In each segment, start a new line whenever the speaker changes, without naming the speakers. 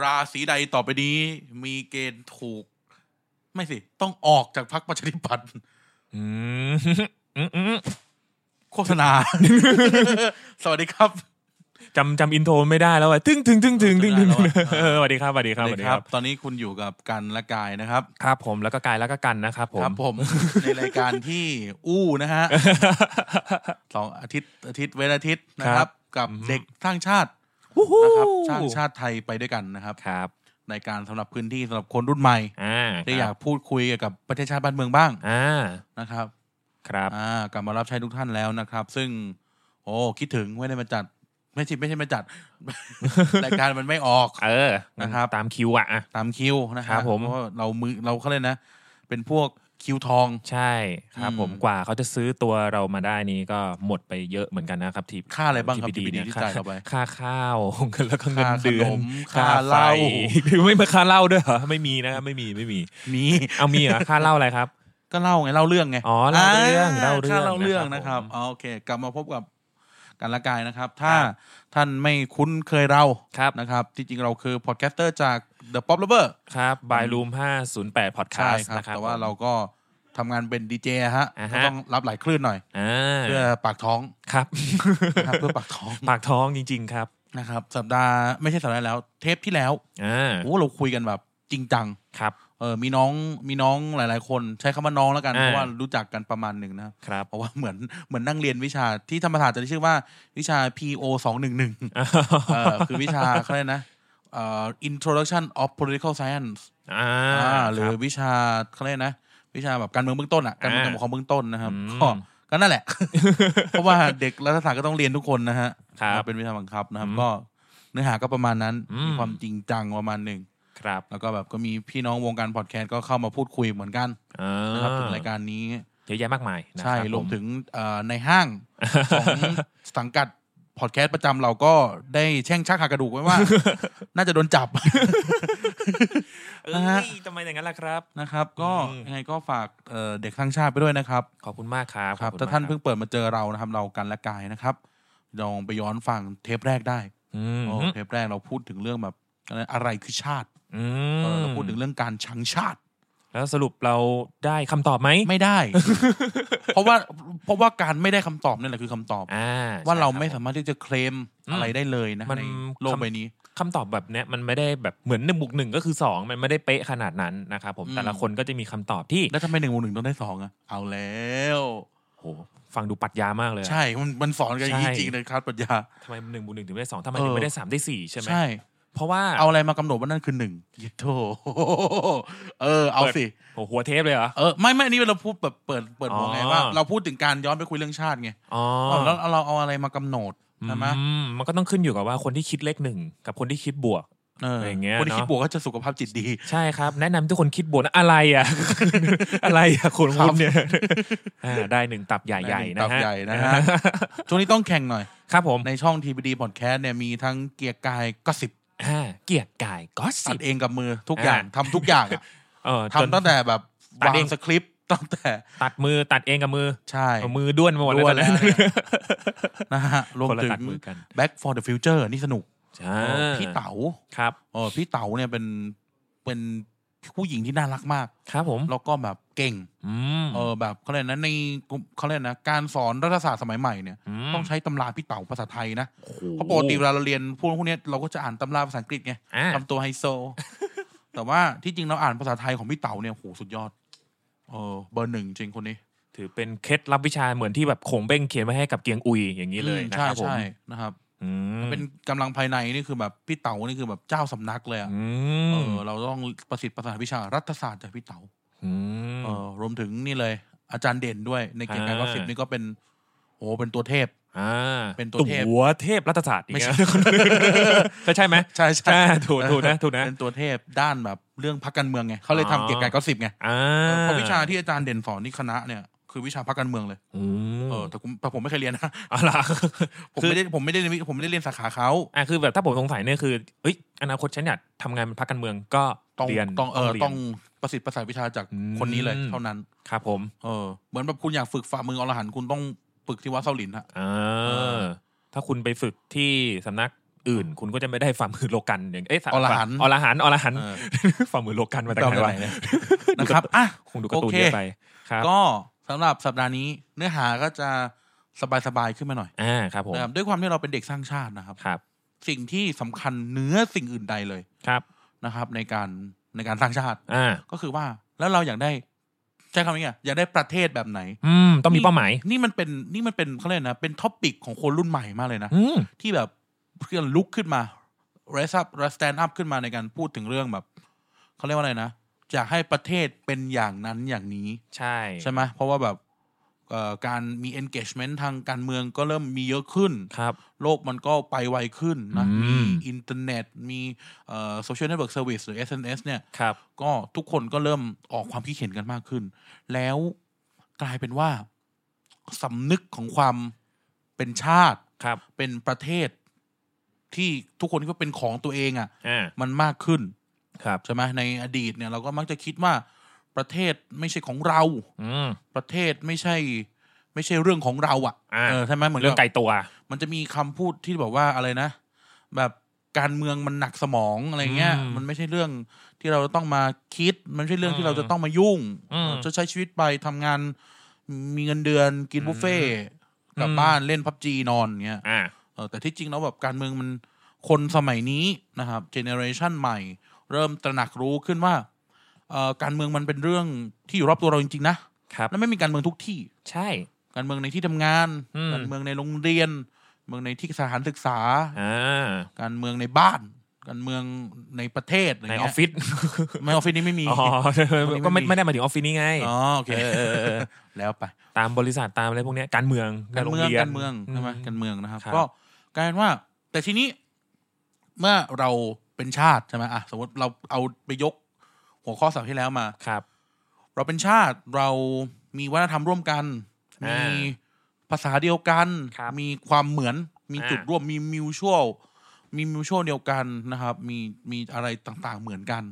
ราศีใดต่อไปนี้ มีเกณฑ์ถูก ไม่สิ ต้องออกจากพรรคประชาธิปัตย์
อืมอืมอืม
โฆษณา สวัสดีครับ
จำจำอินโทรไม่ได้แล้วอะตึ้งตึ้งตึ้งตึ้งตึ้งตึ้ง
จำได้แล้วอะ
เออสวัสดีครับสวัสดีครับสวัสดีครับ
ตอนนี้คุณอยู่กับกันและกายนะครับ
ครับผมแล้วก็กายแล้วก็กันนะครับผม
ครับผม ในรายการที่อู้นะฮะ สองอาทิตย์อาทิตย์เว้นอาทิตย์นะค
ครั
รับ
บ
กับเด็กสร้างชาติ
วู้ฮู้
นะครับสร้างชาติไทยไปด้วยกันนะครับ
ครับ
รายการสำหรับพื้นที่สำหรับคนรุ่นใหม่
อ่า
ที่อยากพูดคุยเกี่ยวกับประเทศชาติบ้านเมืองบ้าง
อ่า
นะครับ
ครับ
อ่ากลับมารับใช้ทุกท่านแล้วนะครับ ซึ่ง โอ้คิดถึงไม่ได้มาจัด ไม่ใช่ไม่ใช่มาจัด รายการมันไม่ออก
เออ
นะครับ
ตามคิวอ่ะอ่ะ
ตามคิวนะค
ครั
รับบ
ผม
เพราะว่าเรามือเราเขาเลยกนะ เป็นพวกคิวทอง
ใช่ครับผม
อืม
กว่าเขาจะซื้อตัวเรามาได้นี้ก็หมดไปเยอะเหมือนกันนะครับที
ค่าอะไรบ้างครับ
พี
ทีพีดี
เนี่ย
ที่
ค่า
จ่ายเราไป
ค่าข้าว แล้วก็เงิน
ค่าข
เดือน น
มค่าเหล้า
ไฟ ไม่มาค่าเหล้าด้วยเหรอไม่มีนะครับไม่มีไม่มี
มี
เอามีเหรอค่าเหล้าอะไรครับ
ก็เล่าไงเล่าเรื่องไง
อ๋อเล่าเรื่อง
า
เล่าเรื่อง
ค่เล่าเรื่องนะ
นะ
ค
ครั
รับบ อ๋อโอเค กลับมาพบกับกันละกายนะครับ ถ้า
ครับ
ท่านไม่คุ้นเคยเรา
ครับ
นะครับ ที่จริงเราคือพอดแคสเตอร์จาก The Pop Lover
ครับบายรูมห้าศูนย์แปดพอดแค
ใช่
ส
ครับ
ต์นะครับ
แต่ว่าเราก็ทำงานเป็นดีเจฮะ
อ่าฮะ
ก็ต้องรับหลายคลื่นหน่อย
อ่า
เพื่อปากท้อง
ครับ
นะครับเพื่อปากท้อง
ปากท้องจริง ๆ ครับ
นะครับ สัปดาห์ไม่ใช่สัปดาห์แล้ว เทปที่แล้ว
อ่า
โอ้เราคุยกันแบบจริงจัง
ครับ
เออมีน้องมีน้องหลาย ๆ คน ใช้คำว่าน้องแล้วกัน
อ่า
เพราะว่ารู้จักกันประมาณหนึ่งนะครับ
ครับ
เพราะว่าเหมือนเหมือนนั่งเรียนวิชาที่ธรรมศาสตร์จะได้ชื่อว่าวิชา PO สองหนึ่งหนึ่งคือวิชาเขาเรียกนะเอ่อ Introduction of Political Science
อ่า
อ่าห
ค
รื
รั
อบ วิชาเขาเรียกนะ วิชาแบบการเมืองเบื้องต้นอ่ะการเมือง
อ่า
การปกครองเบื้องต้นนะครับ
อืม
ก็ก็นั่นแหละ เพราะว่าเด็กรัฐศาสตร์ก็ต้องเรียนทุกคนนะฮะ
ครับ
เป็นวิชาบังคับนะครับ
อืม
ก็เนื้อหาก็ประมาณนั้น
อืม
มีความจริงจังประมาณหนึ่ง
ครับ
แล้วก็แบบก็มีพี่น้องวงการพอดแคสต์ก็เข้ามาพูดคุยเหมือนกัน
อ่า
นะครับถึงรายการนี้
เยอะแยะมากมายนะค
ใช่
บ
รวม
ผ
ถึงเอ่อใน ห้าง ของสังกัดพอดแคสต์ประจำเราก็ได้แช่งชักหากระดูกไว้ว่า น่าจะโดนจับ
เอ้
นะฮะ
ยทำไมอย่างนั้นล่ะครับ
นะครับ ก็
อืม
ยังไงก็ฝากเอ่อเด็กทั้างชาติไปด้วยนะครับ
ขอบคุณมากครับ
ครับ
ขอบคุณ
ถ้าท่าน
มก
เพิ่งเปิดมาเจอเรานะครับ เรากันและกายนะครับลองไปย้อนฟังเทปแรกได้
อืม
โอ้เทปแรกเราพูดถึงเรื่องแบบอะไรอะไรคือชาติ
อื
เออ
ม
เราพูดถึงเรื่องการชังชาติ
แล้วสรุปเราได้คำตอบไหม
ไม่ได้ เพราะว่าเพราะว่าการไม่ได้คำตอบนั่นแหละคือคำตอบ
อ่า
ว่าเรา
ใช่คบ
ไม่สามารถที่จะเคลมอะไรได้เลยนะ
มัน
ในโลกใบนี้
คำตอบแบบเนี้ยมันไม่ได้แบบเหมือนหนึ่งบวกหนึ่งก็คือสองมันไม่ได้เป๊ะขนาดนั้นนะครับผม
อืม
แต่ละคนก็จะมีคำตอบที่
แล้วทำไมหนึ่งบวกหนึ่งต้องได้สองอะเอาแล้ว
โหฟังดูปรัชญามากเลยอะ
ใช่ มันมันสอนกันอย่างนี้
ใช่
จริงเลยครับปรัชญา
ทำไมหนึ่งบวกหนึ่งถึงไม่ได้สองทำไม
เออ
ถึงไม่ได้สามได้สี่ใช่ไหม
ใช่
เพราะว่า
เอาอะไรมากำหนดว่านั่นคือหนึ่ง เยดโธเออ เอาสิ
โอ้โหหัวเทปเลยเหรอ
เออ ไม่ไม่อันนี่เราพูดแบบเปิดเปิดหัวไง
อ๋อ
ว่า เราพูดถึงการย้อนไปคุยเรื่องชาติไง
อ๋อ
แล้วเราเราเอาอะไรมากำหนดใช่ไหม
อืมมันก็ต้องขึ้นอยู่กับว่าคนที่คิดเลขหนึ่งกับคนที่คิดบวก
เอออย่าง
เงี้ย
คนที่
เนอะ
คิดบวกก็จะสุขภาพจิตดี
ใช่ครับ แนะนำทุกคนคิดบวกนะอะไรอ่ะ อะไรอ่ะคน
ครับ
คุณเนี่ยอ่าได้หนึ่งตับใหญ่ๆนะ
ได้หนึ่ง
ฮะ
ตับใหญ่นะฮะ ช่วงนี้ต้องแข่งหน่อย
ครับผม
ในช่อง TBD Podcast เนี่ยมีทั้งเกียร์กายก็สิบ
อ่าเกียรติกายก็
ตั
สิ
ด
บ
เองกับมือทุกอย่าง
อ่า
ทำทุกอย่างอะ
เออจน
ทำตั้งแต่แบบ
ตัด
วาง
เอง
สคริปต์ตั้งแต่
ตัดมือตัดเองกับมือ
ใช่
เอามือด้วนมาหมดแล้ว
ด้
ต
ว
อน น
แล้ว
นั้น
เนี่ย นะฮะรวม
คนละ
ถึง
ตัดมือกัน
Back for the Future นี่สนุก
ใช่
เออพี่เต๋า
ครับ
เออพี่เต๋าเนี่ยเป็นเป็นผู้หญิงที่น่ารักมาก
ครับผม
แล้วก็แบบเก่ง
อืม
เออแบบเขาเรียกนะในกลุ่มเขาเรียกนะการสอนรัฐศาสตร์สมัยใหม่เนี่ย
ม
ต้องใช้ตำราพี่เต๋าภาษาไทยนะ
โอ้โห
เพราะปกติเวลาเราเรียนพวกพวกเนี้ยเราก็จะอ่านตำราภาษาอังกฤษไง
อ่า
ทำตัวไฮโซ แต่ว่าที่จริงเราอ่านภาษาไทยของพี่เต๋าเนี่ยโหสุดยอดเออเบอร์หนึ่งจริงคนนี้
ถือเป็นเคล็ดลับวิชาเหมือนที่แบบโขงเบ้งเขียนไว้ให้กับเกียงอุยอย่างนี้เลย
อืม
นะ
ใช่
ครับผม
ใช่นะครับ
อืม
เป็นกำลังภายในนี่คือแบบพี่เต๋านี่คือแบบเจ้าสำนักเลยอะ
อื
เอ
ม
อเราต้องประสิทธิ์ประสานวิชารัฐศาสตร์จากพี่เต๋า
ม
เออรวมถึงนี่เลย อาจารย์เด่นด้วยในเกียรติการ
อ่า
ก็สิบนี่ก็เป็นโอ้โหเป็นตัวเทพ
อ่า
เป็นตัวเทพ
วเทพรัฐศาสตร์อย่างเงี้ยก็ใช่ไหม
ใช่ใช่
อ่าถูกถูกนะถูกนะ
เป็นตัวเทพด้านแบบเรื่องพักการเมืองไงเขาเลย
อ๋อ
ทำเกียรติการก็สิบไง
อ่า
เออเพราะวิชาที่อาจารย์เด่นสอนที่คณะเนี่ยคือวิชาพักการเมืองเลย
อืม
เออแต่ผมแต่ผมไม่เคยเรียนนะ
เอาล่ะ
ผม
คือ
ไม่ได้ผมไม่ได้เรียนผมไม่ได้เรียนสาขาเขา
อ่าคือแบบถ้าผมสงสัยเนี่ยคือเอ้ยอนาคตฉันอยากทำงานเป็นพักการเมืองก็
ต้อง
เรียน
ต้องเออ
รียน
ต้องประสิทธิ์ประสานวิชาจาก
อืม
คนนี้เลยเท่านั้น
ครับผม
เออเหมือนแบบคุณอยากฝึกฝ่ามืออรหันต์คุณต้องฝึกที่วัดเซาหลินฮะ
อ่า
เออ
ถ้าคุณไปฝึกที่สำนัก อื่น คุณก็จะไม่ได้ฝ่ามือโลกันอย่างเอ้ยฝ่า
อรหันต์
อรหันต์อรหันต์
เออ
ฝ่ามือโลกันมาจาก
เรา
ไหน
ไป
วะ
ไหน เนี่ยนะครับอ่ะ
คงดูการ์ตูนเย
โอ
อะ
เค
ไปครับ
ก็สำหรับสัปดาห์นี้เนื้อหาก็จะสบายๆขึ้นมาหน่อย
อ่าครับผม
นะครับด้วยความที่เราเป็นเด็กสร้างชาตินะครับ
ครับ
สิ่งที่สำคัญเหนื้อสิ่งอื่นใดเลย
ครับ
นะครับ ในการในการสร้างชาติ
อ่า
ก็คือว่าแล้วเราอยากได้ใช้คำนี้ไงอยากได้ประเทศแบบไหน
อืมต้องมีเป้าหมาย
นี่มันเป็นนี่มันเป็นเขาเรียกนะเป็นท็อปิกของคนรุ่นใหม่มากเลยนะ
อืม
ที่แบบเพื่อนลุกขึ้นมา rise up rise stand up ขึ้นมาในการพูดถึงเรื่องแบบเขาเรียกว่าอะไรนะอยากให้ประเทศเป็นอย่างนั้นอย่างนี้
ใช่
ใช่ไหมเพราะว่าแบบเอ่อการมี engagement ทางการเมืองก็เริ่มมีเยอะขึ้น
ครับ
โลกมันก็ไปไวขึ้นนะ
อืม
มีอินเทอร์เน็ต มีโซเชียลเน็ตเวิร์กเซอร์วิสหรือ SNS เนี่ย
ครับ
ก็ทุกคนก็เริ่มออกความคิดเห็นกันมากขึ้น แล้วกลายเป็นว่าสำนึกของความเป็นชาติ
ครับ
เป็นประเทศที่ทุกคนก็เป็นของตัวเองอะ่ะ
อ่า
มันมากขึ้น
ครับ
ใช่ไหมในอดีตเนี่ย เราก็มักจะคิดว่าประเทศไม่ใช่ของเรา
อืม
ประเทศไม่ใช่ ไม่ใช่เรื่องของเราอะ
อ่า
่ะเออใช่ไหมเหมือน
เรื่อง
กับ
ไกลตัว
มันจะมีคำพูดที่บอกว่าอะไรนะ แบบการเมืองมันหนักสมองอะไรเงี้ย
อืม
มันไม่ใช่เรื่องที่เราต้องมาคิด มันไม่ใช่เรื่อง
อืม
ที่เราจะต้องมายุ่ง
อืม
เออจะใช้ชีวิตไปทำงานมีเงินเดือนกินบุฟเฟ่ต์กลับ
อืม
บ้านเล่นพับจีนอนเงี้ย
อ่า
เออแต่ที่จริงแล้วแบบการเมืองมันคนสมัยนี้นะครับเจเนอเรชันใหม่ เริ่มตระหนักรู้ขึ้นว่าเอ่อการเมืองมันเป็นเรื่องที่อยู่รอบตัวเราจริงๆนะครับ และไม่มีการเมืองทุกที่
ใช่
การเมืองในที่ทำงาน
อืม
การเมืองในโรงเรียน เมืองในที่สถานศึกษา
อ่า
การเมืองในบ้าน การเมืองในประเทศะไร
ในอ
เงี้ย
อฟฟิศ
ไม่ออฟฟิศนี้ไม่มี
อ๋อก็ไม่
ไม่มี
ไม่ได้หมายถึงออฟฟิศนี่ไง
อ๋อโอเคเออเออเออแล้วไป
ตามบริษัทตามอะไรพวกเนี้ยการเมืองใน
การ
โรง
เมือง
เรียน
การเมืองใช่ไหมการเมืองนะครับ
ครับ
ก็กลายเป็นว่า แต่ทีนี้เมื่อเราเป็นชาติใช่ไหมอ่ะสมมติเราเอาไปยกหัวข้อสัปดาห์ที่แล้วมา
ครับ
เราเป็นชาติเรามีวัฒนธรรมร่วมกัน
อ่ามี
มีภาษาเดียวกัน
ครับ
มีความเหมือน มี
อ่า
จุดร่วมมีมิวชวลมีมิวชวลเดียวกันนะครับ มีมีอะไรต่างๆเหมือนกัน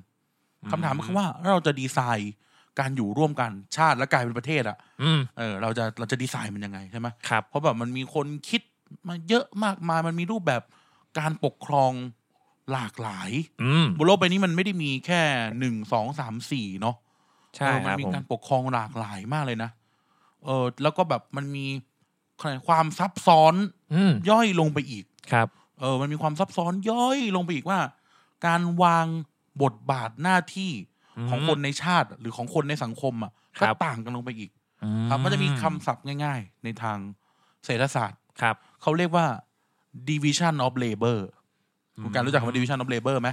คำถามก็คือว่าเราจะดีไซน์การอยู่ร่วมกันชาติและกลายเป็นประเทศอะ
อืม
เออเราจะเราจะดีไซน์มันยังไงใช่ไหม
ครับ
เพราะแบบมันมีคนคิดมาเยอะมากมายมันมีรูปแบบการปกครองหลากหลาย
อืม
บนโลกใบนี้มันไม่ได้มีแค่หนึ่งสองสามสี่เนาะ
ใช่
เออ
ค
มั
รับ
มี
ผม
การปกครองหลากหลายมากเลยนะเออ แล้วก็แบบมันมีความซับซ้อน
อืม
ย่อยลงไปอีก
ครับ
เออ มันมีความซับซ้อนย่อยลงไปอีกว่า การวางบทบาทหน้าที่ของคนในชาติ หรือของคนในสังคมอ่ะ
ครั
ก็
บ
ต่างกันลงไปอีก
อื
ครับมันจะมีคำศัพท์ง่าย ๆ ในทางเศรษฐศาสตร์
ครับ
เขาเรียกว่า division of labor
อืม
คุณการรู้จักคำว่า division of labor ไหม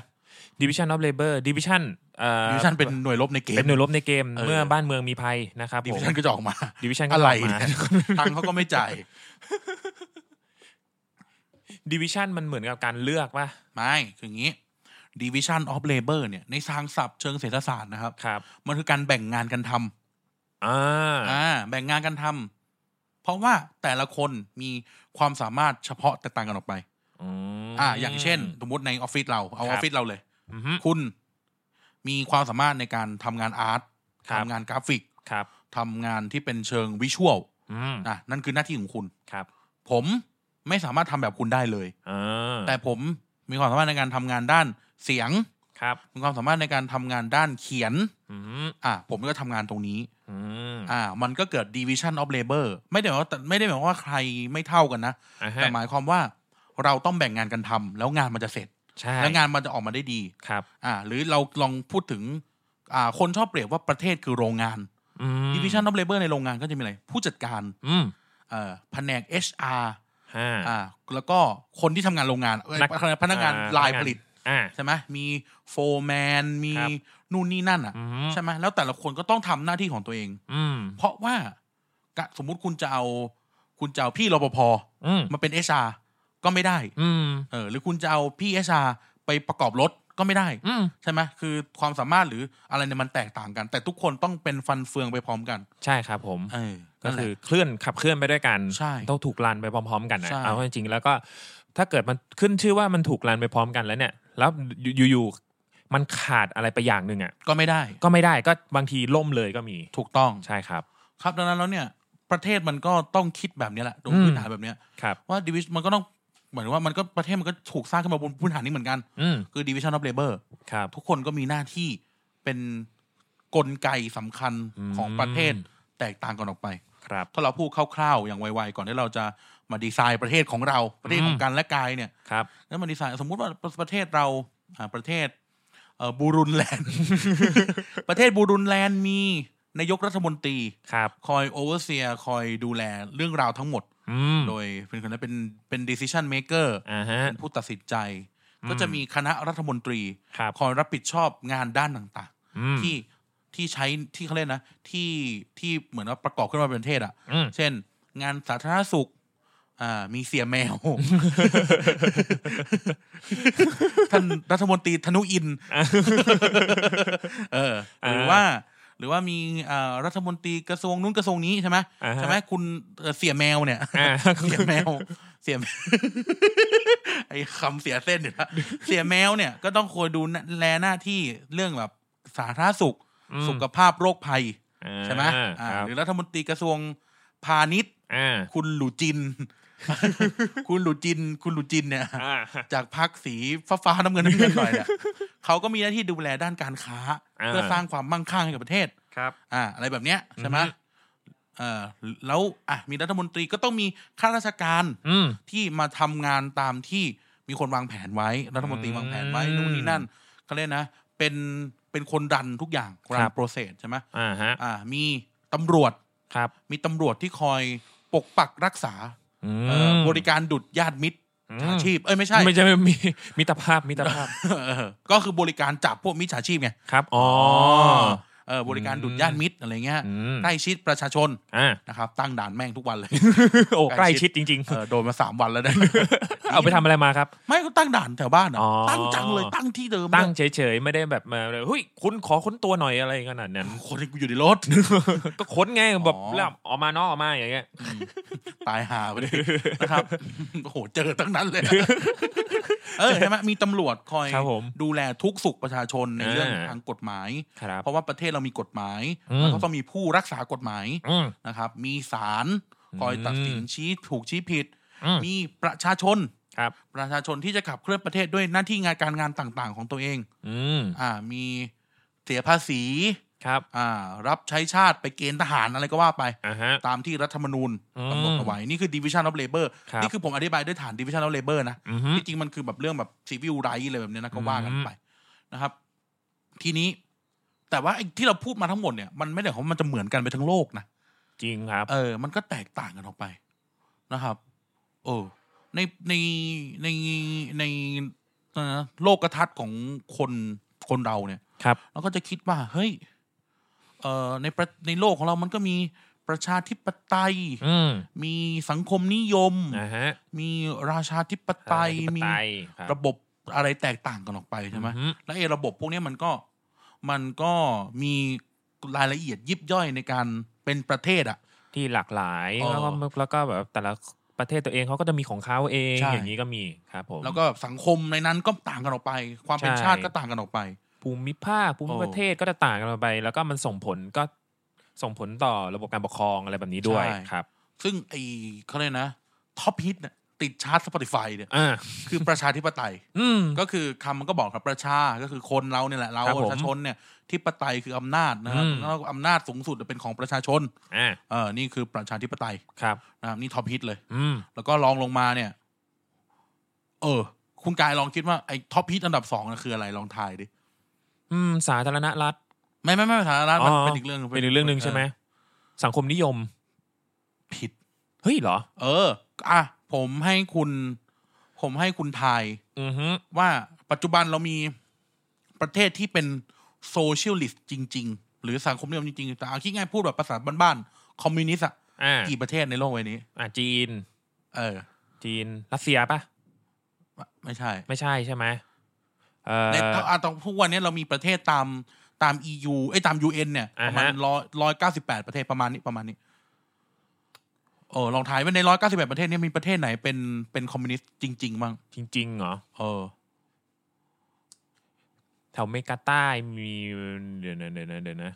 division of labor division เอ่อ
division เป็นหน่วยลบในเกม
เป็นหน่วยลบในเกม
เออ
เมื่อบ้านเมืองมีภัยนะครับผม
division ก็จะออกมา
division ก็
อะไร
กมา
เนี่ยตังค์เขาก็ไม่จ่าย
division มันเหมือนกับการเลือกป่ะ
ไม่คืออย่างนี้ division of labor เนี่ยในทางศัพท์เชิงเศรษฐศาสตร์นะครับ
ครับ
มันคือการแบ่งงานกันทำ
อ่า
อ่าแบ่งงานกันทำเพราะว่าแต่ละคนมีความสามารถเฉพาะแตกต่างกันออกไป
ม
อ่า อย่างเช่น สมมติในออฟฟิศเราเอาอ
ครั
อบ ฟฟิศเราเลย
อือฮึ
คุณมีความสามารถในการทำงานอาร์ต
ครับ
ทำงานกราฟิก
ครับ
ทำงานที่เป็นเชิงวิชวล
อืม
นะนั่นคือหน้าที่ของคุณ
ครับ
ผมไม่สามารถทำแบบคุณได้เลย
อ่า
แต่ผมมีความสามารถในการทำงานด้านเสียง
ครับ
มีความสามารถในการทำงานด้านเขียน
อืม
อ่ะผมก็ทำงานตรงนี้
อืม
อ่า มันก็เกิด division of labor ไม่ได้หมายว่าไม่ได้หมายความว่าใครไม่เท่ากันนะ
อ่าฮะ
แต่หมายความว่าเราต้องแบ่งงานกันทำแล้วงานมันจะเสร็จ
ใช่
แล้วงานมันจะออกมาได้ดี
ครับ
อ่า หรือเราลองพูดถึง อ่า คนชอบเปรียบว่าประเทศคือโรงงาน
อืม
division of labor ในโรงงานก็จะมีอะไร ผู้จัดการ
อืม
เอ่อแผนก HR
อ่า
อ่าแล้วก็คนที่ทำงานโรงงานเอ้ย
นัก
พนักงาน
อ่า
ลาย
พ
ผ
นักงาน
ลิต
อ่า
ใช่ไหมมีโฟร์แมนมี
ครับ
นู่นนี่นั่นอ่ะ
อืม
ใช่ไหมแล้วแต่ละคนก็ต้องทำหน้าที่ของตัวเอง
อืม
เพราะว่ากะสมมุติคุณจะเอา คุณจะเอาพี่รปภ
อืม
มาเป็น HR ก็ไม่ได้
อืม
เออหรือคุณจะเอาพี่ HR ไปประกอบรถก็ไม่ได้
อืม
ใช่ไหมคือความสามารถหรืออะไรเนี่ยมันแตกต่างกัน แต่ทุกคนต้องเป็นฟันเฟืองไปพร้อมกัน
ใช่ครับผม
เออ
ก็
นั่นแหละ
คือเคลื่อนขับเคลื่อนไปด้วยกัน
ใช่
ต้องถูกลันไปพร้อม ๆ กันนะ
ใช่
เอาจริงๆแล้วก็ถ้าเกิดมันขึ้นชื่อว่ามันถูกลันไปพร้อมกันแล้วเนี่ย แล้วอยู่ๆมันขาดอะไรไปอย่างหนึ่งอ่ะ
ก็ไม่ได้
ก็ไม่ได้ก็บางทีล่มเลยก็มี
ถูกต้อง
ใช่ครับ
ครับดังนั้นแล้วเนี่ยประเทศมันก็ต้องคิดแบบเนี้ยแหละโดย
อืม
พื้นฐานแบบเนี้ย
ครับ
ว่าดิวิชมันก็ต้อง เหมือนว่ามันก็ประเทศมันก็ถูกสร้างขึ้นมาบนพื้นฐานนี้เหมือนกัน
อืม
คือ division of labor
ครับ
ทุกคนก็มีหน้าที่เป็นกลไกสำคัญของประเทศแตกต่างกันออกไป
ครับ
ถ้าเราพูดคร่าวๆอย่างไวๆก่อนที่เราจะมาดีไซน์ประเทศของเราประเทศของกันและกายเนี่ย
ครับ
แล้วมาดีไซน์สมมุติว่าประเทศเราอ่าประเทศเอ่อบูรุนแลนด์ ประเทศบูรุนแลนด์มีนายกรัฐมนตรี
ครับ
คอยโอเวอร์เซียคอยดูแลเรื่องราวทั้งหมด
อืม
โดยเป็นคนนั้นเป็นเป็น decision maker
อ่าฮะ
เป็นผู้ตัดสินใจ ก็จะมีคณะรัฐมนตรี
ครับ
คอยรับผิดชอบงานด้านต่าง
อืม
ๆ ที่ที่ใช้ที่เขาเรียกนะ ที่ที่เหมือนว่าประกอบขึ้นมาเป็นประเทศอ่ะ
อืม
เช่น งานสาธารณสุข อ่า มีเสียแม ว ท่านรัฐมนตรีธนุอินทร์เออ หรือว่า หรือว่ามีอ่ารัฐมนตรีกระทรวงนู้นกระทรวงนี้ใช่ไหม
อ่าฮะ
ใช่ไหมคุณเอ่อเสียแมวเนี่ย
อ่า
เสียแมว เสียแมว ไอ้คำเสียเส้น เนี่ยนะเสียแมวเนี่ยก็ต้องคอยดูแลหน้าที่เรื่องแบบสาธารณสุข
อืม
สุขภาพโรคภัย ใช่ไหม
อ่า
อ่า
ครับ
หรือรัฐมนตรีกระทรวงพาณิชย์
อ่า
คุณหลูจิน คุณหลูจิน คุณหลูจินเนี่ย
อ่า
จากพักสีฟ้าฟ้าๆน้ำเงินน้ำเงินหน่อยเนี่ย เขาก็มีหน้าที่ดูแลด้านการค้า เพื่อสร้างความมั่งคั่งให้กับประเทศ
ครับ
อ่า อะไรแบบเนี้ยใช่ไหม
อือฮึ
เออแล้วอ่ะมีรัฐมนตรีก็ต้องมีข้าราชการ
อืม
ที่มาทำงานตามที่มีคนวางแผนไว้ รัฐมนตรีวางแผนไว้
อืม
นู่นนี่นั่นเขาเรียกนะ เป็นเป็นคนดันทุกอย่าง
ครั
รัน
บ
โปรเซสใช่ไหม
อ่าฮะ
อ่า มีตำรวจ
ครับ
มีตำรวจที่คอยปกปักรักษา
อืม
เอ่อบริการดุดญาติมิตร
อื
มิจ
ม
ฉาชีพ เอ้ยไม่ใช่
ไม่ใช่ไม่ มีมิตรภาพมิตรภา พ
เออ ก็คือบริการจับพวกมิจฉาชีพไง
ครับอ๋อ
เออบริการดุดญาติมิตรอะไรเงี้ย
อืม
ใกล้ชิดประชาชน
อ่า
นะครับ ตั้งด่านแม่งทุกวันเลย
โอ้
ใก
ใก
ล้
ล้
ชิ
ชิ
ด
ดจริง
เออโดนมาสามวันแล้วนะ
ๆ เอาไปทำอะไรมาครับ
ไม่ก็ตั้งด่านแถวบ้านอะ
อ๋อ
ตั้งจังเลยตั้งที่เดิม
ตั้ง
เลย
เฉยๆไม่ได้แบบมาเลยเฮ้ยคุณขอค้นตัวหน่อยอะไรขนาดนั้น
คนที่กูอยู่ในรถ
ก็ค้นไงแบบ
อ๋อ
แล้วออกมานอกออกมาอย่างเงี้ย
ตายหาไปเลยนะครับ โอ้โหเจอทั้งนั้น เลย เออใช่ไหมมีตำรวจคอย
ครับผม
ดูแลทุกสุขประชาชนในเรื่อง
อ่า
ทางกฎหมาย
ครับ
เพราะว่าประเทศเรามีกฎหมาย
อืม
แล้วก็ต้องมีผู้รักษากฎหมาย
อืม
นะครับ มีศาลคอยตัดสิน
อืม
ชี้ถูกชี้ผิด
อืม
มีประชาชน
ครับ
ประชาชนที่จะขับเคลื่อนประเทศด้วยหน้าที่งานการงานต่าง ๆ ของตัวเอง
อืม
อ่า มีเสียภาษี
ครับ
อ่า รับใช้ชาติไปเกณฑ์ทหารอะไรก็ว่าไป
อ่าฮะ
ตามที่รัฐธรรมนูญกำหนดเอาไว้ นี่คือ division of labor
ครับ
นี่คือผมอธิบายด้วยฐาน division of labor นะ
อือฮึ
ที่จริงมันคือแบบเรื่องแบบ civil right อะไรแบบเนี้ยนะก็ว่ากันไปนะครับ ทีนี้ แต่ว่าไอ้ที่เราพูดมาทั้งหมดเนี่ยมันไม่ได้ของว่ามันจะเหมือนกันไปทั้งโลกนะ
จริงครับ
เออ มันก็แตกต่างกันออกไปนะครับ เออ ในในในในเอ่อโลกทัศน์ของคนคนเราเนี่ย
ครับ
เราก็จะคิดว่า เฮ้ย เออในประในโลกของเรามันก็มีประชาธิปไตย
อืม
มีสังคมนิยม
นะฮะ
มีราชาธิปไตย
มี
มี
ครับ
ระบบอะไรแตกต่างกันออกไปใช่ไหม
อือฮึ
และไอ้ระบบพวกเนี้ยมันก็มันก็มีรายละเอียดยิบย่อยในการเป็นประเทศอะ
ที่หลากหลาย
เออ
แล้วก็แล้วก็แบบแต่ละประเทศตัวเองเขาก็จะมีของเขาเอง
ใช่
อย่างนี้ก็มีครับผม
แล้วก็สังคมในนั้นก็ต่างกันออกไป ความเป็น
ใช่
ชาติก็ต่างกันออกไป
ภูมิภาคภูมิประเทศก็จะต่างกันไป แล้วก็มันส่งผลก็ส่งผลต่อระบบการปกครองอะไรแบบนี้ด้วย
ใช่
ครับ
ซึ่งไอ้เขาเรียกนะท็อปฮิตติดชาร์ต Spotify เนี่ย
อ่า
คือประชาธิปไตย
อืม
ก็คือคำมันก็บอกครับประชาก็คือคนเราเนี่ยแหละเรา
ครับผม
ประชาชนเนี่ยที่ปไตยคืออำนาจนะครับ
อืม
แล้วอำนาจสูงสุดเป็นของประชาชน
อ่า
เออนี่คือประชาธิปไตย
ครับ
นะครับนี่ท็อปฮิตเลย
อืม
แล้วก็ลองลงมาเนี่ย เออ คุณกายลองคิดว่าไอ้ท็อปฮิตอันดับสองน่ะคืออะไรลองทายดิ
อืมสาธารณรัฐ
ไม่ไม่ไม่สาธารณรัฐมัน
อ๋อ
เป็นอีกเรื่อง
เป็นอีกเรื่องหนึ่งใช่ไหมสังคมนิยม
ผิด
เฮ้ยเหรอ
เออ อ่ะ ผมให้คุณ ผมให้คุณทาย
อือฮึ
ว่าปัจจุบันเรามีประเทศที่เป็นโซเชียลิสต์จริง ๆ หรือสังคมนิยมจริง ๆ แต่เอาคิดง่ายพูดแบบภาษาบ้านๆ คอมมิวนิสต์อะ
อ่า
กี่ประเทศในโลกใบนี้
อ่าจีน
เออ
จีนรัสเซียปะ
ไม่ใช่
ไม่ใช่ใช่ไหมเออ
ในตอนอ่ะตอนทุกวันนี้เรามีประเทศตามตาม EU เอ้ยตาม UN เนี่ย
อ่า
ประ
ฮะ
มาณร้อยร้อยเก้าสิบแปดประเทศประมาณนี้ประมาณนี้เออลองทายว่าในร้อยเก้าสิบแปดประเทศเนี่ยมีประเทศไหนเป็นเป็นคอมมิวนิสต์จริง ๆ บ้าง
จริงๆเหรอ
เออ
แถวเมกาใต้มีเดี๋ยวนะเดี๋ยวนะเดี๋ยวนะ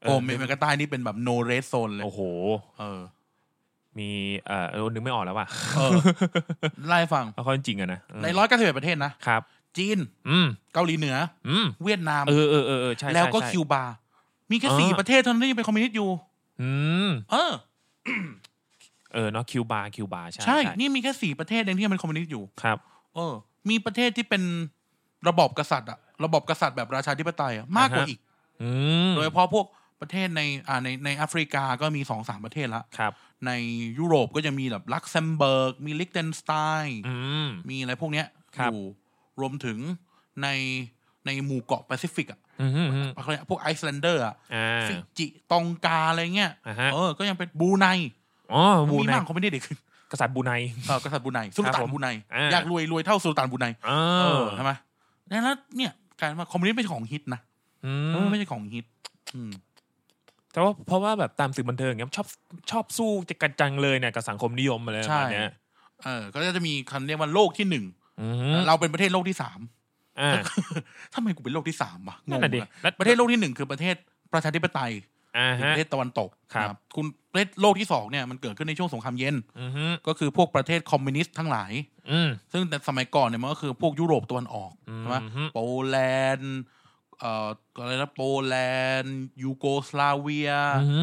โอ้เมริกาใต้นี่เป็นแบบโนเรสโซนเลย
โอ้โห
เออ เออ ไล่ฟัง
เอาเข้าจริงๆอะนะเออ
ในร้อยเก้าสิบเอ็ดประเทศนะ
ครับ
จีน
อืม
เกาหลีเหนือ
อืม
เวียดนาม
เออเออเออเออใช่ใช่
แล้วก็
ใช่
คิวบาร์มีแค่
อ๋อ
สี่ประเทศเท่านั้นที่ยังเป็นคอมมิวนิสต์อยู่
อืม
เออ
เออเนาะคิวบาร์คิวบาร์ใช่
ใช่ นี่มีแค่สี่ประเทศเองที่ยังเป็นคอมมิวนิสต์อยู่
ครับ
เออ มีประเทศที่เป็นระบอบกษัตริย์อะระบอบกษัตริย์แบบราชาธิปไตยอะมากกว่า
อ่าฮะ
อีก
อืม
โดยเฉพาะพวกประเทศในอ่าในในแอฟริกาก็มีสองสามประเทศละ
ครับ
ในยุโรปก็จะมีแบบลักเซมเบิร์ก มีลิกเทนสไตน์
อืม
มีอะไรพวกเนี้ย
ครับ
อยู่รวมถึงในในหมู่เกาะแปซิฟิกอะ
อืมอืมอืม
อะไรนะพวกไอซ์แลนเดอร์อะ
อ่า
ฟิจิตองกาอะไรเงี้ย
อ่าฮะ
เออ ก็ยังเป็นบรูไน
อ๋อบู
มี
ไน
มากเขาไม่ได้เด็กขึ้น
กษัตริย์บูไน
เออกษัตริย์บรูไนสุลต่า
ผ
น
ม
บรูไน
อ่า
อยากรวยรวยเท่าสุลต่านบรูไน
อ่า
เออใช่ไหมแล้วเนี่ยการมาคอมมิวนิสต์ไม่ใช่ของฮิตนะ
อื
เอ
ม
อไม่ใช่ของฮิตอืม
แต่ว่าเพราะว่าแบบตามสื่อบันเทิงเงี้ยชอบชอบสู้จะกันจังเลยเนี่ยกับสังคมนิยมอะไรประมาณเนี้ย
ใช่ เออก็จะมีคำเรียกว่าโลกที่หนึ่ง
อืม
เราเป็นประเทศโลกที่สาม
อ่า
ทำไมกูเป็นโลกที่สามวะง
นั่น
ง
น่ะดิ
อะ
แล้ว
ประเทศโลกที่หนึ่งคือประเทศประชาธิปไตย
อ่า
หรือ
ฮะ
ประเทศตะวันตก
ครับ
นะคุณประเทศโลกที่สองเนี่ยมันเกิดขึ้นในช่วงสงครามเย็น
อือฮึ
ก็คือพวกประเทศคอมมิวนิสต์ทั้งหลาย
อืม
ซึ่งแต่สมัยก่อนเนี่ยมันก็คือพวกยุโรปตะวันออกใช่ไหม
อือฮึ
โปแลนด์เอ่ออะไรนะโปแลนด์ยูโกสลาเวีย
อือฮึ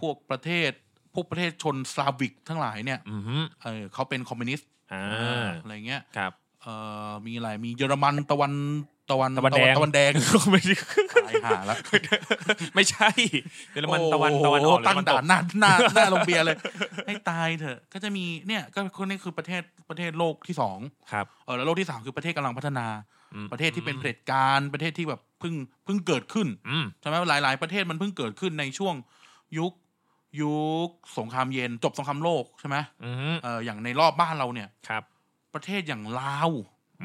พวกประเทศพวกประเทศชนสลาวิกทั้งหลายเนี่ย
อือฮึ
เออเขาเป็นคอมมิวนิสต์
อ่า
อะไรเงี้ย
ครับ
เออมีอะไรมีเยอรมันตะวันตะวัน
ตะวันแดง
ตะวันแดง
ไม่ใช่
ตายหาแล้ว
ไม่ใช่เยอรมันตะวัน
โโห
ตะวันออกหรือ
ตั้ง
ตะวันต
ด่าก นหน้าหน้าหน้าโรงเบียร์เลย ให้ตายเถอะ ก็จะมีเนี่ยก็คนนี้คือประเทศประเทศโลกที่สอง
ครับ
เออแล้วโลกที่สามคือประเทศกำลังพัฒนา
อืม
ประเทศที่เป็นเผด็จการประเทศที่แบบเพิ่งเพิ่งเกิดขึ้น
อืม
ใช่ไหมหลาย ๆ ประเทศมันเพิ่งเกิดขึ้นในช่วงยุคยุคสงครามเย็นจบสงครามโลกใช่ไหม
อือฮึ
เอออย่างในรอบบ้านเราเนี่ย
ครับ
ประเทศอย่างลาว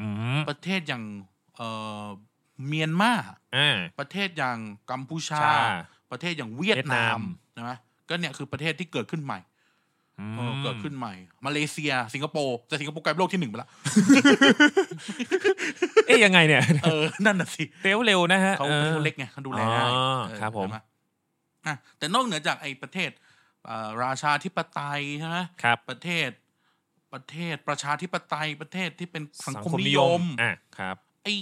อืม
ประเทศอย่างเออเมียนมา
อ่า
ประเทศอย่างกัมพูชา
ชา
ประเทศอย่างเวียดนาม
เวียด
ใช่ไหมก็เนี่ยคือประเทศที่เกิดขึ้นใหม่
อืม
เออเกิดขึ้นใหม่ มาเลเซีย สิงคโปร์แต่สิงคโปร์กลายเป็นโลกที่หนึ่งไปละ
เอ๊ยยังไงเนี่ย
เอ อ นั่นน่ะสิ
เร็วเร็วนะฮะ
เขา
ออ
เป็นคนเล็กไงเขาดูแลได้
อ๋อ
เออ
ครับผม
ใช่ไหอ่ะแต่นอกเหนือจากไอ้ประเทศเอ่อราชาธิปไตยใช่ไหม
ครับ
ประเทศ ประเทศประชาธิปไตยประเทศที่เป็นสังคมนิยม
อ่ะครับ
ไอ้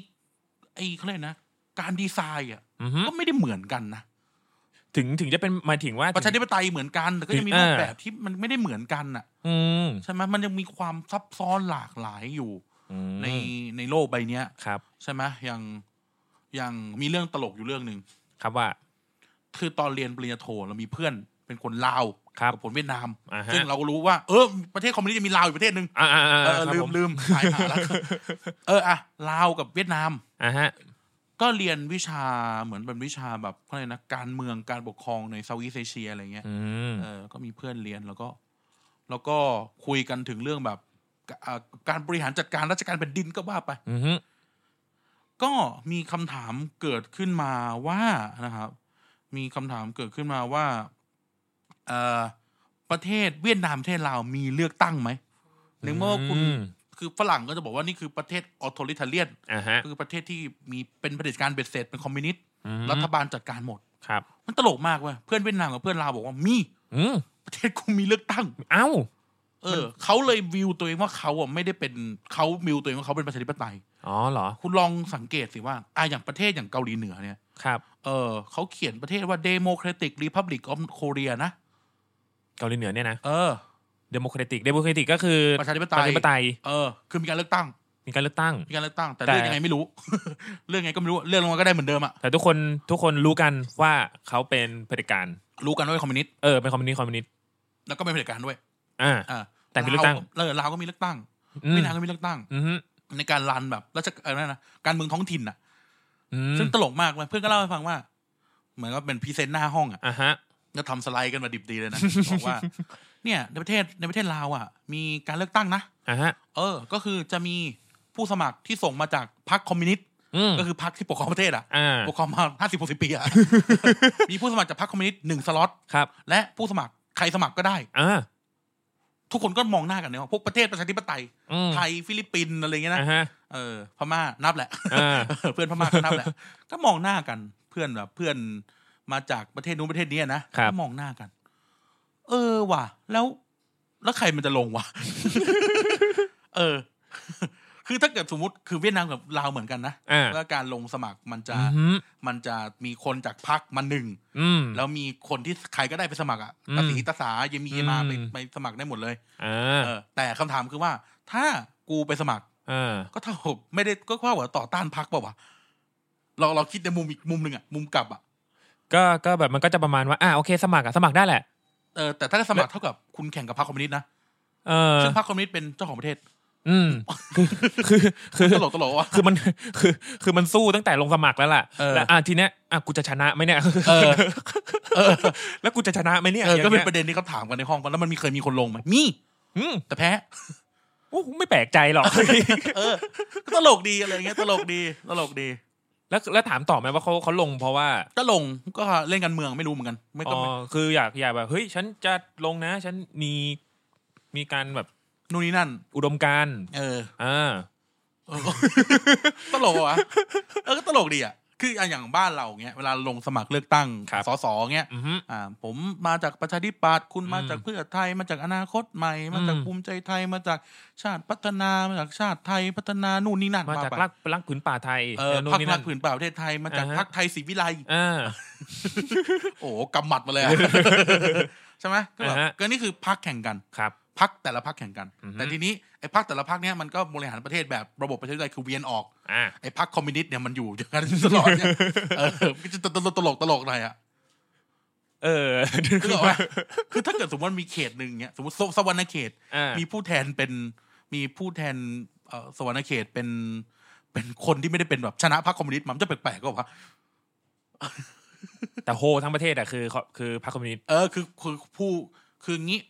ไอ้เขาเรียกนะ การดีไซน์อ่ะ
อือฮึ
ก็ไม่ได้เหมือนกันนะ
ถึงถึงจะเป็นหมายถึงว่า
ประชา
ถึ
ธิ
ง
ปไตยเหมือนกันแต่ก็ยังมี
เออ
รูปแบบที่มันไม่ได้เหมือนกันอ่ะ
อืม
ใช่ไหมมันยังมีความซับซ้อนหลากหลายอยู่
อืม
ในในโลกใบเนี้ย
ครับ
ใช่ไหมอย่างอย่างมีเรื่องตลกอยู่เรื่องหนึ่ง
ครับว่า
คือตอนเรียนปริญญาโทเรามีเพื่อนเป็นคนลาว
ครับ
กับคนเวียดนาม
อ่าฮะ
ซึ่งเราก็รู้ว่า เออ ประเทศคอมมิวนิสต์จะมีลาวอยู่ประเทศหนึ่ง
อ่าอ่าอ่า
เออ
ครับ
ลื
ผม
ลืมหายหาแล้วเอออะลาวกับเวียดนาม
อ่าฮะ
ก็เรียนวิชาเหมือนเป็นวิชาแบบอะไรยกนะการเมืองการปกครองในเซาท์อีสเอเชียอะไรเงี้ย
อืม
เออก็มีเพื่อนเรียนแล้วก็ แล้วก็คุยกันถึงเรื่องแบบกะอ่าการบริหารจัดการราชการแผ่นดินก็ว่าไป
อือฮึ
ก็มีคำถามเกิดขึ้นมาว่านะครับ มีคำถามเกิดขึ้นมาว่าเอ่อประเทศเวียดนามประเทศลาวมีเลือกตั้งไหมในเมื่อว่าคุณ
อืม
คือฝรั่งก็จะบอกว่านี่คือประเทศออโตลิเทเลียน
อ่าฮะ
คือประเทศที่มีเป็นเผด็จการเบ็ดเสร็จเป็นคอมมิวนิสต์
อืม
รัฐบาลจัดการหมด
ครับ
มันตลกมากเว้ยเพื่อนเวียดนามกับเพื่อนลาวบอกว่ามี
อืม
ประเทศกูมีเลือกตั้ง
เอ้า
เออเขาเลยวิวตัวเองว่าเขาอ่ะไม่ได้เป็นเขาวิวตัวเองว่าเขาเป็นประชาธิปไตย
อ๋อเหรอ
คุณลองสังเกตสิว่าอ่ะอย่างประเทศอย่างเกาหลีเหนือเนี่ย
ครับ
เออเขาเขียนประเทศว่า Democratic Republic of Korea นะ
เกาหลีเหนือเนี่ยนะ
เออ
เดโมแครติกเดโมแครติกก็คือ
ประชาธิปไต
ป
ย
ระชาธิปไตย
เออ คือมีการเลือกตั้ง
มีการเลือกตั้ง
มีการเลือกตั้ง แต่
แต่
เลือกยังไงไม่รู้ เลือกยังไงก็ไม่รู้เลือกลงมาก็ได้เหมือนเดิมอะ
แต่ทุกคนทุกคนรู้กันว่าเขาเป็นเผด็จการ
รู้กันว่าเป็นคอมมิวนิสต์
เออเป็นคอมมิวนิสต์คอมมิวนิสต์
แล้วก็เป็นเผด็จการด้วย
อ่า
อ่า
แต่มีเลือกตั้ง
เออลาวก็มีเลือกตั้ง
อืม
เวียดนามก็มีเลือกตั้ง
อือฮึ
ในการรันแบบราชการอะไรนะการเมืองท้องถิ่นอะ
อืม
ซึ่งตลกมากเลยเพื่อนก็เล่าให้ฟังว่า เหมือนกับเป็นพรีเซนต์หน้าห้องอะ
อ่าฮะ
ก็ทำสไลด์กันมาดิบดีเลยนะ บอก ว่า เนี่ยในประเทศในประเทศลาวอ่ะ มีการเลือกตั้งนะ
อ่าฮะ
เออ ก็คือจะมีผู้สมัครที่ส่งมาจากพรรคคอมมิวนิสต์
อืม
ก็คือพรรคที่ปกครองประเทศอ่ะ
อ่า
ปกครองมาห้าสิบหกสิบ ปีอ่ะ มีผู้สมัครจากพรรคคอมมิวนิสต์หนึ่งสล็อต
ครับ
และผู้สมัครใครสมัครก็ได้
อ่า
ทุกคนก็มองหน้ากันเนี่ยว่าพวกประเทศประชาธิปไตย
อืม
ไทยฟิลิปปินส์อะไรเงี้ยนะ
อ่าฮะ
เออพม่านับแหละ
อ่า
เพื่อนพม่าก็นับแหละก็มองหน้ากันเพื่อนแบบเพื่อนมาจากประเทศนู้นประเทศนี้นะครับ ก็มองหน้ากัน เออว่ะ แล้ว แล้วใครมันจะลงวะ เออ คือถ้าเกิดสมมติคือเวียดนามกับลาวเหมือนกันนะ
อ่า
ว่าการลงสมัครมันจะ
อือหือ
มันจะมีคนจากพักมาหนึ่ง
อืม
แล้วมีคนที่ใครก็ได้ไปสมัครอ่ะ
อืม
ตาสีตาสาเยมีเยมาไป
อืม
ไปสมัครได้หมดเลย
อ่า
เออ แต่คำถามคือว่า ถ้ากูไปสมัคร
อ่า
ก็เท่า กับไม่ได้ก็ว่าว่าต่อต้านพักเปล่าวะเราเราคิดในมุมอีกมุมหนึ่งอ่ะมุมกลับอ่ะ
ก็ก็แบบมันก็จะประมาณว่าอ่าโอเค สมัครอะสมัครได้แหละ
เออแต่ถ้าได้สมัครเท่ากับคุณแข่งกับพรรคคอมมิวนิสต์นะ
เออ
ซึ่งพรรคคอมมิวนิสต์เป็นเจ้าของประเทศ
อื ม คือคือคือ
ตลกตลกวะ
คือมัน คือคือมันสู้ตั้งแต่ลงสมัครแล้วล่ะ
เออ
แล้วอ่ะทีเนี้ยอ่ะกูจะชนะไหมเนี่ย
เออเออ
แล้วกูจะชนะไหมเนี่ย
เออก็เป็น
อย่าง
ป
งี้ย
ระเด็นที่เขาถามกันในห้องกันแล้วมันมีเคยมีคนลงไหมมี
อืม
แต่แพ้
โอ้ไม่แปลกใจหรอก
เออก็ตลกดีอะไรเงี้ยตลกดีตลกดี
แล้วแล้วถามต่อไหมว่าเขาเขาลงเพราะว่า
ก็ลงก็เล่นกันเมืองไม่รู้เหมือนกัน ไม่
อ๋
ก็
อคืออยากอยากแบบเฮ้ยฉันจะลงนะ ฉันมีมีการแบบ
นู่นนี่นั่น
อุดมการณ์
เออ
อ่า
เออตลกวะเออก็ตลกดีอ่ะ คืออ่ะอย่างบ้านเราเงี้ยเวลาลงสมัครเลือกตั้งสสเงี้ย
อือฮึ
อ่า ผมมาจากประชาธิปัตย์คุณ
อืม
มาจากเพื่อไทยมาจากอนาคตใหม่ มาจาก
อืม
ภูมิใจไทยมาจากชาติพัฒนามาจากชาติไทยพัฒนานู่นนี่นั่น
มาจาก
ว่ไป
รักรักผืนป่าไทย
เออ
นู่
พัก
นี่
รั
นั่
ก
น
ผืนป่าประเทศไทยมาจาก
อ่าฮะ
พักไทยศรีวิไล
อ่า
โอ้โหกำหมัดมาเลยอะ ใช่ไหมก็แบบ
อ่าฮะ
ก็นี่คือพักแข่งกัน
ครับ
พักแต่ละพักแข่งกัน
อือฮึ
แต่ทีนี้ไอ้พักแต่ละพักเนี่ยมันก็บริหารประเทศแบบระบบประชาธิปไตยคือเวียนออก
อ่า
ไอ้พักคอมมิวนิสต์เนี่ยมันอยู่อย่างนั้นตลอดเนี่ยเอ อมันจะตลกตลกตลกหน่อยอ่ะ
เออ
คือบอกว่าคือถ้าเกิดสมมติว่ามีเขตหนึ่งเนี่ยสมมติสวรรณเขต
อ่า
มีผู้แทนเป็นมีผู้แทนเอ่อสวรรณเขตเป็น เป็นคนที่ไม่ได้เป็นแบบชนะพรรคคอมมิวนิสต์มันจะแปลกๆก็วะ
แต่โฮทั้งประเทศอ่ะคือคือพรรคคอมมิวนิสต์
เออคือคือผู้คืองี้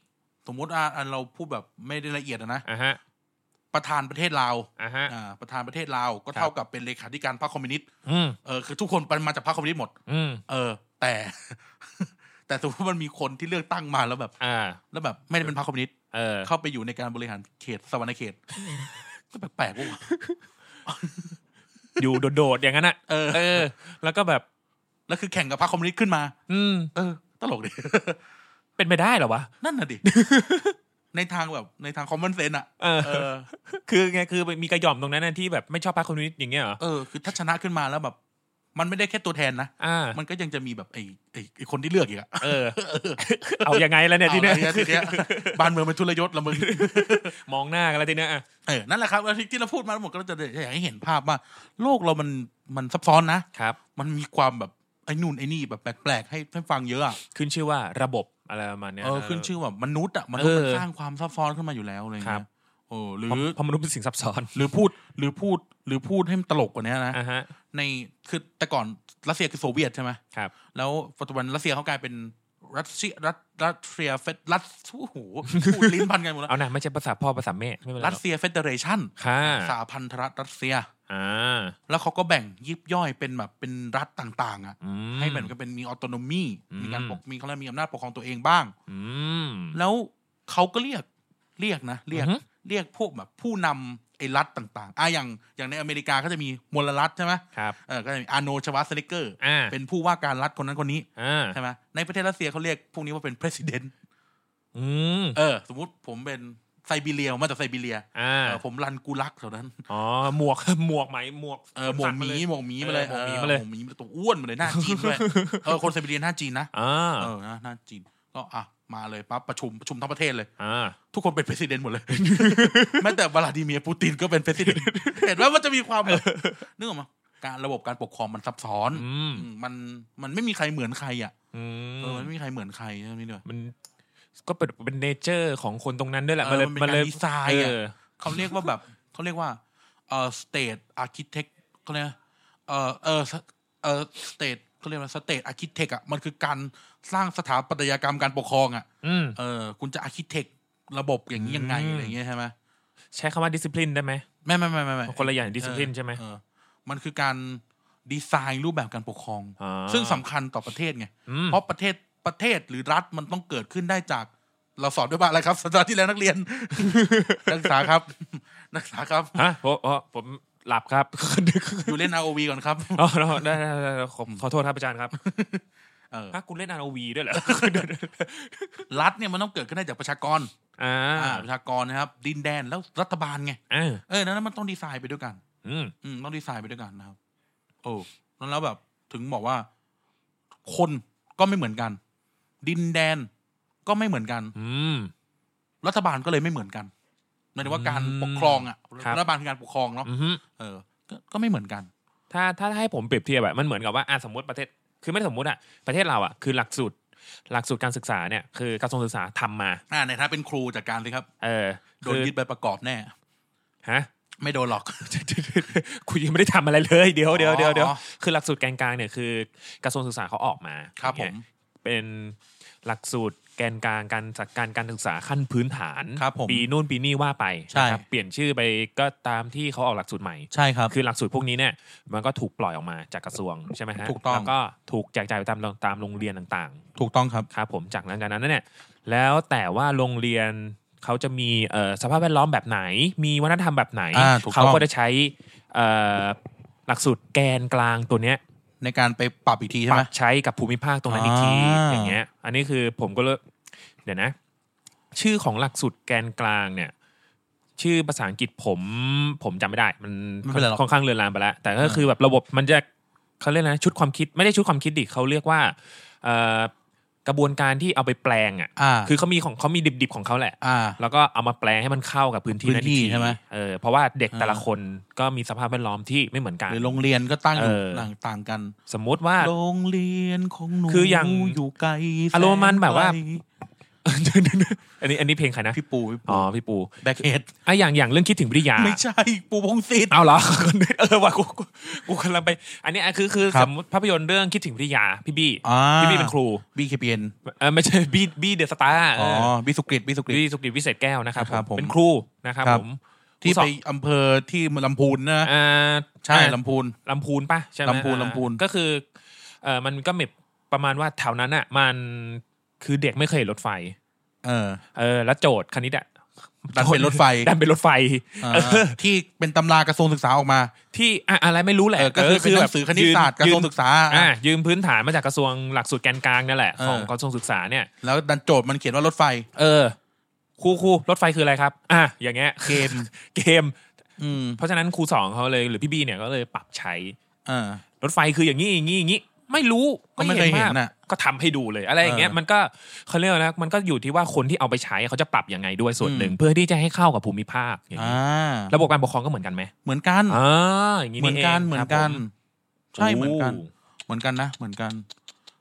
สมมติอ่ะอ่ะเราพูดแบบไม่ได้ละเอียดอะนะ
อ่าฮะ
ประธานประเทศลาว
อ่าฮะ
อ่าประธานประเทศลาวก็
ครับ
เท่ากับเป็นเลขาธิการพรรคคอมมิวนิสต์
อืม
เออคือทุกคนมาจากพรรคคอมมิวนิสต์หมด
อืม
เออ แต่ แต่สมมติว่ามันมีคนที่เลือกตั้งมาแล้วแบบ
อ่า
แล้วแบบ ไม่ได้เป็นพรรคคอมมิวนิสต์
เออ
เข้าไปอยู่ในการบริหารเขตสวรรณเข ต ก็แปลกๆว่ะ
อยู่ โดดๆอย่างนั้นอ่ะ
เออ
เออ แล้วก็แบบ
แล้วคือแข่งกับพรรคคอมมิวนิสต์ขึ้นมา
อืม
เออ ตลกดิ
เป็นไปได้เหรอวะ
นั่นน่ะดิ ในทางแบบในทางคอมมอนเซนอะ
เออ
เออ
คือไงคือมีกระหย่อมตรงนั้นนะที่แบบไม่ชอบพรรคคอมมิวนิสต์อย่างเงี้ยเหรอ
เออ คือถ้าชนะขึ้นมาแล้วแบบ มันไม่ได้แค่ตัวแทนนะ
อ่า
มันก็ยังจะมีแบบไอ้ไอ้ไอ้คนที่เลือกอีกอะ
เออ เอายังไงแล้วเนี่ยที
เอา
เนี้ย
อะไรทีเนี้ย บ้านเมืองเป็นทุรยศละมึง
มองหน้ากันแล้วทีเนี้ยอ่ะ
เออ นั่นแหละครับแล้วที่ที่เราพูดมาทั้งหมดก็จะอยากให้เห็นภาพว่า โลกเรามันมันซับซ้อนนะ
ครับ
มันมีความแบบไอ้นู่นไอ้นี่แบบแปลกๆให้ให้ฟังเยอะอะ
ขึ้นชื่อว่าระบบอะไรประมาณเนี้ย
เออขึ้นชื่อแบบมนุษย์อะมนุษย์มัน
เออ
สร้างความซับซ้อนขึ้นมาอยู่แล้วอะไร
ครั
เงี้ย
บ
โอ้หรื
เพราะ
อ
เพราะมนุษย์เป็นสิ่งซับซ้อน
หรือพูดหรือพูดหรือพูดให้มันตลกกว่านี้นะ
อ่าฮะ
ในคือแต่ก่อนรัสเซียคือโซเวียตใช่ไหม
ครับ
แล้วปัจจุบันรัสเซียเขากลายเป็นรัสเซียรัสรัสเซียเฟดรัสโอ้โหพูดลิ้นพันกันหมดแล้ว
เอานะไม่ใช่ภาษาพ่อภาษาแม่ไม่เป็นไรห
รัส
รอก
เซียเฟเดเรชั่น
ค่ะ
สาพันธรัฐรัสเซีย
อ่า
แล้วเขาก็แบ่งยิบย่อยเป็นแบบเป็นรัฐต่างๆอ่ะ
อืม
ให้เหมือนกับเป็นมีออโตโนมี
อืม
มีการปกมีเขาเรียกมีอำนาจปกครองตัวเองบ้าง
อืม
แล้วเขาก็เรียกเรียกนะ เรียก
อือฮึ
เรียกพวกแบบผู้นำไอ้รัฐต่างๆอ่ะอย่างอย่างในอเมริกาก็จะมีมลรัฐใช่ไหม
ครับ
เออก็จะมีอาร์โนชวาสเลเกอร์
อ่า
เป็นผู้ว่าการรัฐคนนั้นคนนี้
อ่า
ใช่ไหมในประเทศรัสเซียเขาเรียกพวกนี้ว่าเป็น president
อืม
เออ สมมติผมเป็นไซบีเรียผมมาจากไซบีเรีย
อ่า
เออผมรันกูลักแถวนั้น
อ๋อหมวก หมวกไหมหมวก
เออหมวกหมี
สั่น
หมวกหมีมาเลย
เออหมวกหมีมาเลย
ออหมวกหมีมาตัวอ้วนมาเลยหน้าจีน ด้วยเออคนไซบีเรียหน้าจีนนะ
อ่า
เออนะน่าจีน ก็อ่ะ มาเลยปั๊บประชุมประชุมทั้งประเทศเลย
อ่า
ทุกคนเป็นประธานห มดเลย แม้แต่วลาดิเมียร์ปูตินก็เป็นประธานเห็นว่ามันจะมีความแบบนึกออกมาการระบบการปกครองมันซับซ้อน
อืม
อืมมันมันไม่มีใครเหมือนใครอ่ะ
อื
เออ
ม
มันไม่มีใครเหมือนใครใช่ไหมเนี่ย
มันก็เป็นเป็นเนเจอร์ของคนตรงนั้นด้วยแหละ
เออ
มันเลย
มันเป็น
มันเลย
การดีไซน์อะ
เออ
เขาเรียกว่าแบบเขาเรียกว่าเออสเตทอาร์คิเทคเขาเรียกนะเออเออเออสเตทเขาเรียกว่าสเตทอาร์คิเทคอ่ะมันคือการสร้างสถาปัตยกรรมการปกครองอ่ะ
อืม
เออคุณจะอาร์คิเทคระบบอย่างนี้ยังไง
อืม
อะไรอย่างเงี้ยใช่ไหม
ใช้คำว่าดิสซิ п ลินได้ไหม
ไม่ไม่ไม่ไม่ไม่
คนละอย่างดิสซิ п ลินใช่ไหม
เออมันคือการดีไซน์รูปแบบการปกครอง
อ่า
ซึ่งสำคัญต่อประเทศไง
อืม
เพราะประเทศประเทศหรือรัฐมันต้องเกิดขึ้นได้จาก เราสอนด้วยว่าอะไรครับสัปดาห์ที่แล้วนักเรียน นักศึกษาครับ นักศึกษาครับ
ฮะผมอ๋อผมหลับ ครับ
อยู่เล่น ROV ก่อนครับ
อ๋อได้ได้ได้ได้ขอขอโทษครับอาจารย์ครับ
เอ เออ
ฮะคุณเล่น ROV ด้วยเหรอ
รัฐเนี่ยมันต้องเกิดขึ้นได้จากประชากร
อ่า
อ่าประชากรนะครับ ดินแดนแล้วรัฐบาลไง
อ่า
เออนั้นมันต้องดีไซน์ไปด้วยกัน
อืม
อืมต้องดีไซน์ไปด้วยกันนะครับโอ้แล้วแบบถึงบอกว่า คนก็ไม่เหมือนกัน ดินแดนก็ไม่เหมือนกัน
อืม
รัฐบาลก็เลยไม่เหมือนกันหมายถึงว่าการ
อืม
ปกครองอ่ะ
ครับ
รัฐบาลคือการปกครองเนาะ
อือฮึ
เออก็ก็ไม่เหมือนกัน
ถ้าถ้าให้ผมเปรียบเทียบแบบมันเหมือนกับว่าอ่ะสมมติประเทศ คือไม่ได้สมมติอะประเทศเราอะคือหลักสูตรหลักสูตรการศึกษาเนี่ยคือกระทรวงศึกษาทำมา
อ่าในฐานะเป็นครูจัดการเลยครับ
เออ
โดนยึดใบประกอบแน่
ฮะ
ไม่โดนหรอก
คุยยังไม่ได้ทำอะไรเลยเดี๋ยวเดี๋ยวเดี๋ยวเดี๋ยว
อ๋อ
คือหลักสูตรแกนกลางเนี่ยคือกระทรวงศึกษาเขาออกมา
ครับผม
เป็นหลักสูตรแกนกลางการจัดการการศึกษาขั้นพื้นฐาน
ครับผม
ปีนู่นปีนี่ว่าไป
ใช่
นะครับเปลี่ยนชื่อไปก็ตามที่เขาออกหลักสูตรใหม่
ใช่ครับ
คือหลักสูตรพวกนี้เนี่ยมันก็ถูกปล่อยออกมาจากกระทรวงใช่ไหมฮะ
ถูกต้อง
แล้วก็ถูกแจกจ่ายไปตามตามโรงเรียนต่าง
ถูกต้องครับ
ๆครับผมจากนั้นจากนั้นเนี่ยแล้วแต่ว่าโรงเรียนเขาจะมีเอ่อสภาพแวดล้อมแบบไหน มีวัฒนธรรมแบบไหน
อ่าถูกต้อง
เขาก็จะใช้เอ่อหลักสูตรแกนกลางตัวเนี้ย
ในการไปปรับอีกทีใช่
ปรั
ไหม
บใช้กับภูมิภาคตรงนั้นอีกที
อ่า
อย่างเงี้ย อันนี้คือผมก็เลยเดี๋ยวนะ ชื่อของหลักสูตรแกนกลางเนี่ย ชื่อภาษาอังกฤษผมผมจำไม่ได้ มัน
ไม่เป็นไรหรอก
ค่อนข้างเลือนลางไปแล้ว แต่ก็คือแบบระบบมันจะเขาเรียกอะไรนะชุดความคิดไม่ได้ชุดความคิดดิเขาเรียกว่าเอ่อกระบวนการที่เอาไปแปลงอ่ะ
อ่า
คือเขามีของเขามีดิบๆของเขาแหละ
อ่า
แล้วก็เอามาแปลให้มันเข้ากับพื้นที่
พื้นที่
อีก
ใช่ไหม
เออเพราะว่าเด็กแต่ละคนก็มีสภาพแวดล้อมที่ไม่เหมือนกัน
หรือโรงเรียนก็ตั้งอยู่
เออ
ต่างๆกัน
สมมุติว่า
โรงเรียนของหนู
คืออย่าง
อยู่ไกลแส
อารมณ์ประมาณแบบว่า
ไกล
อันนี้อันนี้เพลงใครนะ
พี่ปูพี่ปู
อ๋อพี่ปู
แบ็คเฮด
อ่ะอย่างอย่างเรื่องคิดถึงวิทยา
ไม่ใช่ ปูพงศิษฐ์
เอาเหรอ เออว่ะกูกูกูกำลังไป อันนี้อ่ะคือคือ
ครับ
สมมติภาพยนตร์เรื่องคิดถึงวิทยาพี่บี้
อ่า
พี่บี้เป็นครู
บีเคเปียน
เออไม่ใช่ บี้บี้เดอะสตาร์
อ๋อบีสุกริตบีสุกริต
บี้สุกิตวิเศษแก้วนะครับ
ครับผม
เป็นครูนะครับ
ครับ
ผม
ที่
ครูส
ไป
อน
อำเภอที่ลำพูนนะ
อ่า
ใช่ลำพูน
ลำพูนปะใช่ไหม
ลำพูน
อ่า
ลำพูน
ก็คือเออมันก็แบบประมาณว่าแถวนั้นอ่ะ มันคือเด็กไม่เคยเห็นรถไฟ
เออ
เออแล้วโจทย์คณิตอ่ะ
ดันเป็นรถไฟ
ดันเป็นรถไฟ
อ่า
เออ
ที่เป็นตำรากระทรวงศึกษาออกมา
ที่อ่ะอะไรไม่รู้แหละ
เออก็คือเป็นหนังสือคณิตศาสตร์กระทรวงศึกษา
อ่ะยืมพื้นฐานมาจากกระทรวงหลักสูตรแกนกลางนั่นแหละ
เออ
ของกระทรวงศึกษาเนี่ย
แล้วดันโจทย์มันเขียนว่ารถไฟ
เออครูครูรถไฟคืออะไรครับ อ่ะอย่างเงี้ย
เกม
เกม
อืม
เพราะฉะนั้นครูสองเขาเลยหรือพี่บีเนี่ยก็เลยปรับใช้
เออ
รถไฟคืออย่างนี้อย่างนี้อย่างนี้ไม่รู้
ก็ไม่เคยเห็นน่ะ
ภาพก็ทำให้ดูเลย อะไรอย่างเงี้ย
เออ
มันก็เขาเรียกว่าแล้วมันก็อยู่ที่ว่าคนที่เอาไปใช้เขาจะปรับยังไงด้วยส่วนหนึ่ง
อืม
เพื่อที่จะให้เข้ากับภูมิภาคอย่าง
อ่า
นี้ระบบการปกครองก็เหมือนกันไหม
เหมือนกัน
อ่าอย่างนี้
เหมือนกัน
ง
เหมือ
คน รับ
กัน
ผ
ใช่เหมือนกัน
โ
เหมือนกันนะ เหมือนกัน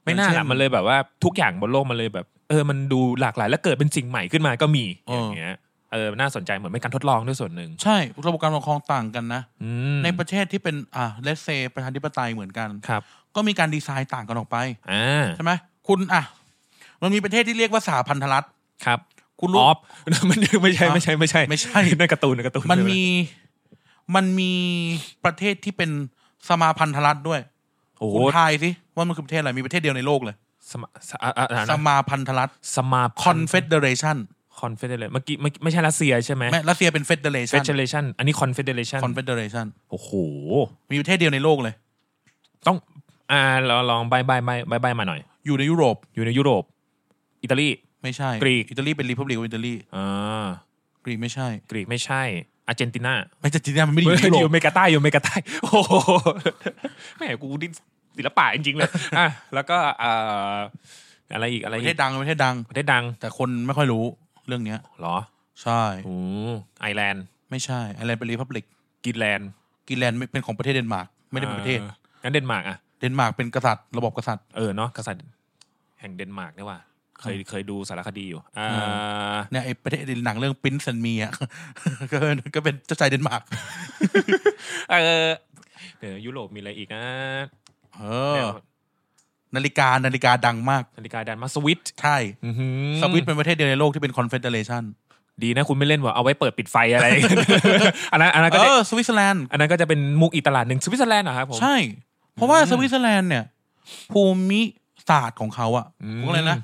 ไม่น่า
อย่
ละ
งช่
มันเลยแบบว่าทุกอย่างบนโลกมันเลยแบบ เออมันดูหลากหลายแล้วเกิดเป็นสิ่งใหม่ขึ้นมาก็มี
เอ
อ
อ
ย่างเงี้ยเออน่าสนใจเหมือนเป็นการทดลองด้วยส่วนหนึ่ง
ใช่ระบบการปกครองต่างกันนะ
อืม
ในประเทศที่เป็นอ่าเลสเซประชาธิปไตยเหมือนกัน
ครับ
ก็มีการดีไซน์ต่างกันออกไป
อ่า
ใช่ไหมคุณอ่ะมันมีประเทศที่เรียกว่าสหพันธรัฐ
ครับ
คุณรู้
ออฟ มัน ไม่ใช่ไม่ใช่ไม่ใช่
ไม่ใช่
ในการ์ตูนในการ์ตูน
มันมีมันมีประเทศที่เป็นสมาพันธรัฐด้วย
โอ้โห
คุณทายสิว่ามันคือประเทศอะไรมีประเทศเดียวในโลกเลย
สมาสะอ่ะอ่ะอ่ะ
ส
นะ
มาพันธรัฐ
สมา
confederation
คอนเฟเดเรชันเมื่อกี้เมื่อกี้ไม่ใช่รัสเซียใช่ไหม
แม้รัสเซียเป็น
เฟ
federation
เดเรชันอันนี้คอนเฟเดเรชัน
confederation
โอ้โห
มีประเทศเดียวในโลกเลย
ต้องอ่าเราลองใบใบใบใบใบมาหน่อย
อยู่ในยุโรป
อยู่ในยุโรป อิตาลี
ไม่ใช่
กรีก
อิตาลีเป็นรีพับลิกอิตาลี
อ่าก
รีกไม่ใช่
กรีกไม่ใช่ อาร์เจนตินา
ไม่จะจีนมันไม่ได้อ
เฮ้
ยยู่ในยุโร
อ
ป
ยู่อเมริกาใต้อยู่อเมริกาใต้ โอ้โหแหมกูดิศิลปะจริง ๆเลยอ่ะแล้วก็อ่าอะไรอีกอะไร
ประ
อี
เท
ก
ศดังประเทศดัง
ประเทศดัง
แต่คนไม่ค่อยรู้เรื่องเนี้ย
เหรอ
ใช่
โอ้ไอร์แลนด์
ไม่ใช่อะไรเป็นรีพับลิก
กรีนแลนด์
กรีนแลนด์เป็นของประเทศเดนมาร์กไม่ได้เป็นประเทศ
อ่างั้นเดนมาร์กอ่ะ
เดนมาร์กเป็นกษัตริย์ระบบกษัตริย์
เออเนาะกษัตริย์แห่งเดนมาร์กเนี่ยว่า เคยเคยดูสารคดีอยู่อ่า
อื เนี่ยไอประเทศหนังเรื่อง p ิ i น c e น n มีอ่ะ ก็เป็นก็เป็นเจ้าชายเดนมาร์ก
เออเดี๋ยวยุโรปมีอะไรอีกนะ
เออ นาฬิกานาฬิกาดังมาก
นาฬิกาดันมาสวิต
ใช่
อื้อหือ
สวิตเป็นประเทศเดียวในโลกที่เป็นคอนเฟเดเรชัน
ดีนะคุณไม่เล่นว่าเอาไว้เปิดปิดไฟอะไร อันนั้นอันนั้นก็
เอ
จะ
อสวิตเซอร์แลนด์
อันนั้นก็จะเป็นมุกอีกตลาดหนึ่งสวิตเซอร์แลนด์เหรอครับผม
ใช่ เพราะว่าสวิตเซอร์แลนด์เนี่ย ภูมิศาสตร์ของเขาอะ
อืม
พวกอะไรนะ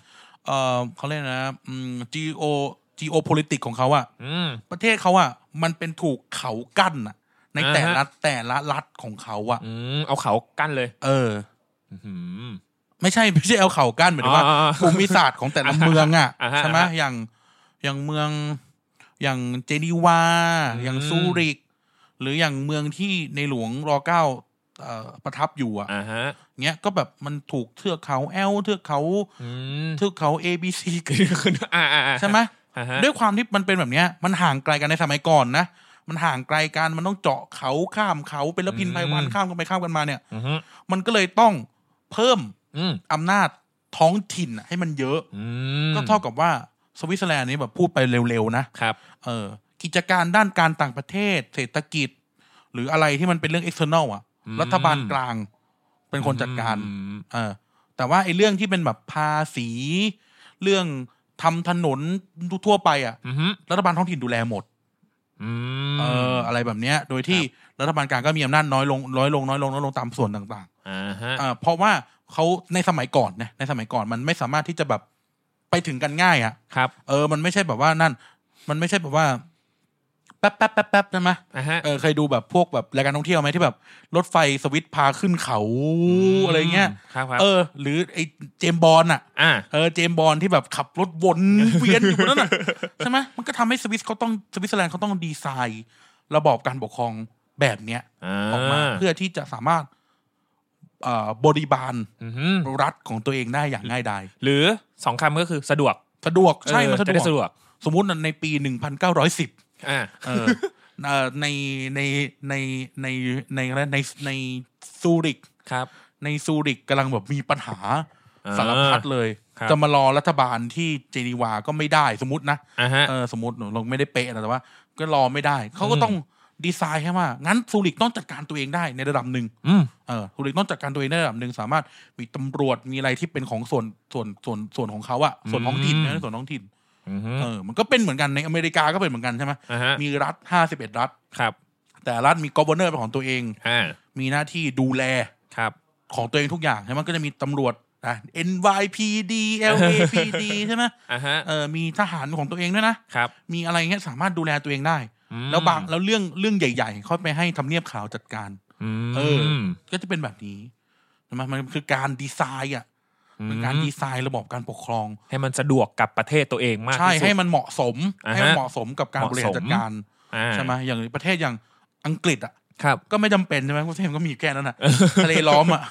เออเขาเรียกนะอืม geo geo politics ของเขาอะ
อืม
ประเทศเขาอะมันเป็นถูกเขากั้นอะใน
อ่า
แต่
ฮะ
ละแต่ละรัฐของเขาอะ
อืมเอาเขากั้นเลย
เออ
อื้อหือ
ไม่ใช่ ไม่ใช่เอาเข่ากั้นหมายถึงว่า
อ่า
ภูมิศาสตร์ของแต่ละเมืองอ่ะ
อ่าฮะ
ใช่ไหม
อ่าฮะ
อย่างอย่างเมืองอย่างเจนีวา
อืม
อย่างซูริก หรืออย่างเมืองที่ในหลวงรอเก้าเอ่อประทับอยู่อ่ะ
อ่าฮะ
เงี้ยก็แบบมันถูกเทือกเขาแอลเทือกเขา
อืม
เทือกเขา A B C
อ่าอ่าอ่า
ใช่ไหม
อ่า ฮะ
ด้วยความที่มันเป็นแบบเนี้ย มันห่างไกลกันในสมัยก่อนนะ มันห่างไกลกัน มันต้องเจาะเขาข้ามเขาเป็นละพินไพวันข้ามกันไปข้ามกันมาเนี่ย
อือฮึ
มันก็เลยต้องเพิ่ม
อืม
อำนาจท้องถิ่นน่ะให้มันเยอะ
อืม
ก็เท่ากับว่าสวิตเซอร์แลนด์นี้แบบพูดไปเร็วๆนะ
ครับ
เออ กิจการด้านการต่างประเทศ เศรษฐกิจ หรืออะไรที่มันเป็นเรื่อง external อ่ะ
อืม
รัฐบาลกลางเป็นคนจัดการ
อืม
เออแต่ว่าไอ้เรื่องที่เป็นแบบภาษี เรื่องทำถนนทั่วไปอ่ะ
อือฮึ
รัฐบาลท้องถิ่นดูแลหมด
อืม
เอออะไรแบบเนี้ย โดยที่รัฐบาลกลางก็มีอำนาจน้อยลงน้อยลงน้อยลงน้อยลงตามส่วนต่าง
อ่าฮะ
ๆอ่าเพราะว่าเขาในสมัยก่อนนะในสมัยก่อนมันไม่สามารถที่จะแบบไปถึงกันง่ายอะ่ะ
ครับ
เออ มันไม่ใช่แบบว่านั่น มันไม่ใช่แบบว่า แป๊บแป๊บแป๊บแป๊บใช่ไหม
อ่าฮะ
เออเคยดูแบบพวกแบบรายการท่องเที่ยวไหมที่แบบ รถไฟสวิตช์พาขึ้นเขา
ม
อะไรเงี้ย
ครับครับ
เออ หรือไอ้เจมส์บอลอ่ะ
อ่า
เออเจมส์บอลที่แบบขับรถ วนเวียนอยู่บนนั่นน่ะ ใช่ไหมมันก็ทำให้สวิสเขาต้องสวิตเซอร์แลนด์เขาต้องดีไซน์ ระบอบการปกครองแบบเนี้ยออกมาเพื่อที่จะสามารถเอ่อบริบาล
ม
รัฐของตัวเองได้อย่างง่ายดาย
หรือสองคำก็คือสะดวก
สะดวกใช่มัน
เออ
สะด
จะ
ว
ได้
ก
สะดวก
สมมุติในปี 1910
อ่า
เออเอ่อในในในในในในในในซูริก
ครับ
ในซูริกกำลังแบบมีปัญหา
อ่า
สารพัดเลย
ครับ
จะมารอรัฐบาลที่เจนีวาก็ไม่ได้สมมตินะ
อ่าฮะ
เออสมมติหนูลงไม่ได้เป๊ะนะแต่ว่า ก็รอไม่ได้ เขาก็
อืม
ต้องดีไซน์ให้ว่า งั้นซูริกต้องจัดการตัวเองได้ในระดับหนึ่ง
อืม
เออซูริกต้องจัดการตัวเองในระดับหนึ่งสามารถมีตำรวจมีอะไรที่เป็นของส่วนส่วนส่วนส่วนของเขาอะส่วนท้องถิ่นนะส่วนท้องถิ่น
อือฮึ
เออมันก็เป็นเหมือนกันในอเมริกาก็เป็นเหมือนกันใช่ไหม
อ่าฮะ
มีรัฐห้าสิบเอ็ดรัฐ
ครับ
แต่รัฐมีกอ v เนอร์เป็นของตัวเอง
อ่า
มีหน้าที่ดูแล
ครับ
ของตัวเองทุกอย่างใช่ไหมก็จะมีตำรวจนะ NYPD LAPD ใช่ไหม
อ่าฮะ
เออมีทหารของตัวเองด้วยนะ
ครับ
มีอะไรเงี้ยสามารถดูแลตัวเองได้
อืม
แล้วบางแล้วเรื่องเรื่องใหญ่ ๆ เขาไปให้ทำเนียบขาวจัดการ
ม
เออ ก็จะเป็นแบบนี้ใช่ไหมมันคือการดีไซน์อ่ะเป็นการดีไซน์ระบบการปกครอง
ให้มันสะดวกกับประเทศตัวเองมาก
ใช่
ที่สุด
ให้มันเหมาะสม
อ่าฮะ
ให้มันเหมาะสมกับการ
เหมาะ
บริ
สม
หารจัดการ
อ่า
ใช่ไหมอย่างประเทศอย่างอังกฤษอ่ะ
ครับ
ก็ไม่จำเป็นใช่ไหมประเทศมันก็มีแค่นั้น อ่ะทะเลล้อมอ่ะ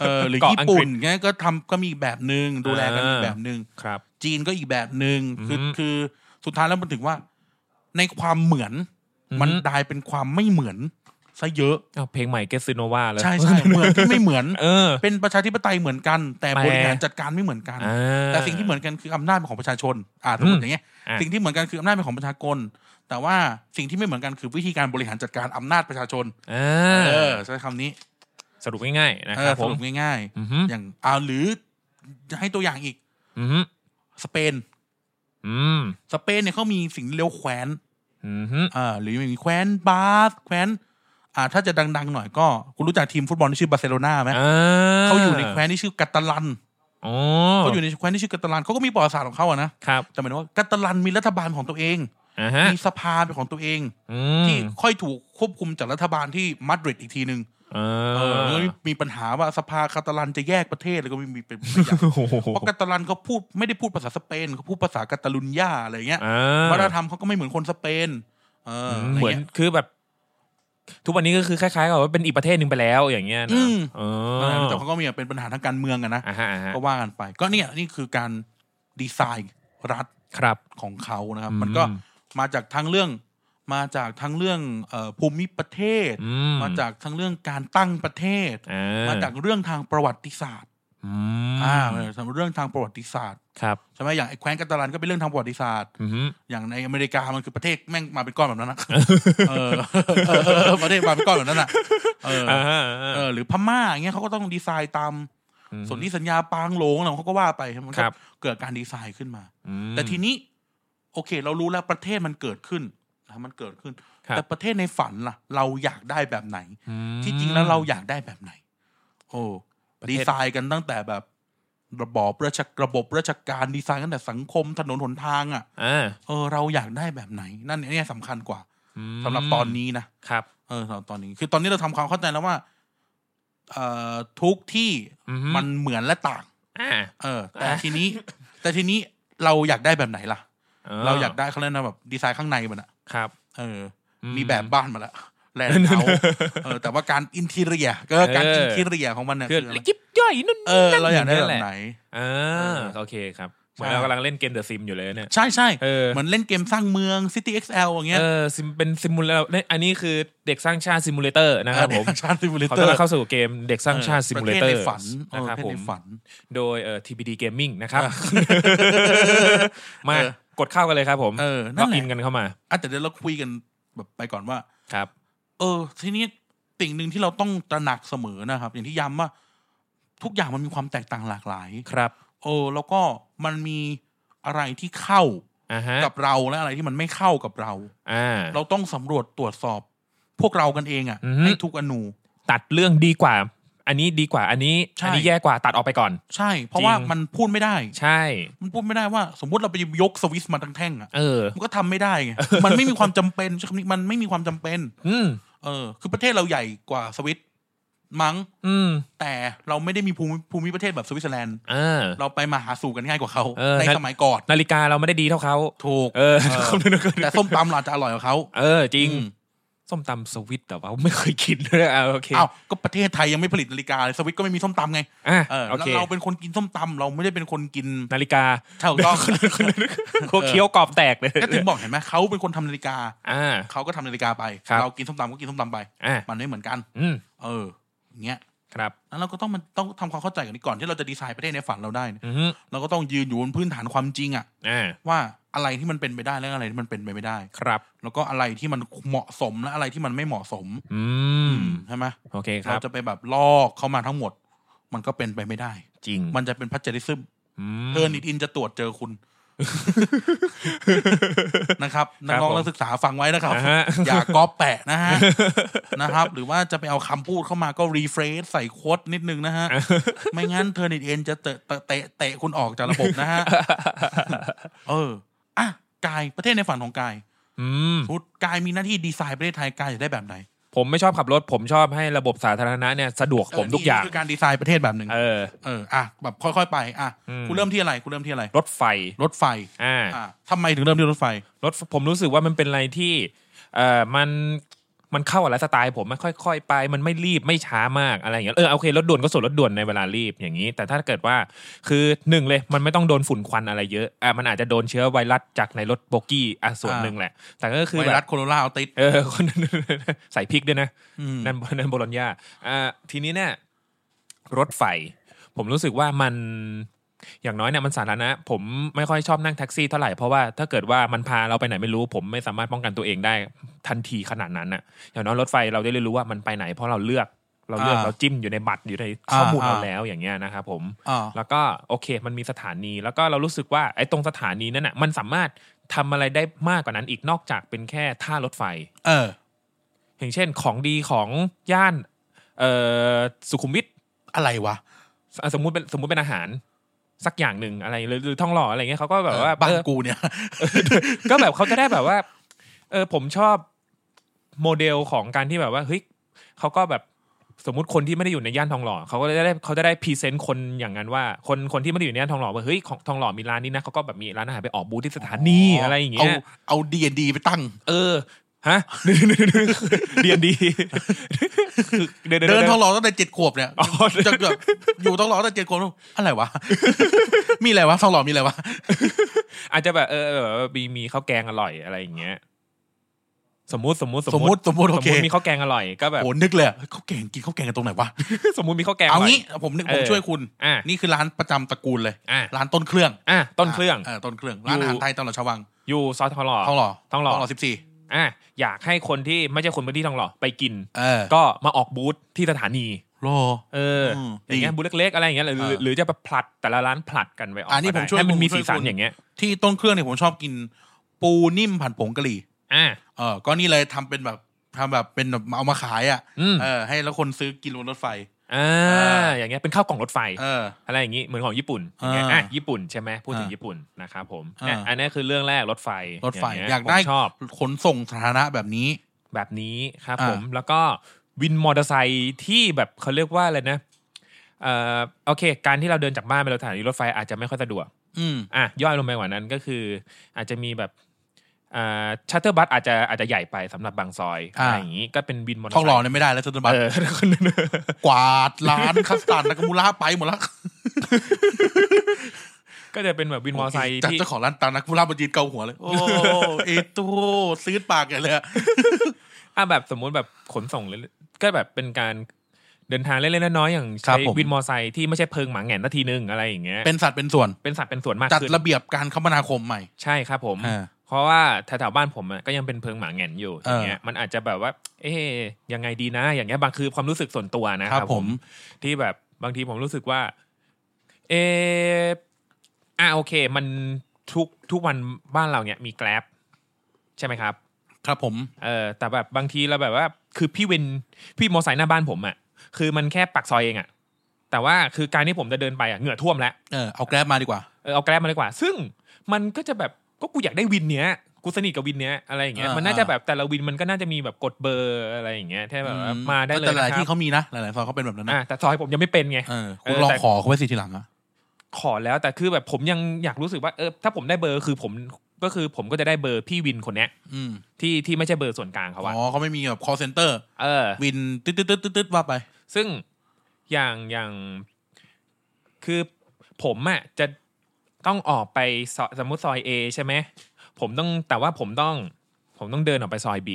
เออหรือ
เกาะ
ญี่
อังกฤษ
ปุ่นเงี้ยก็ทำก็มีอีกแบบหนึ่งดูแลกัน
อ่า
อีกแบบหนึ่ง
ครับ
จีนก็อีกแบบหนึ่งคือ
อือฮึ
คือสุดท้ายแล้วมันถึงว่า ในความเหมือน มัน
อือฮึ
กลายเป็นความไม่เหมือนซะเยอะ
อ้าวเพลงใหม่เกสซิโนวาเลย
ใช่ใช่เหมือนที่ไม่เหมือน
เออ
เป็นประชาธิปไตยเหมือนกัน แต่
แต่
บริหารจัดการไม่เหมือนกัน
อ่า
แต่สิ่งที่เหมือนกันคืออำนาจเป็นของประชาชน อ่าสมม
อื
ติ
ม
อย่างเงี้ย
อ่ะ
สิ่งที่เหมือนกันคืออำนาจเป็นของประชากรแต่ว่าสิ่งที่ไม่เหมือนกันคือวิธีการบริหารจัดการอำนาจประชาชน
อ่า
เออใช้คำนี้
สรุปง่ายๆนะ
เอ
ค
อ
รั
บ ส
ผม
รุปง่าย
อือฮึ
ๆ อย่างอ่าหรือจะให้ตัวอย่างอีก
อือฮึ
สเปน
อืม
สเปนเนี่ยเขามีสิ่งเรียกแคว้น
อือฮึ
อ่าหรือมีแคว้นบาสแคว้นอ่าถ้าจะดัง ๆ หน่อยก็ คุณรู้จักทีมฟุตบอลที่ชื่อบาร์เซโลนาไหม
อ่
เขาอยู่ในแคว้นที่ชื่อกาตาลัน
อ๋อ
เขาอยู่ในแคว้นที่ชื่อกาตาลันเขาก็มีประวัติศาสตร์ของเขาอะนะครับ แต่หมายถึงว่ากาตาลันมีรัฐบาลของตัวเอง
อ่าฮะ
มีสภาเป็นของตัวเอง
อื
ที่
ม
ค่อยถูกควบคุมจากรัฐบาลที่มาดริดอีกทีหนึ่ง
เอ
เออแล้ว
อ
มีปัญหาว่าสภากาตาลันจะแยกประเทศแล้วก็มีมีเป็นเป็นอย่าง
โอ้โห
เพราะกาตาลันเขาพูดไม่ได้พูดภาษาสเปนเขาพูดภาษากาตาลุญญาอะไรเงี้ย
อ่า
วัฒนธรรมเขาก็ไม่เหมือนคนสเปนเอออะไร
เหมือน
เงี้ย
คือแบบ ทุกวันนี้ก็คือคล้ายๆกับว่าเป็นอีกประเทศหนึ่งไปแล้วอย่างเงี้ย
อื
นะ
ม
เออ
แต่เขาก็มีแบบเป็นปัญหาทางการเมืองอะนะ
อ่าฮะอ่าฮะ
ก็ว่ากันไป ก็เนี่ยนี่คือการดีไซน์รัฐ
ครับ
ของเขานะครับ
อืม
มันก็มาจากทั้งเรื่อง มาจากทั้งเรื่องเอ่อภูมิประเทศ
อืม
มาจากทั้งเรื่องการตั้งประเทศ
เออ
มาจากเรื่องทางประวัติศาสตร์
อื
อ่าม สำหรับเรื่องทางประวัติศาสตร์
ครับ
ใช่ไหมอย่างไอ้แคว้นกัตาลันก็เป็นเรื่องทางประวัติศาสตร์
อืม
อย่างในอเมริกามันคือประเทศแม่งมาเป็นก้อนแบบนั้นนะเออเออเออประเทศมาเป็นก้อนแบบนั้นอ่ะเออ
อ่าฮะ
เออหรือพม่าอย่างเงี้ยเขาก็ต้องดีไซน์ตาม
ม
ส่วนที่สัญญาปางโหลงเราเขาก็ว่าไปมันก็
ครับ
เกิดการดีไซน์ขึ้นมา
อืม
แต่ทีนี้ โอเค เรารู้แล้วประเทศมันเกิดขึ้นนะมันเกิดขึ้น
ครับ
แต่ประเทศในฝันล่ะ เราอยากได้แบบไหน
อืม
ที่จริงแล้วเราอยากได้แบบไหน โอ้
ประเทศ
ดีไซน์กันตั้งแต่แบบ ระบอบราชระบบราชการดีไซน์ตั้งแต่สังคมถนนหนทางอ่ะ
อ่า
เออเราอยากได้แบบไหน นั่นเนี่ยสำคัญกว่า
อืม
สำหรับตอนนี้นะ
ครับ
เออสำหรับตอนนี้คือตอนนี้เราทำความเข้าใจแล้วว่า เอ่อทุกที่
อือฮึ
มันเหมือนและต่าง
อ่า
เออ แต่
อ่ะ
ที นี้ แต่ทีนี้เราอยากได้แบบไหนล่ะ เราอยาก
ได้
ได้เขาเรียกนะแบบดีไซน์ข้างในมันอะ
ครับ
เอออ
ม
มีแบบบ้านมาแล้วแลน ด์เขาเออ แต่ว่าการอินทีเรียก็การ
เออ
อินทีเรียของมันเนี่ย
คือ
คืออะไร
ยิบย่อยนู่น
เออ เราอยากได้แบบ
แหละ
ไหน
อ่าโอเคครับเหมือนเรากำลังเล่นเกมเดอะซิมอยู่เลยเนี่ย
ใช่ใช่
เออ
เหมือนเล่นเกมสร้างเมือง City XL อย่างเงี้ย
เออ sim- เป็นซิมูเลเตอร์อันนี้คือเด็กสร้างชาติซิมูเลเตอร์นะครับผม
ชาติซิมูเล
ขอ
เต
ต้
อ
อน
ร์
รับเข้าสู่เกมเด็กสร้างชาติซิมูเลเตอ
ประทศ
ร์
ในฝันเอ
นะ
อ
ครับ
ประเทศ
ผ
ใน
ม
ฝัน
โดยเอ่อ TBD Gaming นะครับ มา
เออก
ดเข้ากันเลยครับผม
เออนั่
ล็อ
แห
น ก
ละ
อินกันเข้ามา
อ่ะแต่เดี๋ยวเราคุยกันแบบไปก่อนว่า
ครับ
เออ ทีนี้สิ่งหนึ่งที่เราต้องตระหนักเสมอนะครับ อย่างที่ย้ำว่า ทุกอย่างมันมีความแตกต่างหลากหลาย
ครับ
เออ แล้วก็มันมีอะไรที่เข้า
อ่าฮะ
กับเราและอะไรที่มันไม่เข้ากับเรา
อ่า
เราต้องสำรวจตรวจสอบ พวกเรากันเองอะ
อือฮึ
ให้ทุกอนู
ตัดเรื่องดีกว่า อันนี้ดีกว่าอันนี้
ใช่
อันนี้แย่กว่าตัดออกไปก่อน
ใช่ เพราะว่า
จริง
มันพูดไม่ได้
ใช่
มันพูดไม่ได้ว่า สมมติเราไปยกสวิสมาทั้งแท่งอะ
เออ
มันก็ทำไม่ได้ไง มันไม่มีความจำเป็นใช้คำนี้มันไม่มีความจำเป็น
อืม
เออ คือประเทศเราใหญ่กว่าสวิตมั้ง
อืม
แต่เราไม่ได้มีภูมิภูมิประเทศแบบสวิตเซอร์แลนด์
อ่า
เราไปมาหาสู่กันง่ายกว่าเขา
เออ
ใน
นั่น
สมัยก่อน
นาฬิกาเราไม่ได้ดีเท่าเขา
ถูก
เออ
เออ
คำนึงนะ
แต่ส้มตำเราอาจจะอร่อยกว่าเขา
เออจริง
อืม
ส้มตำสวิตแต่ว่าไม่เคยกินเลย อ่าโอเค
อ้าว ก็ประเทศไทยยังไม่ผลิตนาฬิกาเลยสวิตก็ไม่มีส้มตำไง
อ่า
เออ
โอ
แล้ว
เค
เราเป็นคนกินส้มตำเราไม่ได้เป็นคนกิน
นาฬิกา
เท่า ต้อง
โคเคี้ยวกรอบแตกเลย
ก็ถึงบอกเห็นไหมเขาเป็นคนทำนาฬิกา
อ่า
เขาก็ทำนาฬิกาไป
ครับ
เรากินส้มตำก็กินส้มตำไป
อ่า
มันไม่เหมือนกัน
อืม
เออ อย่างเงี้ย
ครับ
แล้วเราก็ต้องมันต้องทำความเข้าใจกันนี้ก่อนที่เราจะดีไซน์ประเทศในฝันเราได้เนี่ย
อือฮึ
เราก็ต้องยืนอยู่บนพื้นฐานความจริงอะ
อ่า
ว่าอะไรที่มันเป็นไปได้และอะไรที่มันเป็นไปไม่ได้
ครับ
แล้วก็อะไรที่มันเหมาะสมและอะไรที่มันไม่เหมาะสม
อืม
ใช่ไหม
โอเคค
เรา
รับ
จะไปแบบลอกเข้ามาทั้งหมด มันก็เป็นไปไม่ได้
จริง
มันจะเป็นพัจริซึม
อืม
เทิร์นอินจะตรวจเจอคุณ นะครับนัก
ครับ
ร้อง
ผม
นักศึกษาฟังไว้นะครับ
อ่าฮะ
อย่าก๊อปแปะนะ ฮะ นะครับ หรือว่าจะไปเอาคำพูดเข้ามาก็รีเฟรชใส่โค้ดนิดนึง นะฮะ ไม่งั้นเทอร์นิตเอ็นจะเตะเตะเตะเตะคุณออกจากระบบนะ ฮะ เออ อ่ะ กายประเทศในฝันของกาย
อืม
พุดกายมีหน้าที่ดีไซน์ประเทศไทยกายจะได้แบบไหน
ผมไม่ชอบขับรถ ผมชอบให้ระบบสาธารณะเนี่ยสะดวกผมทุกอย่าง
นี่คือการดีไซน์ประเทศแบบหนึ่ง
เออ
เอออ่ะแบบค่อยๆไป อ่ะ
อืม
คุณเริ่มที่อะไร คุณเริ่มที่อะไร
รถไฟ
รถไฟ
อ่า
อ่ะทำไมถึงเริ่มที่รถไฟ
รถผมรู้สึกว่ามันเป็นอะไรที่ เอ่อ มัน มันเข้าอะไรสไตล์ผมมันค่อยๆไป มันไม่รีบไม่ช้ามากอะไรอย่างเงี้ย เออโอเครถด่วนก็ส่วนรถด่วนในเวลารีบอย่างนี้ แต่ถ้าเกิดว่า คือหนึ่งเลยมันไม่ต้องโดนฝุ่นควันอะไรเยอะ อ่ามันอาจจะโดนเชื้อไวรัสจากในรถโบกี้ อ่ะส่วนหนึ่งแหละ แต่ก็คือ
ไว
แบบ
รัสโคโรนาเอาติด
เออคนนั้นใส่พริกด้วยนะ
อืม
นั่น นั่นโบโลญญาอ่าทีนี้เนี่ยรถไฟ ผมรู้สึกว่ามันอย่างน้อยเนี่ยมันสาธารณะผมไม่ค่อยชอบนั่งแท็กซี่เท่าไหร่เพราะว่าถ้าเกิดว่ามันพาเราไปไหนไม่รู้ ผมไม่สามารถป้องกันตัวเองได้ทันทีขนาดนั้นน่ะอย่างน้อยรถไฟเราได้เรียนรู้ว่ามันไปไหน เพราะเราเลือกเราเลือก
อ่า
เราจิ้มอยู่ในบัตรอยู่ในข้อมูล
อ่า
เราแล้วอย่างเงี้ยนะครับผม
อ่า
แล้วก็โอเค มันมีสถานีแล้วก็เรารู้สึกว่าไอ้ตรงสถานีนั่นน่ะมันสามารถทำอะไรได้มากกว่านั้นอีกนอกจากเป็นแค่ท่ารถไฟ
เออ
อย่างเช่นของดีของย่านเอ่อสุขุมวิท
อะไรวะ
สสมมุติเป็นสมมุติเป็นอาหาร สักอย่างหนึ่งอะไรหรือหรือท่องหล่ออะไรเงี้ยเขาก็แบบว่า
เออบ้า
เอน อ
กูเนี่ย
ก็แบบเขาจะได้แบบว่า เออผมชอบโมเดลของการที่แบบว่าเฮ้ยเขาก็แบบสมมติคนที่ไม่ได้อยู่ในย่านทองหล่อเขาก็จะได้เขาจะได้พรีเซนต์คนอย่างนั้นว่า คนคนที่ไม่ได้อยู่ในย่านทองหล่อว่าเฮ้ยของทองหล่อมีร้านนี้นะเขาก็แบบมีร้านอาหารไปออกบูธที่สถานีอะไรอย่างเงี้ย
เอาดีดีไปตั้ง
เออ ฮะ เรียนดีเดิน
เดิน
เดิน
ทองหล่อตั้งแต่เจ็ดขวบเนี่ย
อ๋อ
จะแบบอยู่ทองหล่อตั้งแต่เจ็ดขวบแล้วอะไรวะ มีอะไรวะทองหล่อมีอะไรวะ
อาจจะแบบเออแบบว่ามีมีข้าวแกงอร่อยอะไรอย่างเงี้ย สมมุติสมมุติ
สมมติสมมติ
ส
โอ
ม
เค
มุติมีข้าวแกงอร่อยก็แบบ
โหนึกเลยอะเฮ้ยข้าวแกงกินข้าวแกงกันตรงไหนวะ
สมมุติมีข้าวแกงอ
เอา
ร่อย
งี้ผมนึกผมช่วยคุณ
อ่ะ
นี่คือร้านประจำตระกูลเลย
อ่ะ
ร้านต้นเครื่อง
อ่ะต้นเครื่อง
เออต้นเครื่อง ร้านอาหารไทยตลอดชวัง
อยู่ซอยทองหล่อ
ทองหล่อ
ทองหล่อ
สิบสี่
อ่ะอยากให้คนที่ไม่ใช่คนพื้นที่ทองหล่อไปกิน
เออ
ก็มาออกบูธที่สถานี
รอ
เอออ
ม
อย่างเงี้ย
ดี
บูธเล็กๆอะไรอย่างเงี้ยหรือ
เออ
หรือจะไปผลัดแต่ละร้านผลัดกันไปออก
อ่ะนี่ผม
ก็ได้
ช่วย
ให้มันมี
ผมช่วย
สีสัน
คุณ
อย่างเงี้ย
ที่ต้นเครื่องเนี่ยผมชอบกิน ปูนิ่มผัดผงกะหรี่
อ่ะ
เออก็นี่เลยทำเป็นแบบทำแบบเป็นแบบเอามาขายอ่ะ
อืม
เออ ให้แล้วคนซื้อกินบนรถไฟ
อ่า
อ
อย่างเงี้ยเป็นข้าวกล่องรถไฟ
เออ
อะไรอย่างนี้เหมือนของญี่ปุ่นอย่างเงี้ย
อ่า
อ่ะญี่ปุ่นใช่ไหมพูดถึง
อ่า
ญี่ปุ่นนะครับผม
อ่า
เนี่ยอันนี้คือเรื่องแรกรถไฟ
รถไฟ
งเงี้
อยากได้
ผมชอบ
ขนส่งสาธารณะแบบนี้
แบบนี้ครับ
อ่า
ผมแล้วก็ วินมอเตอร์ไซค์ที่แบบเขาเรียกว่าอะไรนะเอ่อโอเค การที่เราเดินจากบ้านไปเราถ่ายรถไฟอาจจะไม่ค่อยสะดวก
อืม
อ่ะย่อยลงไปกว่านั้นก็คือ อาจจะมีแบบอ่าชัตเตอร์บัสอาจจะอาจจะใหญ่ไปสำหรับบางซอย
อ่า
อะไรอย่างนี้ก็เป็นวินมอเตอร์
ทอง
ไซ
หล่อ
ค์
เนี่ยไม่ได้แล้วจนบัต
เอ อ
กวาดร้านคัสตาร์ดนากามูระไปหมดแล้ว
ก็จะเป็นแบบวินมอเตอร์ไซค์
จาก
ที่
เจ้าของร้านตานากามูระมายืนเกาหัวเลย โอ้เอตูซื้อปากใหญ่เลยอะ
อ่ะแบบสมมุติแบบขนส่งเลยก็แบบเป็นการเดินทางเล็กๆน้อยๆอย่าง
ครั
ใช้
บผม
วินมอไซค์ที่ไม่ใช่เพิงหมาแหง่นนาทีนึงอะไรอย่างเงี้ย
เป็นสัตว์เป็นส่วน
เป็นสัตว์เป็นส่วนมาก
จัด
ขึ้น
ระเบียบการคมนาคมใหม่
ใช่ครับผม
เออ
เพราะว่าแถวๆบ้านผมอะก็ยังเป็นเพิงหมาแหง่นอยู่
เออ
อ
อ
ย่างเงี้ยมันอาจจะแบบว่า เอ๊ะยังไงดีนะ อย่างเงี้ยบางคือความรู้สึกส่วนตัวนะ
ค
ค
รั
รั
บบ ผ
ผม ม ที่แบบบางทีผมรู้สึกว่า เอออ่ะโอเค มันทุกทุกวันบ้านเราเนี่ยมีแกลบใช่ไหมครับ
ครับผม
เออแต่แบบบางทีเราแบบว่า คือพี่วินพี่มอไซค์หน้าบ้านผมอะ่ะคือมันแค่ปากซอยเองอะ่ะแต่ว่าคือการที่ผมจะเดินไปอะ่ะเหงื่อท่วมแล้ว
เออเอาแกร็บมาดีกว่า
เออเอาแกร็บมาเลยดีกว่า ซึ่งมันก็จะแบบก็กูอยากได้วินเนี้ยกูสนิทกับวินเนี้ยอะไรอย่างเงี้ย
อ่ามั
มันน่าจะแบบแต่ละวินมันก็น่าจะมีแบบกดเบอร์อะไรอย่างเงี้ยแค่แบบว่ามาได้เลย
แต่หลาย
นะค
ที่
รับ
เขามีนะหลายๆซอยเขาเป็นแบบนั้นนะ
อ่ะแต่ซอยผมยังไม่เป็นไง
เออคุณ
เออ
ลอง
แต่
ขอเขาไว้สิทีหลังอะ
ขอแล้วแต่คือแบบผมยังอยากรู้สึกว่าเออถ้าผมได้เบอร์คือผมก็คือผมก็จะได้เบอร์พี่วินคนเนี้ย
อืม
ที่ที่ไม่ใช่เบอร์ส่วนกลางเขา
อ๋
ว่า
อเขาไม่มีแบบ call center
เออ
วินตึ๊ดตึ๊ดตึ๊ดตึ๊ดตึ๊ดว่าไป
ซึ่งอย่างอย่างคือผมอะ่ะจะต้องออกไปซอยสมมติซอย A ใช่ไหมผมต้องแต่ว่าผมต้อง ผมต้องเดินออกไปซอย B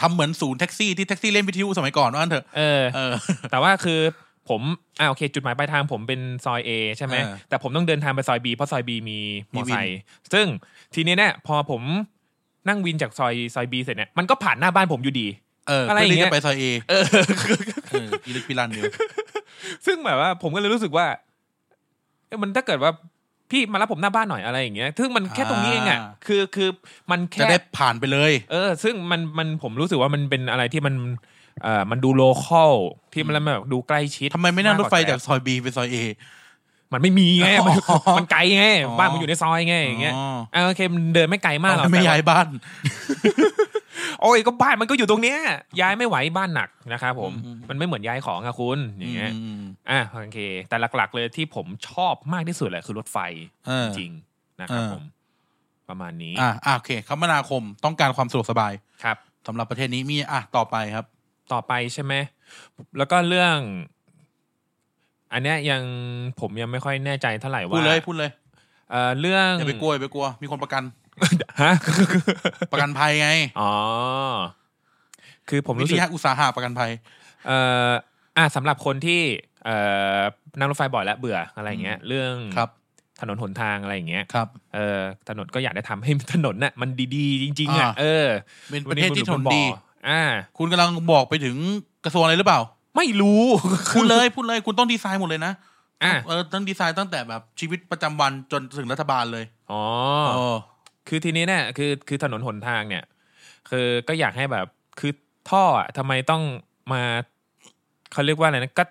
ทำเหมือนศูนย์แท็กซี่ที่แท็กซี่เล่นวิทยุสมัยก่อนว่างั้นเถอะ
เออ
เออ
แต่ว่าคือผมอ่าโอเค จุดหมายปลายทางผมเป็นซอย A ใช่ไหม
เออ
แต่ผมต้องเดินทางไปซอย B เพราะซอย B มีม
มี
อ
วิน
ไซค์ซึ่งทีนี้เนี่ยพอผมนั่งวินจากซอยซอย B เสร็จเนี่ยมันก็ผ่านหน้าบ้านผมอยู่ดี
เออ
อะไรอย่างเงี้ย
พื่ที่จไปซอยเอเอออีลึกพิลันเดียว
ซึ่งแบบว่าผมก็เลยรู้สึกว่าเอ้ยมันถ้าเกิดว่าพี่มารับผมหน้าบ้านหน่อยอะไรอย่างเงี้ย ซึ่งมันแค่ตรงนี้เองอ่ะคือคือมัน
จะ
แค่
ได้ผ่านไปเลย
เออ ซึ่งมันมันผมรู้สึกว่ามันเป็นอะไรที่มันเอ่อมันดูโลคอลที่มันแบบดูใกล้ชิด
ทำไมไม่นั่งรถไฟจาก
ว่
ซอยบีไปซอยเอ
มันไม่มีไงมัน
อ๋อ
มันไกลไง
อ๋อ
บ้านผมอยู่ในซอยไงอย่างเงี้ย
อ๋อ
อ่ะโอเคมันเดินไม่ไกลมากหรอก
ไม่ย้าย
แต่ว่
บ้าน
โอ้ยก็บ้านมันก็อยู่ตรงเนี้ยย้ายไม่ไหวบ้านหนักนะครับผมมันไม่เหมือนย้ายของอะคุณอย่างเงี้ย
อืม
อ่ะโอเค แต่หลัก ๆ เลยที่ผมชอบมากที่สุดเลยคือรถไฟ
เออ
จริงๆนะครับ
เออ
ผมประมาณนี้
อ่ะอ่ะโอเคคมนาคมต้องการความสะดวกสบาย
ครับ
สำหรับประเทศนี้มีอ่ะต่อไปครับ
ต่อไปใช่ไหมแล้วก็เรื่อง อันเนี้ยยังผมยังไม่ค่อยแน่ใจเท่าไหร่
พูด
ว่า
เลยพูดเลย
เอ่อเรื่อง
อย่าไปกลัวอย่าไปกลัว มีคนประกัน
ฮะ
ประกันภัยไง
อ๋อ คือผม
วิ
รู้
ท
สึก
ยาอุตสาหะประกันภัย
เอ่ออ่ะสำหรับคนที่ เอ่อนั่งรถไฟบ่อยแล้วเบื่ออะไรอย่างเงี้ย เรื่อง
ครับ
ถนนหนทางอะไรอย่างเงี้ย
ครับ
เออถนนก็อยากได้ทำให้ถนนน่ะมันดีๆ จริง ๆอ่ะ
อ่า
เออ
เป็นประเทศที่ถนนดี
อ่า
คุณกำลังบอกไปถึงกระทรวงอะไรหรือเปล่า
ไม่รู้
พูดเลยพูดเลยคุณต้องดีไซน์หมดเลยนะ
อ่ะ
เออต้องดีไซน์ตั้งแต่แบบชีวิตประจำวันจนถึงรัฐบาลเลย
อ๋อ
เออ
คือทีนี้เนี่ยคือคือถนนหนทางเนี่ย คือก็อยากให้แบบคือท่ออะทำไมต้องมาเขาเรียกว่าอะไรนะก็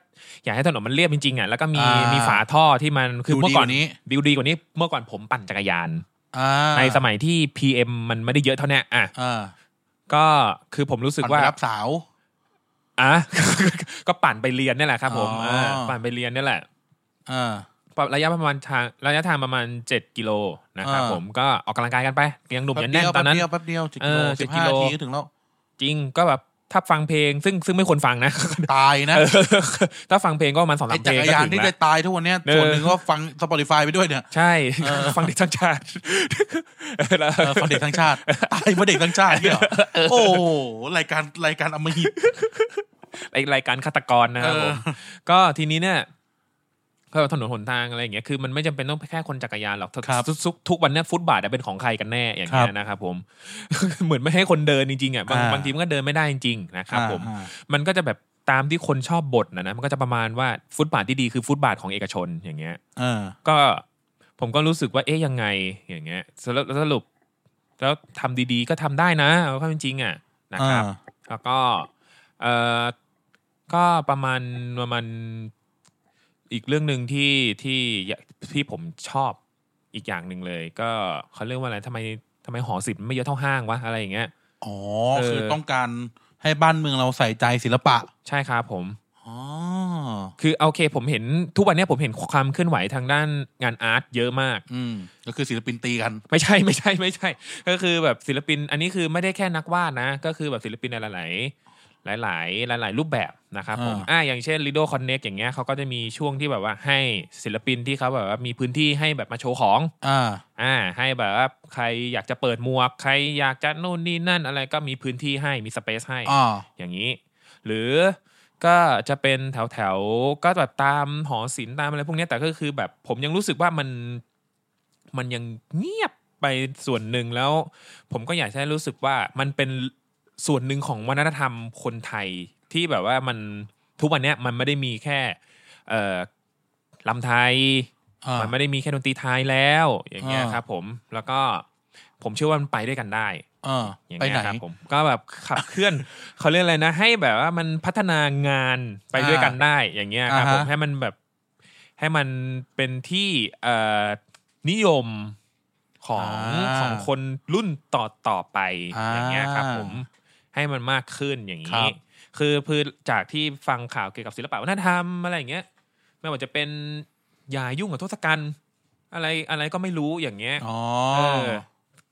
อยากให้ถนนมันเรียบจริงๆอ่ะแล้วก็มี
อ่ามี
มีฝาท่อที่มันคือ
ดูดี
เมื่อก่อน
กว่านี้
บิวดีกว่านี้เมื่อก่อนผมปั่นจักรยาน
อ่า
ในสมัยที่ PM มันไม่ได้เยอะเท่าเนี้ยอ่ะ
อ่า
ก็คือผมรู้สึก
ผ่าน
ว่า
ไปรับสาว
อ่ะ ก็ปั่นไปเรียนนี่แหละครับ ผม
อ๋ออ่
าปั่นไปเรียนนี่แหละ
อ่า
ระยะประมาณทางระยะทางประมาณ 7 กิโลนะครับ
อ่า
ผมก็ออกกำลังกายกันไปยังหนุ่ม
แป๊บ
ยัง
เดี
แน่น
ยว
ตอ
แป๊บ
นนั้น
เดียวแป๊บเดียวสิบ
เอ
กิโล
อ
สิบ
10กิ
ห้า
โล
ทีก็ถึงแล้ว
จริงก็แบบถ้าฟังเพลงซึ่งซึ่งไม่ควรฟังนะ
ตายนะ
เออ ถ้าฟังเพลงก็ประมันสอง
ไอ้
สามเพ
จัก
ลง
ร
ก็
ยาน
ถึง
ที่
แล้
จะ
ว
ตายทุกวันเนี้ย
เออ
ส่วนหนึ่งก็ฟัง Spotify ไปด้วยเนี่ย
ใช่
เออ
ฟังเด็กทั้งชาติแล้ว
เออฟังเด็กทั้งชาติ ตายเมื่อเด็กทั้งชาติเนี่ยเหรอโอ้โหรายการรายการอมหิต
ไอ้ รายการฆาตกรนะครับผมก็ทีนี้เนี่ยก็ถนนหนทางอะไรอย่างเงี้ยคือมันไม่จำเป็นต้องแค่คนจักรยานหรอก
ครับ
ทุกทุกทุกวันเนี้ยฟุตบาทอะเป็นของใครกันแน่อย่างเงี้
ครั
ย
บ
นะครับผม เหมือนไม่ให้คนเดินจริงๆอ่ะบาง
อ่า
บางทีมันก็เดินไม่ได้จริงๆนะครับผม
อ่า
มันก็จะแบบตามที่คนชอบบ่นนะนะมันก็จะประมาณว่าฟุตบาทที่ดีคือฟุตบาทของเอกชนอย่างเงี้ย
เออ
ก็ผมก็รู้สึกว่าเอ๊ยยังไงอย่างเงี้ยสรุปสรุป แล้วทำดีๆก็ทำได้นะเอาความเป็นจริงอ่ะนะครับ
อ่า
แล้วก็เออก็ประมาณประมาณอีกเรื่องหนึ่งที่ที่ที่ผมชอบอีกอย่างหนึ่งเลย ก็เขาเรียกว่าอะไรทำไมทำไมหอศิลป์ไม่เยอะเท่าห้างวะอะไรอย่างเงี้ย
อ๋อ
เออ
คือต้องการ ให้บ้านเมืองเราใส่ใจศิลปะ
ใช่ครับผม
อ๋อ
คือโอเคผมเห็นทุกวันเนี้ยผมเห็นความเคลื่อนไหวทางด้านงานอาร์ตเยอะมาก
อืมก็คือศิลปินตีกัน
ไม่ ใช่ไม่ใช่ไม่ใช่ ก็คือแบบศิลปิน อันนี้คือไม่ได้แค่นักวาดนะ ก็คือแบบศิลปินหลายหลายหลายๆหลาย ๆ รูปแบบนะครับผม
อ่า
อ่าอย่างเช่น Lido Connect อย่างเงี้ยเขาก็จะมีช่วงที่แบบว่าให้ศิลปินที่เขาแบบว่ามีพื้นที่ให้แบบมาโชว์ของ
อ่า
อ่าให้แบบว่าใครอยากจะเปิดหมวก ใครอยากจะนู่นนี่นั่นอะไรก็มีพื้นที่ให้มีสเปซให้
อ่า
อย่างนี้ หรือก็จะเป็นแถวแถวๆก็แบบตามหอศิลป์ตามอะไรพวกเนี้ยแต่ก็คือแบบผมยังรู้สึกว่ามันมันยังเงียบไปส่วนหนึ่งแล้ว ผมก็อยากจะให้รู้สึกว่ามันเป็นส่วนหนึ่งของวัฒนธรรมคนไทยที่แบบว่ามันทุกวันเนี้ยมันไม่ได้มีแค่เอ่อลำไทย
อ่า
มันไม่ได้มีแค่ดนตรีไทยแล้ว อย่างเงี้ย
อ่า
ครับผมแล้วก็ผมเชื่อว่ามันไปด้วยกันได้
อ่า
อย่าง
ไป
เงี้
ไหน
ยครับผมก็แบบขับเคลื่อน เขาเรียกอะไรนะ ให้แบบว่ามันพัฒนางานไปด้วยกันได้อย่างเงี้ยครับผม
อ่าฮะ
ให้มันแบบให้มันเป็นที่เอ่อนิยมของของคนรุ่นต่อต่อไปอย่างเงี้ยครับผมให้มันมากขึ้นอย่างนี้ คือพือจากที่ฟังข่าวเกี่ยวกับศิลปะวัฒนธรรมอะไรอย่างเงี้ยไม่ว่าจะเป็นอย่ายุ่งกับทศกัณฐ์อะไรอะไรก็ไม่รู้อย่างเงี้ย
อ๋อ
เออ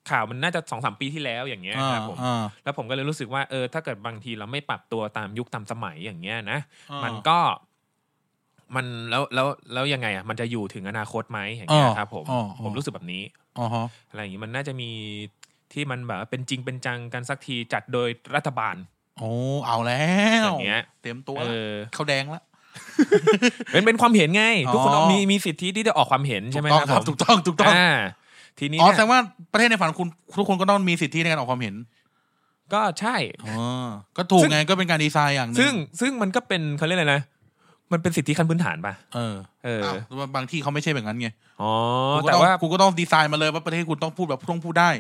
ข่าวมันน่าจะสองสามปีที่แล้วอย่างเงี้ย
อ่า
ครับผม
อ่า
แล้วผมก็เลยรู้สึกว่าเออถ้าเกิดบางทีเราไม่ปรับตัวตามยุคตามสมัยอย่างเงี้ยนะ
อ่า
มันก็ มันแล้วแล้วแล้วยังไงอ่ะมันจะอยู่ถึงอนาคตไหมอย่างเงี้ย
อ๋อ
ครับผม
อ๋ออ๋อ
ผมรู้สึกแบบนี้
อ๋อฮะ
อะไรอย่างงี้มันน่าจะมีที่มันแบบว่าเป็นจริงเป็นจังกันสักทีจัดโดยรัฐบาล
โอ้เอาแล้
อ
ว
ย่างเงี้ย
เตรียมตัว
เอ
ละ
อ
เขาแดงละ
เป็นเป็นความเห็นไง ทุกคน
อ๋อ
มีมีสิทธิที่จะออกความเห็นใช่ไหม
ถูกต้อง
ค
ค
รั
รั
บบ ผ
ถูก
ม
ต้องถูกต้อง
อ่าทีนี้
อ๋อแสด
เนี่
ง
ย
ว่าประเทศในฝันคุณทุกคนก็ต้องมีสิทธิในการออกความเห็น
ก็ใช่
อ๋อก็ถูก
ซึ่ง
ไงก็เป็นการดีไซน์อย่างหนึ
ซึ่งซึ่งมันก็เป็นเขาเรียกอะไรนะ มันเป็นสิทธิขั้นพื้นฐานป่ะ
เออ
เออ
อ้าวแล้วบางที่เขาไม่ใช่แบบนั้นไง
อ๋อ
คุณก็
แต่
อง
ว่า
คุณก็ต้องดีไซน์มาเลยว่าประเทศคุณต้องพูดแบบต้องพูดได้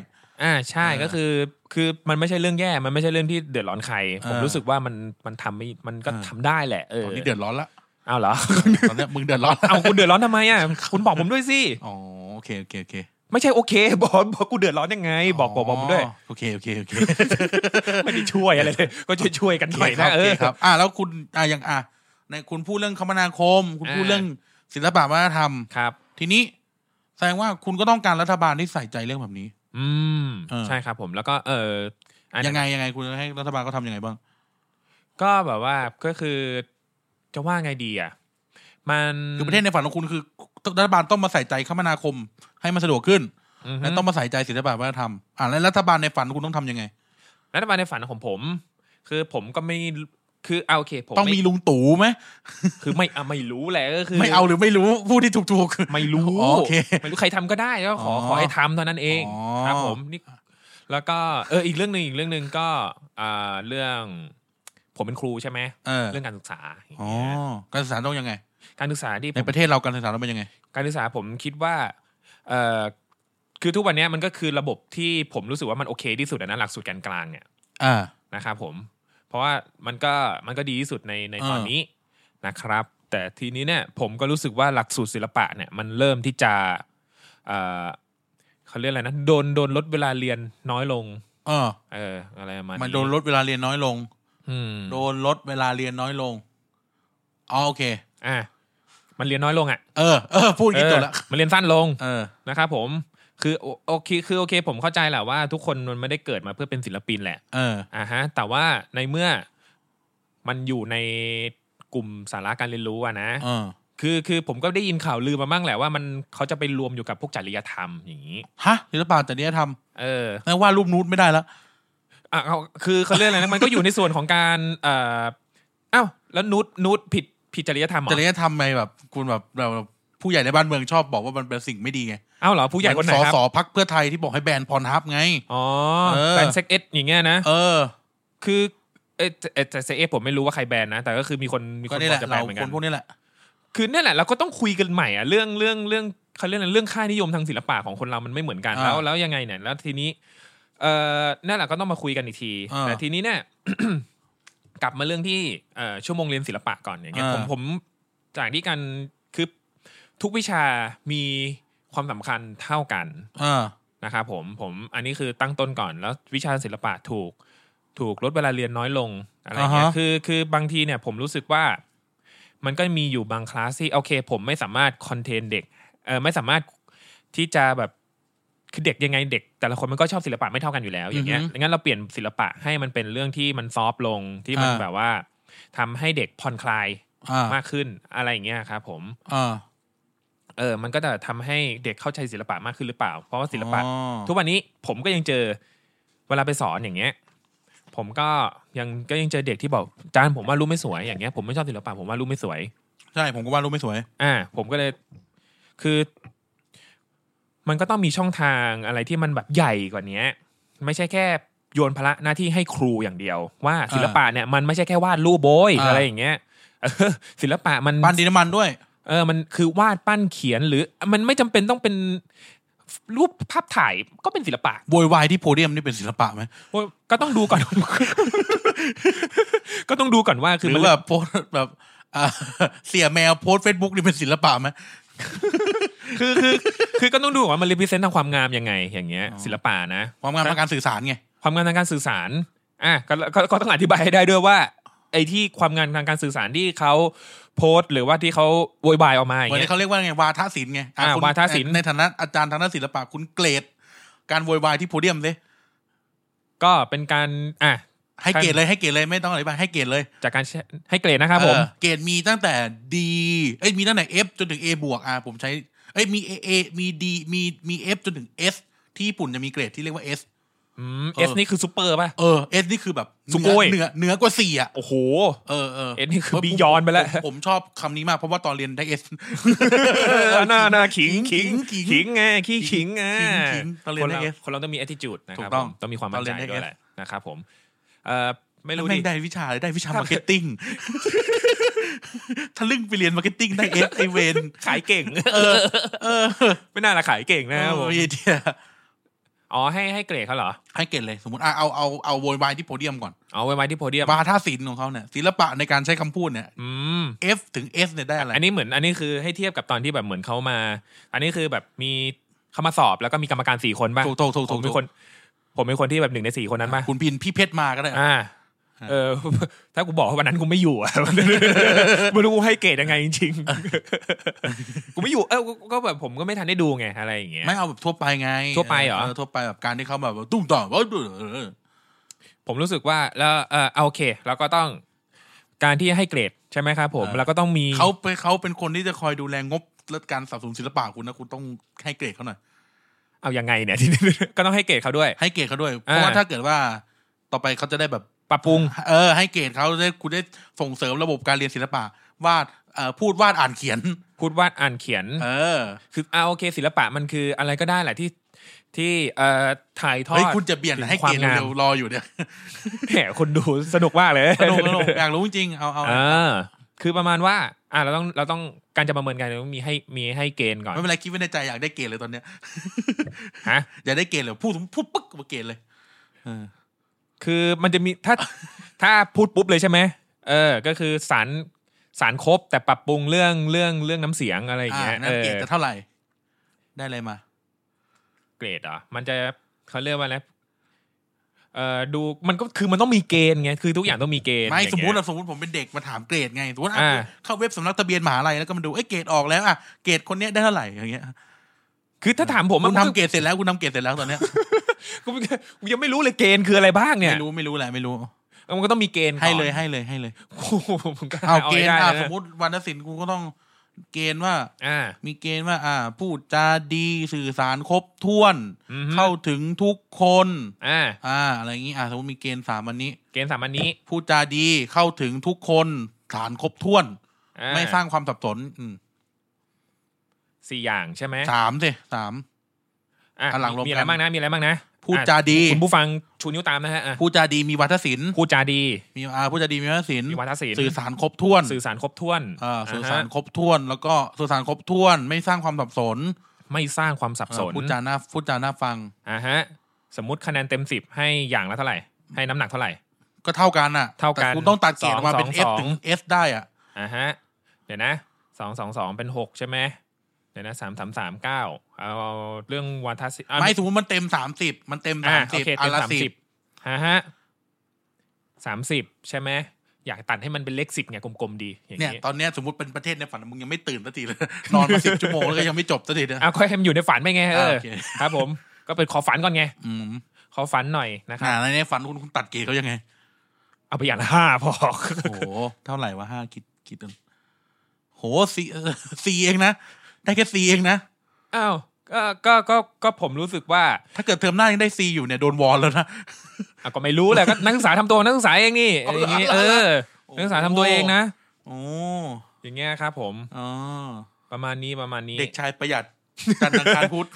อ่า ใช่
เออ
ก็คือ คือมันไม่ใช่เรื่องแย่ มันไม่ใช่เรื่องที่เดือดร้อนใคร ผม
เออ
รู้สึกว่ามัน มันทำไม่ มันก็
เออ
ทำได้แหละ เออ
ตอนนี้เดือดร้อนละ
เอาเหรอ
ตอนเนี้ยมึงเดือดร้อนละ
เอาคุณเดือดร้อนทำไมอ่ะ คุณบอกผมด้วยสิ
อ๋อโอเคโอเคโอเค
ไม่ใช่โอเค บอก บอกกูเดือดร้อนยังไง บอกบอกบอกผมด้วย
โอเคโอเคโอเค
ไม่ได้ช่วยอะไรเลย ก็ช่วยช่วยกันหน่อยนะเอ
โอเค
อ
ครับ อ่ะแล้วคุณอ่ะอย่างอ่ะในคุณพูดเรื่องคมนาคม คุณพูด
อ่า
เรื่องศิลปะวัฒนธรรม
ครับ
ทีนี้แสดงว่าคุณก็ต้องการรัฐบาลที่ใส่ใจเรื่องแบบนี้
อืม
เออ
ใช่ครับผม แล้วก็ เอออันนั้น
ยังไงยังไงคุณให้รัฐบาลเขาทำยังไงบ้าง
ก็แบบว่าก็คือจะว่าไงดีอ่ะ มัน
คือประเทศในฝันของคุณคือรัฐบาลต้องมาใส่ใจคมนาคม ให้มันสะดวกขึ้น
อือฮึ
และต้องมาใส่ใจศิลปะวัฒนธรรมอ่าแล้วรัฐบาลในฝันคุณต้องทำยังไง
รัฐบาลในฝันของผม คือผมก็ไม่คือเอาโอเคผม
ต้องมีลุงตู่ไหม
คือไม่อ่ะไม่รู้แหละก็คือ
ไม่เอาหรือไม่รู้พูดที่ถูก
ไม่รู้
อ๋อโอเค
ไม่รู้ใครทำก็ได้ก็ข
อ๋
อ
อ
ขอให้ทำเท่านั้นเอง
อ๋อ
ครับผมนี่แล้วก็เอออีกเรื่องหนึ่งอีกเรื่องหนึ่งก็อ่าเรื่อง ผมเป็นครูใช่ไหม
ๆเออ
เรื่องการศึกษาอย่าง
อ๋อ
เงี้ย
การศึกษาต้องยังไง
การศึกษาที่ผ
ใน
ม
ประเทศเราการศึกษาเราเป็นยังไง
การศึกษาผมคิดว่าเอ่อคือทุกวันเนี้ยมันก็คือระบบที่ผมรู้สึกว่ามันโอเคที่สุดอะนะหลักสูตรการกลางเนี่ย
อ่า
นะครับผม เพราะว่ามันก็มันก็ดีที่สุดในในตอนนี้นะครับ แต่ทีนี้เนี่ยผมก็รู้สึกว่าหลักสูตรศิลปะเนี่ยมันเริ่มที่จะเอ่อเขาเรียกอะไรนะโดนโดนลดเวลาเรียนน้อยลง
เออ
เอออะไรประมาณ
มันโดนลดเวลาเรียนน้อยลง
อืม
โดนลดเวลาเรียนน้อยลงอ๋อโอเค
อ่ะมันเรียนน้อยลงอ่ะ
เออเออพูดอย่างนี้จบละ
เออมันเรียนสั้นลง
เออ
นะครับผมคือโอโอเคคือโอเค ผมเข้าใจแหละว่าทุกคนมันไม่ได้เกิดมาเพื่อเป็นศิลปินแหละ
เออ
อ่าฮะ แต่ว่าในเมื่อมันอยู่ในกลุ่มสาระการเรียนรู้อะนะ
เออ
คือคือผมก็ได้ยินข่าวลือมาบ้างแหละว่ามันเขาจะไปรวมอยู่กับพวกจริยธรรมอย่างนี้
ฮะศิลปะจริยธรรม
เออ
แปลว่ารูปนูดไม่ได้ละ
อ่ะเอาคือเขาเรียกอะไรนะ มันก็อยู่ในส่วนของการเอ่ออ้าวแล้วนุชนุชผิดผิดจริยธรรมเหร
จ
อ
ริยธรรมในแบบคุณแบบเราผู้ใหญ่ในบ้านเมืองชอบบอกว่ามันเป็นสิ่งไม่ดีไง
อ้าวเหรอผู้ใหญ่คนไหน
สอ
ครับ
สอพักเพื่อไทยที่บอกให้แบนพรทับไง
อ๋อ
เออ
แบนเซ็กเอ็ดอย่างเงี้ยนะ
เออ
คือเอยแต่แต่เซเอฟผมไม่รู้ว่าใครแบนนะ แต่ก็คือมีคนมีค
ก็
น
นี่
บ
แห
อ
ละ
กจะแบ
เรา
นเหมือน
ค
กัน
นพวกนี้แหละ
คือนั่นแหละเราก็ต้องคุยกันใหม่อ่ะเรื่องเรื่องเรื่องเขาเรียกอะไรเรื่องค่านิยมทางศิลปะของคนเรามันไม่เหมือนกัน
อ่า
แล้วแล้วยังไงเนี่ยแล้วทีนี้เอ่อนั่นแหละก็ต้องมาคุยกันอีกที
อ่า
แต่ทีนี้เนี่ย กลับมาเรื่องที่เอ่อชั่วโมงเรียนศิลปะก่อนอย่างเงี้ย
อ่า
ผมผมจากที่การคือทุกวิชามีความสำคัญเท่ากัน
เออ
นะครับผมผมอันนี้คือตั้งต้นก่อนแล้ววิชาศิลปะถูก ถูกลดเวลาเรียนน้อยลงอะไรเงี้
อ่าย ฮะ
คือคือบางทีเนี่ยผมรู้สึกว่า มันก็มีอยู่บางคลาสที่โอเค ผมไม่สามารถคอนเทนเด็กเออไม่สามารถที่จะแบบคือเด็กยังไงเด็ก แต่ละคนมันก็ชอบศิลปะไม่เท่ากันอยู่แล้วอย่างเงี้ย
อือฮึ
งั้นเราเปลี่ยนศิลปะให้มันเป็นเรื่องที่มันซอฟต์ลงที่มัน
อ่า
แบบว่าทำให้เด็กผ่อนคลาย
อ่าม
ากขึ้นอะไรอย่างเงี้ยครับผม
อ่า
เออ มันก็จะทำให้เด็กเข้าใจศิลปะมากขึ้นหรือเปล่า เพราะว่าศิลปะ
อ๋อ
ทุกวันนี้ผมก็ยังเจอเวลาไปสอนอย่างเงี้ย ผมก็ยังก็ยังเจอเด็กที่บอกอาจารย์ผมว่ารูปไม่สวยอย่างเงี้ยผมไม่ชอบศิลปะผมว่ารูปไม่สวย
ใช่ผมก็วาดรูปไม่สวย
อ่า ผมก็เลยคือ มันก็ต้องมีช่องทางอะไรที่มันแบบใหญ่กว่าเนี้ย ไม่ใช่แค่โยนภาระหน้าที่ให้ครูอย่างเดียว ว่าศิลปะเนี่ยมันไม่ใช่แค่วาดรูปโบย
อ่า
อะไรอย่างเงี้ย เออศิลปะมัน
ปั้นดินน้ำมันด้วย
เออ มันคือวาดปั้นเขียนหรือมันไม่จำเป็นต้องเป็นรูปภาพถ่ายก็เป็นศิลปะ
โวยวายที่โพเดียมนี่เป็นศิลปะไหม
โอ้ยก็ต้องดูก่อน ก็ต้องดูก่อนว่าคือ
หรื
มัน
อแบบโพสแบบ อ่าเสียแมวโพสเฟซบุ๊กนี่เป็นศิลปะไหม
คือคือคือก็ต้องดูก่อนว่ามันรีพิเซนต์ทางความงามยังไง อย่างเงี้ย
อ๋อ
ศิลปะนะ
ความงามทางการสื่อสารไง
ความงามทางการสื่อสาร อ่ะก็ก็ก็ต้องอธิบายให้ได้ด้วยว่า ไอ้ที่ความงามทางการสื่อสารที่เขาโพสต์ หรือว่าที่เขาโวยวายออกมาอ
เห
ย่าง
มือน
เงี้ย
ที่เขาเรียกว่าไงวาทศิลป์ไงะ
อ่า
คุณ
วาทศิลป์
ในฐานะอาจารย์ทางด้านศิลปะคุณเกรด การโวยวายที่โพเดียมเลย
ก็เป็นการอ่ะ
ให้
ใช่
เกรดเลยให้เกรดเลยไม่ต้องอธิบายให้เกรดเลย
จากการให้เกรดนะครับผม
เออเกรดมีตั้งแต่ดีเอ้ยมีตั้งแต่ F จนถึง A บวกอ่ะผมใช้เอ้ยมี A A มี D มีมี F จนถึง S ที่ญี่ปุ่นจะมีเกรดที่เรียกว่า S
อืม
เอ
เอ
อ
สนี่คือซูเปอร์ป่ะ
เออ S นี่คือแบบ
สุโกย
เหนือเหนือกว่าสี่อ่ะ
โอ้โห
เออเออ
S นี่คือ
ผม
beyond ไปแล้ว
ผมผมชอบคำนี้มากเพราะว่าตอนเรียนได้ S
เ ออหน้าหน้าขิง
ขิ
ขิ
ง
ง
ขิง
ขิงไงขี้ขิงอ่ะ
ขิงต้องเรียน
คนเรา
NS
คนเราต้องมี attitude นะ
ถู
ครั
ก
บ
ต้อง
ผมต้องมีความมั่นใจ
ต้องเรียน NS
ด้วยแหละนะครับผมเอ่อไม่รู้
แม่
ดิ
งได้วิชาเลยได้วิชา
ถ้า
มาร์เก็ตติ้ง ทะลึ่งไปเรียนมาร์เก็ตติ้งได้เอสไอเวน
ขายเก่ง
เออ เออ
ไม่น่าละขายเก่งนะครับผม
โอ้ยเดีย
อ๋อให้ให้เกรดเขาเหรอ
ให้เกรดเลยสมมติอ่ะเอาเอาเอาโวยวายที่โพเดียมก่อน
เอาไว้ไว้ที่โพเดียม
วาทศิลป์ของเขาเนี่ยศิลปะในการใช้คำพูดเนี่ย
อืม
F ถึง S เนี่ยได้อะไร
อันนี้เหมือนอันนี้คือให้เทียบกับตอนที่แบบเหมือนเขามา อันนี้คือแบบมีเขามาสอบแล้วก็มีกรรมการสี่คนป่ะ
ถูกถูกถูก
ผ
ถู
ม
ก
เป็นคน ผมเป็นคนที่แบบหนึ่งในสี่คนนั้นป่ะ
คุณพินพี่เพชรมาก็ได้
อ่า เออ ถ้ากูบอกว่าวันนั้นกูไม่อยู่อะ ไม่รู้กูให้เกรดยังไงจริงๆ กูไม่อยู่ เออกูก็แบบผมก็ไม่ทันได้ดูไงอะไรอย่างเงี้ย
ไม่เอาแบบทั่วไปไง
ทั่วไปเหรอ
ทั่วไปแบบการที่เขาแบบว่าตุ้มต่อมเออเออเออ
ผมรู้สึกว่าแล้วเออเอาโอเคเราก็ต้องการที่ให้เกรดใช่ไหมครับผม
เออ
เราก็ต้องมี
เขาไปเขาเป็นคนที่จะคอยดูแลงบและการสนับสนุนศิลปะคุณนะคุณต้องให้เกรดเขาหน่อย
เอายังไงเนี่ย ก็ต้องให้เกรดเขาด้วย
ให้เกรดเขาด้วย เพ
อ่า
ราะว่าถ้าเกิดว่าต่อไปเขาจะได้แบบ
ปรับปรุง
เออให้เกรดเขาได้คุณได้ส่งเสริมระบบการเรียนศิลปะวาดเอ่อพูดวาดอ่านเขียน
พูดวาดอ่านเขียน
เออ
คือเอาโอเค ศิลปะมันคืออะไรก็ได้แหละที่ที่เอ่อถ่ายทอด
เฮ้ยคุณจะเปลี่ยนให้
ควา
เกร
ม
ด
งาม
เร็วๆรออยู่เนี่ย
แหมคนดูสนุกมากเลย
สนุกสนุกอยากรู้จริงๆเอาเอา
เออคือประมาณว่าอ่ะเราต้องเราต้องการจะประเมินการเราต้องมีให้มีให้เกณฑ์ก่อน
ไม่เป็นไรคิดไว้ในใจอยากได้เกรดเลยตอนเนี้ย
ฮะ
อยากได้เกรดเลยพูดพูดปึ๊กมาเกรดเลยเออ
คือมันจะมีถ้า ถ้าพูดปุ๊บเลยใช่ไหมเออ ก็คือสารสารครบแต่ปรับปรุงเรื่องเรื่องเรื่องน้ำเสียงอะไรอย่าง
อ่า
เงี้ย
นั่
เอน อ
เกรดจะเท่าไหร่ ได้อะไรมา
เกรดเหรอ่ะมันจะเขาเรียกว่าอะไรเออดูมันก็คือมันต้องมีเกณฑ์ไงคือทุกอย่างต้องมีเกณฑ์
ไม่
อย่าง
สมมติ
เงี้ย
อะสมมติผมเป็นเด็กมาถามเกรดไงสมมติอ่ะ
อ่า
เข้าเว็บสำนักทะเบียนมหาลัยแล้วก็มาดูเอ้ยเกรดออกแล้วอ่ะเกรดคนเนี้ยได้เท่าไหร่อย่างเงี้ย
คือถ้าถามผม
คุ
อะ
ณทำเกรดเสร็จแล้วคุณทำเกรดเสร็จแล้วตอนเนี้ย
กูกูกูยังไม่รู้เลยเกณฑ์คืออะไรบ้างเนี่ย
ไม่รู้ไม่รู้แหละไม่รู้
มันก็ต้องมีเกณฑ์ก่อน
ให้เลยให้เลยให้เลย
โอ้โหผมก็
เอา
เอา
เก
ไม่
ณฑ์
ได้
อ่ะ
นะ
สมมติวรรณศิลป์กูก็ต้องเกณฑ์ว่า
อ่า
มีเกณฑ์ว่า อ่า พูดจาดีสื่อสารครบถ้วน
อือฮึ
เข้าถึงทุกคน
อ่า
อ่า อะไรอย่างนี้อ่าสมมติมีเกณฑ์สามอันนี้
เกณฑ์สามอันนี้
พูดจาดีเข้าถึงทุกคน ฐานครบถ้วน
อ่
ไม่สร้างความสับสนอืม
สี่อย่างใช่ไหม
สามสิสาม
อ่ะ
อ่ะหลังรวม
มีอะไร
กัน
บ้างนะมีอะไรบ้างนะ
พูด
อ่ะ
จาดี
คุณผู้ฟังชูนิ้วตามนะฮะอ่ะ
พูดจาดีมีวาทศิลป์
พูดจาดี
มีอ่าพูดจาดีมีวาทศิลป์
มีวาทศิลป์
สื่อสารครบถ้วน
สื่อสารครบถ้วน
อ่าสื่อสาร
ฮะ
ครบถ้วน แล้วก็สื่อสารครบถ้วน ไม่สร้างความสับสน
ไม่สร้างความสับสน
อ่าพูดจาน่าพูดจาน่าฟัง
อ่าฮะ สมมติคะแนนเต็มสิบให้อย่างละเท่าไหร่ ให้น้ำหนักเท่าไหร่
ก็เท่ากันอ่ะ
เท่ากัน
แต่คุณต้องตัดเกรดออกมา
สอง
เป็น
ส
F
อง
ถึง S ได้อ่ะ
อ่าฮะ เดี๋ยวนะสองสองสองเป็นหกใช่ไหมเดี๋ยวนะสามสามสามเก้าเอาเรื่องวาทศิลป์อ่ะ
ไม่สมมติมันเต็มสามสิบมันเต็ม
อ่ะ
สาม
โอ
สิบ
เค
อั
เต็
น
ม
ละ
สาม
สิ
สิ
บบ
อ่าฮะ สามสิบใช่ไหมอยากตัดให้มันเป็นเลขสิบไงกลมๆดีอย่าง
เนี่ย
นี้
ตอนเนี้ยสมมติเป็นประเทศในฝันมึงยังไม่ตื่นสักทีเลย นอนมาสิบชั่วโมงแล้วก็ยังไม่จบสักทีเนย
เอาค่อยให้มันอยู่ในฝันไปไงเออ
โอเค
ครับผมก็เป็นขอฝันก่อนไง
อืม
ขอฝันหน่อยนะครับ
อ่าในในฝันคุณคุณตัดเกย์เขายังไง
เอาไปอย่างละห้าพอ
โอ้โห เท่าไหร่วะห้ากิดกิดอันโหสี่เออสี่เองนะ ได้แค่สี่เองนะ
อ้าวก็ก็ก็ก็ผมรู้สึกว่า
ถ้าเกิดเทอมหน้ายังได้ซีอยู่เนี่ยโดนวอลแล้วนะ
อ่ะก็ไม่รู้แหละก็นักศึกษาทำตัวนักศึกษาเองนี่
เอา
อ
เหรอย่าง
นี้
เอา
เอ
เหรอ
อ นักศึกษาทำตัวเองนะ
โอ้
อย่างเงี้ยครับผม
อ๋อ
ประมาณนี้ประมาณนี้
เด็กชายประหยัดจันทร์อังคารพุธ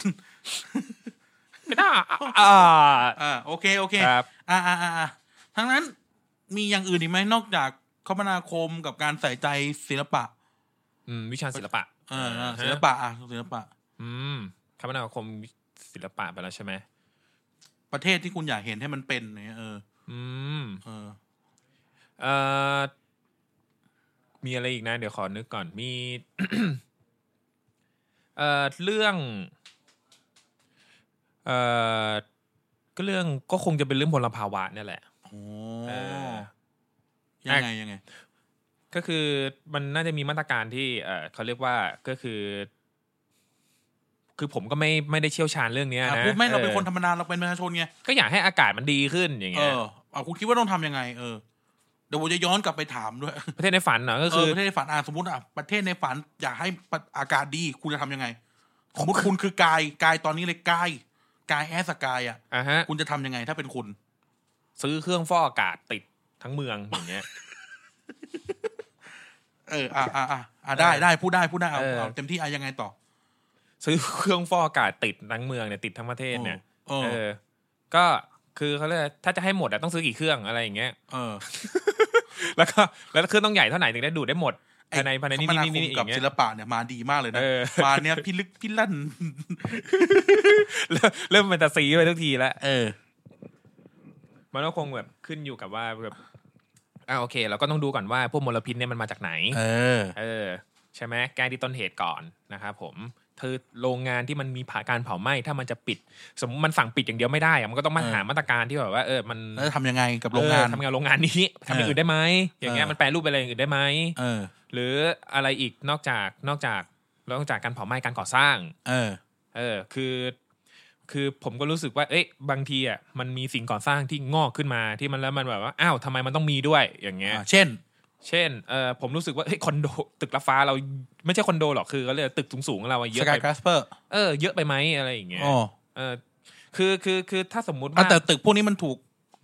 ไม่ได้อ่า
อ่าโอเคโอเค
ครับ
อ่าอ่าอ่าอ่าทั้งนั้นมีอย่างอื่นอีกไหมนอกจากคมนาคมกับการใส่ใจศิลปะ
อืมวิชาศิลปะ
เอออ่า
ฮ
ศิลปะอ่ะศิลปะ
อืมคมนาคมศิลปะไปแล้วใช่ไหม
ประเทศที่คุณอยากเห็นให้มันเป็นเนี่ยเออ
อืม
เออ
เอ่อมีอะไรอีกนะ เดี๋ยวขอนึกก่อนมี เอ่อเรื่อง เอ่อก็เรื่องก็คงจะเป็นเรื่องพลภาวะเนี่ยแหละ
โอ้
เออ
ยังไงยังไง
ก็คือมันน่าจะมีมาตรการที่เออเขาเรียกว่าก็คือ คือผมก็ไม่ไม่ได้เชี่ยวชาญเรื่องเนี้ย
อ่ะ
นะ
พูดไม่เราเป็น
ออ
คนธรรมดาเราเป็นประชาชนไง
ก็อยากให้อากาศมันดีขึ้นอย่าง
เอ
เงี้ย
อเอาคุณคิดว่าต้องทำยังไง เออ เดี๋ยวผมจะย้อนกลับไปถามด้วย
ประเทศในฝันเนาะก็
เอ
คือ อ
ประเทศในฝันอ่ะสมมติอ่ะประเทศในฝันอยากให้ปะอากาศดี คุณจะทำยังไง สมมติคุณคือกายกายตอนนี้เลยกายกายแอสกายอ่ะ
อ่ะฮะ
คุณจะทำยังไงถ้าเป็นคุณ
ซื้อเครื่องฟอกอากาศติดทั้งเมืองอย่างเงี้ย
เอออ่ะอ่ะอ่ะอ่ะได้ได้พูดได้พูดได้เอา
เออ
เอาเต็มที่อ่ะยังไงต่อ
ซื้อเครื่องฟอกอากาศติดทั้งเมืองเนี่ยติดทั้งประเทศเนี่ย
เออ
เอ
เออ
อ ก็คือเขาเรียกถ้าจะให้หมดอะต้องซื้อกี่เครื่องอะไรอย่างเงี้ย
เออ
แล้วก็แล้วเครื่องต้องใหญ่เท่าไหร่ถึงได้ดูดได้หมดภายในภายในนี่
คม
นี่
นา
นี่
คม
นี่อ
กับ
ย่างเงี้
ศิ
ย
ลปะเนี่ยมาดีมากเลยนะ
เออ
มาเนี่ยพี่ลึกพี่ลั่น
เริ่มเริ่มเป็นตาซีไปทุกทีแล้ว
เออ
มันก็คงแบบขึ้นอยู่กับว่าแบบอ่าโอเค เราก็ต้องดูก่อนว่าพวกมลพิษเนี่ยมันมาจากไหน
เออ
เออ ใช่ไหมแก้ที่ต้นเหตุก่อนนะครับผมคือโรงงานที่มันมีผ่าการเผาไหม้ถ้ามันจะปิด สมมติมันสั่งปิดอย่างเดียวไม่ได้อะมันก็ต้องมา
เออ
หามาตรการที่แบบว่าเออมัน
แล้วจะทำยังไงกับโรงงาน
เออทำงานโรงงานนี้ ทำอย่างอื่นได้ไหมอย่างเงี้ย
เออ
มันแปลรูปเป็นอะไรอย่างอื่นได้ไหม
เออ
หรืออะไรอีกนอกจากนอกจากนอกจากการเผาไหม้การก่อสร้าง
เออ
เออคือคือผมก็รู้สึกว่า เอ๊ะบางทีอ่ะมันมีสิ่งก่อสร้างที่งอกขึ้นมาที่มันแล้วมันแบบว่าอ้าวทำไมมันต้องมีด้วยอย่างเงี้ย
อ่าเช่น
เช่นเออผมรู้สึกว่าเฮ้ยคอนโด ตึกละฟ้าเราไม่ใช่คอนโดหรอกคือก็เลยกตึกสูงๆของเราอะเย
ส
อะ
กา
ไป
ยกราสเปอร์
เออเยอะไปไหมอะไรอย่างเงี้ย
อ๋อ
เออคือคือคือถ้าสมมุติ
อ่ะ
ว่า
แต่ตึกพวกนี้มันถูก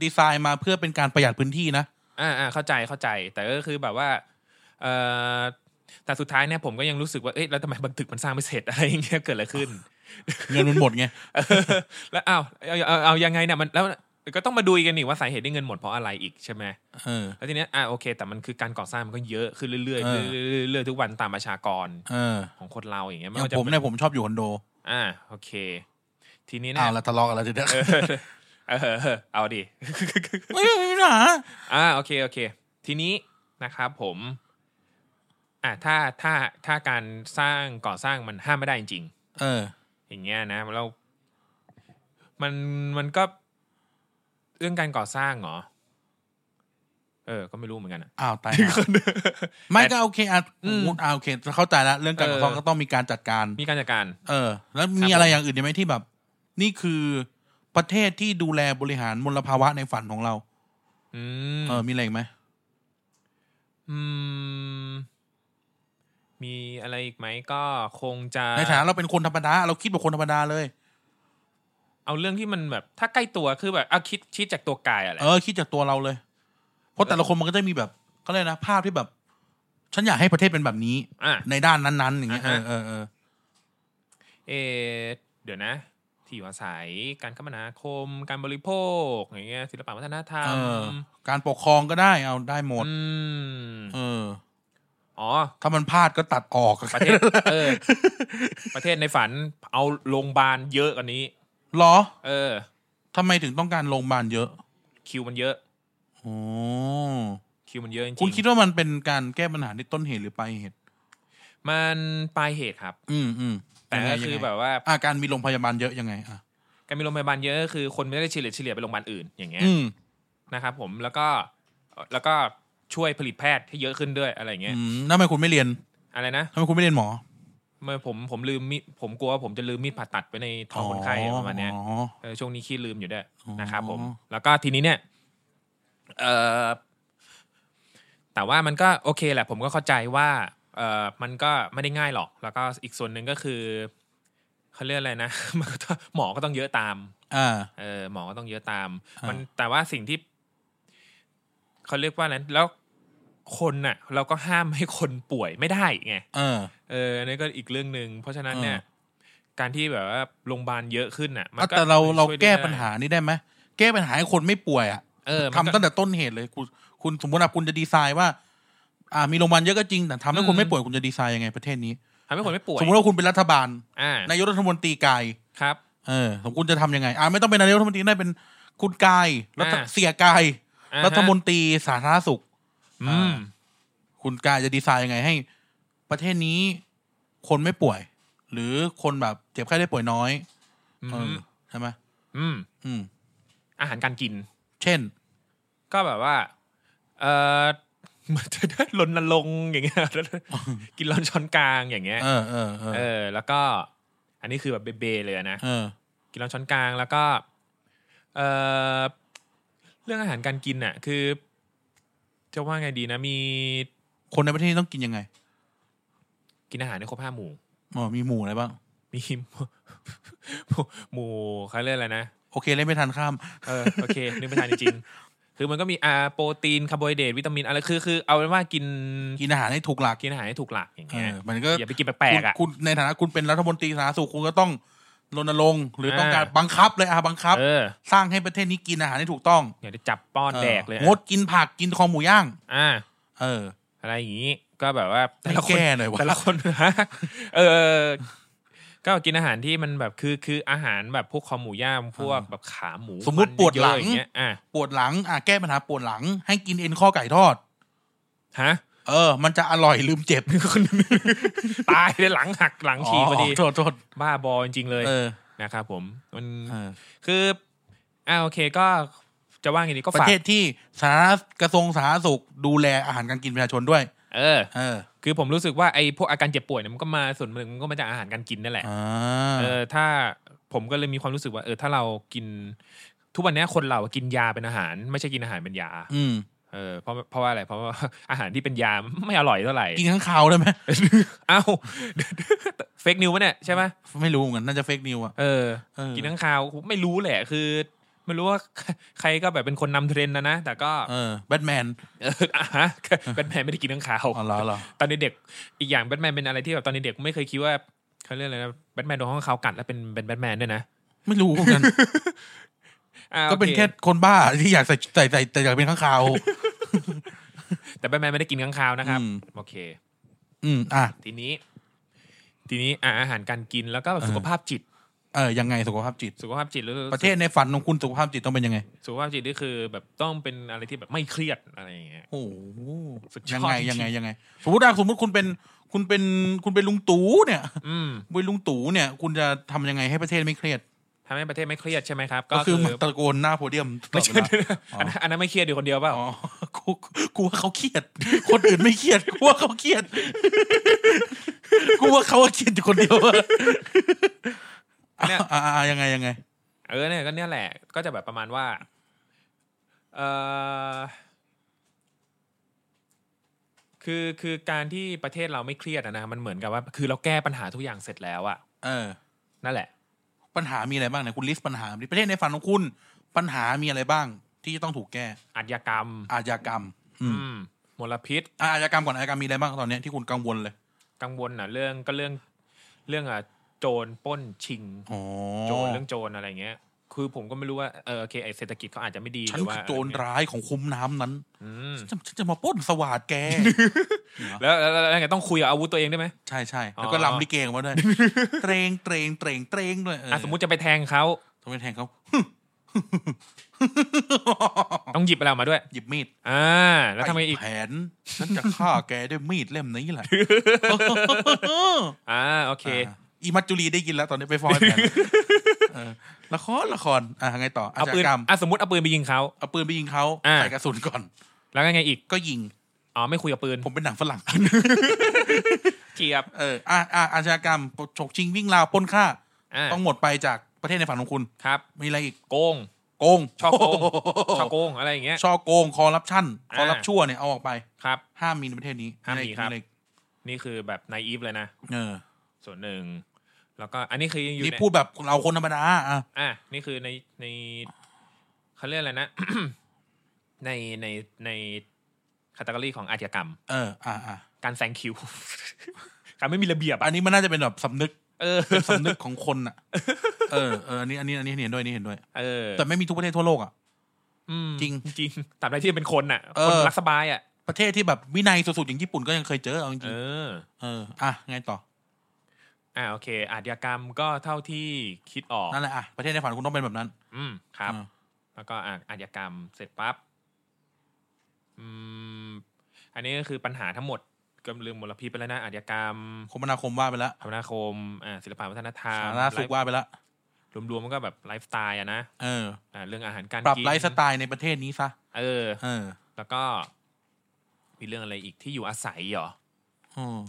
ดีไซน์มาเพื่อเป็นการประหยัดพื้นที่นะ
อ่าอ่าเข้าใจเข้าใจ แต่ก็คือแบบว่าเออแต่สุดท้ายเนี่ยผมก็ยังรู้สึกว่าเอ๊ะแล้วทำไมบางตึกมันสร้างไม่เสร็จอะไรอย่างเงี้ยเกิดอะไรขึ้น
เงินมันหมดไง
เออแล้วอ้าวเอาเอาเอายังไงเนี่ยมันแล้วก็ต้องมาดูกันอีกว่าสาเหตุที่เงินหมดเพราะอะไรอีกใช่ไหม
เออ
แล้วทีเนี้ยอ่ะโอเค แต่มันคือการก่อสร้างมันก็เยอะขึ้นเรื่อยๆเรื่
เออ
อยๆเรื่อยๆทุกวันตามประชากร
เออ
ของคนเราอย่างเงี้ย
อ
ไม่
ย่าง
ว่าจะ
ผมเนี่ยผมชอบอยู่คอนโด
อ่าโอเค ทีนี้เนี่
อ้า
ยว
แล้วทะเลาะกันแล้วทีเดียว
เออเออเออเอาดิ
ไม่มีปัญหา
อ่าโอเคโอเค ทีนี้นะครับผมอ่าถ้าถ้าถ้าการสร้างก่อสร้างมันห้ามไม่ได้จริง
เออ
อย่างเงี้ยนะแล้วมันมันก็เรื่องการก่อสร้างเหรอ เออ ก็ไม่รู้เหมือนกันอะ
อ้าวตายละไม่ก็โอเคอ่ะสมมุติอ่าโอเคเข้าใจละเรื่องการ
เออ
ปกครองก็ต้องมีการจัดการ
มีการจัดการ
เออ แล้ว
ครั
มี
บ
อะไรอย่างอื่นอีกไหมที่แบบ นี่คือประเทศที่ดูแลบริหารมลภาวะในฝันของเรา
อืม
เออมีอะไรอีกไหม
อืม มีอะไรอีกไหมก็คงจะ
ในฐานะเราเป็นคนธรรมดาเราคิดแบบคนธรรมดาเลย
เอาเรื่องที่มันแบบ ถ้าใกล้ตัวคือแบบเอาคิดคิดจากตัวกายอะไร
เออคิดจากตัวเราเลย เพราะแต่ละคนมันก็จะมีแบบเขาเรียกนะภาพที่แบบ ฉันอยากให้ประเทศเป็นแบบนี้
อ่ะ
ในด้านนั้นๆอย่างเงี้ยเอ
อ่า
อ
ฮะ
เออเออ
เออเดี๋ยวนะ ที่อยู่อาศัยการคมนาคม การบริโภคอย่างเงี้ยศิลปวัฒนธรร
เอ
ม
อ การปกครองก็ได้เอาได้หมด
อืม
เออ
อ๋อ
ถ้ามันพลาดก็ตัดออก
ประเทศเออ ประเทศในฝันเอาโรงพยาบาลเยอะกว่านี้
เหรอ
เออ
ทำไมถึงต้องการโรงพยาบาลเยอะ
คิวมันเยอะ
โอ้
คิวมันเยอะจริงๆ
คุณคิดว่ามันเป็นการแก้ปัญหาที่ต้นเหตุหรือปลายเหตุ
มันปลายเหตุครับ
อืมอืม
แต่
ยังไง
ก็คือ
ยังไง
แบบว่า
อ่ะการมีโรงพยาบาลเยอะยังไงอ่ะ
การมีโรงพยาบาลเยอะก็คือคนไม่ได้เฉลี่ยเฉลี่ยไปโรงพยาบาลอื่นอย่างเงี้ย
อืม
นะครับผมแล้วก็ แล้วก็ช่วยผลิตแพทย์ให้เยอะขึ้นด้วยอะไรอย่างเงี้ย
อืมแล้วทำไมคุณไม่เรียน
อะไรนะ
ทำไมคุณไม่เรียนหมอ
เมื่อผมผมลืมมีดผมกลัวว่าผมจะลืมมีดผ่าตัดไปในท้องคนไข้ประมาณเนี้ย
อ๋อ
เออช่วงนี้ขี้ลืมอยู่ด้วย
อ๋อ
นะครับผมแล้วก็ทีนี้เนี่ยเออแต่ว่ามันก็โอเคแหละ ผมก็เข้าใจว่าเออมันก็ไม่ได้ง่ายหรอก แล้วก็อีกส่วนหนึ่งก็คือเขาเรียกอะไรนะ มันก็ต้องหมอก็ต้องเยอะตาม
อ่า
เออหมอก็ต้องเยอะตาม
อ่ามั
มันแต่ว่าสิ่งที่เขาเรียกว่าอะไรแล้วคนน่ะ เราก็ห้ามให้คนป่วยไม่ได้ไง
เออ
เอออันนี้ก็อีกเรื่องหนึ่งเพราะฉะนั้นเนี่ย
อ่
การที่แบบว่าโรงพยาบาลเยอะขึ้นอ่ะมัน
เอา
ก็
แต่เราเรา
ช่วยได้
แก้ปัญหานี้ได้ไหมแก้ปัญหาให้คนไม่ป่วยอ่ะ
เออมัน
ทำ
ก็
ตั้งแต่ต้นเหตุเลยคุณคุณสมมติว่าคุณจะดีไซน์ว่า อ่า มีโรงพยาบาลเยอะก็จริงแต่ทำให้
อืม
คนไม่ป่วยคุณจะดีไซน์ยังไงประเทศนี้
ทำให้คนไม่ป่วย
สมมติว่าคุณเป็นรัฐบาล
อ่าน
ายกรัฐมนตรีกาย
ครับ
เออสมคุณจะทำยังไง อ่าไม่ต้องเป็นนายกรัฐมนตรีได้เป็นคุณกายรัฐ
อ่า
เสียกาย
อ่า
รัฐมน
ฮะ
ตรีสาธารณสุข
อืม
คุณกายจะดีไซน์ยังไงให้ ประเทศนี้ คนไม่ป่วย หรือคนแบบเจ็บไข้ได้ป่วยน้อย
อื
เอ
ม
อใช่ไหม
อืม
อืม
อาหารการกิน
เช่น
ก็แบบว่า เออ มันจะได้ลนลงค์อย่างเงี้ย กินร้อนช้อนกลางอย่างเงี้ย
เออเออเออ
เออ แล้วก็ อันนี้คือแบบเบเๆเลยอะนะ
เออ
กินร้อนช้อนกลางแล้วก็ เออเรื่องอาหารการกินน่ะ คือ จะว่าไงดีนะมี
คนในประเทศนี้ต้องกินยังไง
กินอาหารในครบห้าหมู่
อ๋อมีหมูอะไรบ้าง
มี หมู่หมู่เขาเรียกอะไรนะ
โอเคเล่นไม่ทันข้าม
เออโอเค นึกไม่ทันจริงๆคือมันก็มีอ่าโปรตีนคาร์โบไฮเดรตวิตามินอะไรคือคือเอาเป็นว่ากิน
กินอาหารให้ถูกหลัก
กินอาหารให้ถูกหลักอย่าง
เอ
เงี้ย
อมันก็
อย่าไปกินแปล
คุณ
กๆอ่ะ
คุณในฐานะคุณเป็นรัฐมนตรีสาธารณสุขคุณก็ต้องรณรงค์หรือต้องการ
อ่า
บังคับเลยอ่ะบังคับ
เออ
สร้างให้ประเทศนี้กินอาหารให้ถูกต้อง
อย่าไปจับป้อนแดกเลย
อองดกินผักกินคอหมูย่าง
อ่า
เออ
อะไรอย่างงี้ ก็แบบว่าแต่
ไม่
ละคน
แก้หน่อยวะ
แต่ละคนนะ เออ ก็กินอาหารที่มันแบบคือคืออาหารแบบพวกคอหมูย่างพวกแบบขาหมู
สมมติปวดหลัง
มันเยอะๆอย่างเงี้ยอ่ะ
ปวดหลังอ่ะแก้ปัญหาปวดหลัง ให้กินเอ็นข้อไก่ทอด
ฮะ
เออ มันจะอร่อยลืมเจ็บ
ตายเลยหลังหักหลังฉีกพอดี
โทษโทษ
บ้าบอจริงๆเลย
เออ
นะครับผมมัน
เออ
คืออ่าโอเคก็จะว่าไงดีก็
ประ
ฝาก
เทศที่สาธารณกระทรวงสาธารณสุขดูแลอาหารการกินประชาชนด้วย
เออ
เออ
คือผมรู้สึกว่าไอ้พวกอาการเจ็บป่วยเนี่ยมันก็มาส่วนหนึ่งมันก็มาจากอาหารการกินนั่นแหละ
อ่า
เออ ถ้าผมก็เลยมีความรู้สึกว่าเออถ้าเรากิน ทุกวันเนี้ยคนเรากินยาเป็นอาหาร ไม่ใช่กินอาหารเป็นยา
อืม
เออเพราะเพราะว่าอะไรเพราะ ว่า อาหารที่เป็นยาไม่อร่อยเท่าไหร่
กินข้างคาวได้ไหม
เอ้าเฟกนิวปะเนี่ยใช่ไหม
ไม่รู้เหมือนกันน่าจะเฟกนิวอ่ะ
เออ
เออ
กินทั้างคาวไม่รู้แหละ คือไม่รู้ว่า ใครก็แบบเป็นคนนำเทรนด์นะนะแต่ก็
เออแบทแมน
เอออ่ะฮะแบทแมนไม่ได้กินข้างคาว
อ๋อเหรอเหรอ
ตอนเด็กๆอีกอย่างแบทแมนเป็นอะไรที่แบบตอนเด็กๆไม่เคยคิดว่าเขาเรียกอะไรนะแบทแมนโดนข้างคาวกัดแล้วเป็นเป็นแบทแมนด้วยนะ
ไม่รู้เหมือนกัน
อ่า
ก็เป็น
โอ
แค่คนบ้าที่อยากใส่ใส่ใส่แต่อยากเป็นข้างคาว
แต่แบทแมนไม่ได้กินข้างคาวนะครับ
อืม
โอเค
อืมอ่ะ
ทีนี้ ทีนี้อ่ะอาหารการกินแล้วก็แบบ
เออ
สุขภาพจิต
เออยังไงสุขภาพจิต
สุขภาพจิตหรือ
ประเทศในฝันของคุณสุขภาพจิตต้องเป็นยังไง
สุขภาพจิตนี่คือแบบต้องเป็นอะไรที่แบบไม่เครียดอะไรอย่างเงี้ย
โอ้โห
สุดยอด
ยังไง
จริ
ยั
งๆ
งไงยังไง สมมติอ่ะสมมติคุณเป็นคุณเป็นคุณเป็นลุงตู่เนี่ย
อืม
เป็นลุงตู่เนี่ย คุณจะทำยังไงให้ประเทศไม่เครียด
ทำให้ประเทศไม่เครียดใช่ไหมครับ
ก็
ก็
คื
คือ อ
มาตะโกนหน้าโพเดียมตลอ
ไม่
ด
ใช่
เวลา
อันนั้นอันนั้นไม่เครียดอยู่คนเดียวเปล่า
อ๋อกูกูว่าเขาเครียด คนอื่นไม่เครียด กูว่าเขาเครียด กูว่าเขาเครียดอยู่คนเดียวอะ
เนี่ย
อ่าอ่าอ่ายังไงยังไง
เออเนี่ยก็เนี่ยแหละก็จะแบบประมาณว่าเออคือคือการที่ประเทศเราไม่เครียดอะนะมันเหมือนกับว่า คือเราแก้ปัญหาทุกอย่างเสร็จแล้วอะ
เออ
นั่นแหละ
ปัญหามีอะไรบ้างเนี่ยคุณลิสต์ปัญหาดิประเทศในฝันของคุณ ปัญหามีอะไรบ้าง ที่จะต้องถูกแก้
อาชญากรรม
อาชญากรรม อื
อื
ม
มมลพิษ
อ่ะอาชญากรรมก่อนอาชญากรรมมีอะไรบ้างตอนเนี้ยที่คุณกังวลเลย
กังวลอะเรื่องก็เรื่องเรื่องอะโจรปล้นชิง
อ๋อ
โจรเรื่องโจรอะไรเงี้ย คือผมก็ไม่รู้ว่าเออโอเคไอเศรษฐกิจเขาอาจจะไม่ดี
ฉั
ห
น
รือว่า
คือโจรร้ายของคุ้มน้ำนั้น
อืม
ฉันฉันจะมาปล้นสวัสด แก
แล้วแล้วแล้วแล้วไงต้องคุยกับอาวุธตัวเองได้วยไหม
ใช่ใช่
อ๋อ
แล้วก็ลำลิเกออกมาด้วยเตรงเตรงเตรงเตรงด้วยเอออ
อ่ะสมมติจะไปแทงเขา
ต้องไปแทงเขา
ต้องหยิบอะไรออกมาด้วย
หยิบมีด
อ่า แล้วทำไมอีก
แผนฉันจะฆ่าแกด้วยมีดเล่มนี้ แหละ
อ่าโอเค
อ่าอีมัจจุรีได้ยินแล้ว ตอนนี้ไปฟ้องไอ้แผนเออละครละครอ่ะไงต่ออา
เอา
ช
ปืน
ญากรรม
อ่ะสมมติเอาปืนไปยิงเขา
เอาปืนไปยิงเขา
อ่า
ใส่กระสุนก่อน
แล้วก็ไงอีก
ก็ยิง
อ๋อไม่คุยกับปืน
ผมเป็นหนังฝรั่ง
เจียบ
เอออ่ะอ่ะอาชญากรรมฉกชิงวิ่งราวปล้นฆ่า
อ่า
ต้องหมดไปจากประเทศในฝันของคุณ
ครับ
มีอะไรอีก
โกง
โกง
ช่อโก งช่อโกงอะไรอย่างเงี้ย
ช่อโกงคอร์รัปชัน
อ่า
คอร์รัปชั่วเนี่ยเอาออกไป
ครับ
ห้ามมีในประเทศนี้
ห้ามมี
อะ
ครับ
ไรอีก
นี่คือแบบนายอีฟเลยนะ
เออ
ส่วนหนึ่ง แล้วก็อันนี้คือยังอยู่
นี่
ใน
พูดแบบเราคนธรรมดาอ่ะ
อ่ะนี่คือในในเขาเรียกอะไรนะ ในในในคาตาล็อของอาชญากรรม
เอออ่ะอ่ะ
การแซงคิว การไม่มีระเบียบ
อั
อะ
นนี้มันน่าจะเป็นแบบสำนึก
เออ
เป็นสำนึกของคนอ่ะ เออเอออันนี้อันนี้อันนี้เห็นด้วยอันนี่เห็นด้วย
เออ
แต่ไม่มีทุกประเทศทั่วโลกอ่ะ
อืม
จริง
จริงตราบใดที่ยังเป็นคนน่ะ
เอ
คน
อ
รักสบายอ่ะ
ประเทศที่แบบวินัยสุดๆอย่างญี่ปุ่นก็ยังเคยเจอเอาจ
เอ
ริง
อ
ๆเอออ่ะไงต่อ
อ่าโอเค อาชญากรรมก็เท่าที่คิดออก
นั่นแหละอ่ะประเทศในฝันคุณต้องเป็นแบบนั้น
อืมครับ
อ่ะ
แล้วก็อาอาชญากรรมเสร็จปั๊บอืมอันนี้ก็คือปัญหาทั้งหมดก็ลืมมลพิษไปแล้วนะอาชญากรรม
คมนาคมว่าไปแล้ว
คมนาคมอ่าศิลปะวัฒนธรรม
สาธารณสุขว่าไปแล้ว
ไลฟ์รวมๆมันก็แบบไลฟ์สไตล์อะนะ
เออ
อ่าเรื่องอาหารการ
ปรับ
กิน
ไลฟ์สไตล์ในประเทศนี้ซะ
เออ
เออ
แล้วก็ มีเรื่องอะไรอีกที่อยู่อาศัยเหรอ
เออ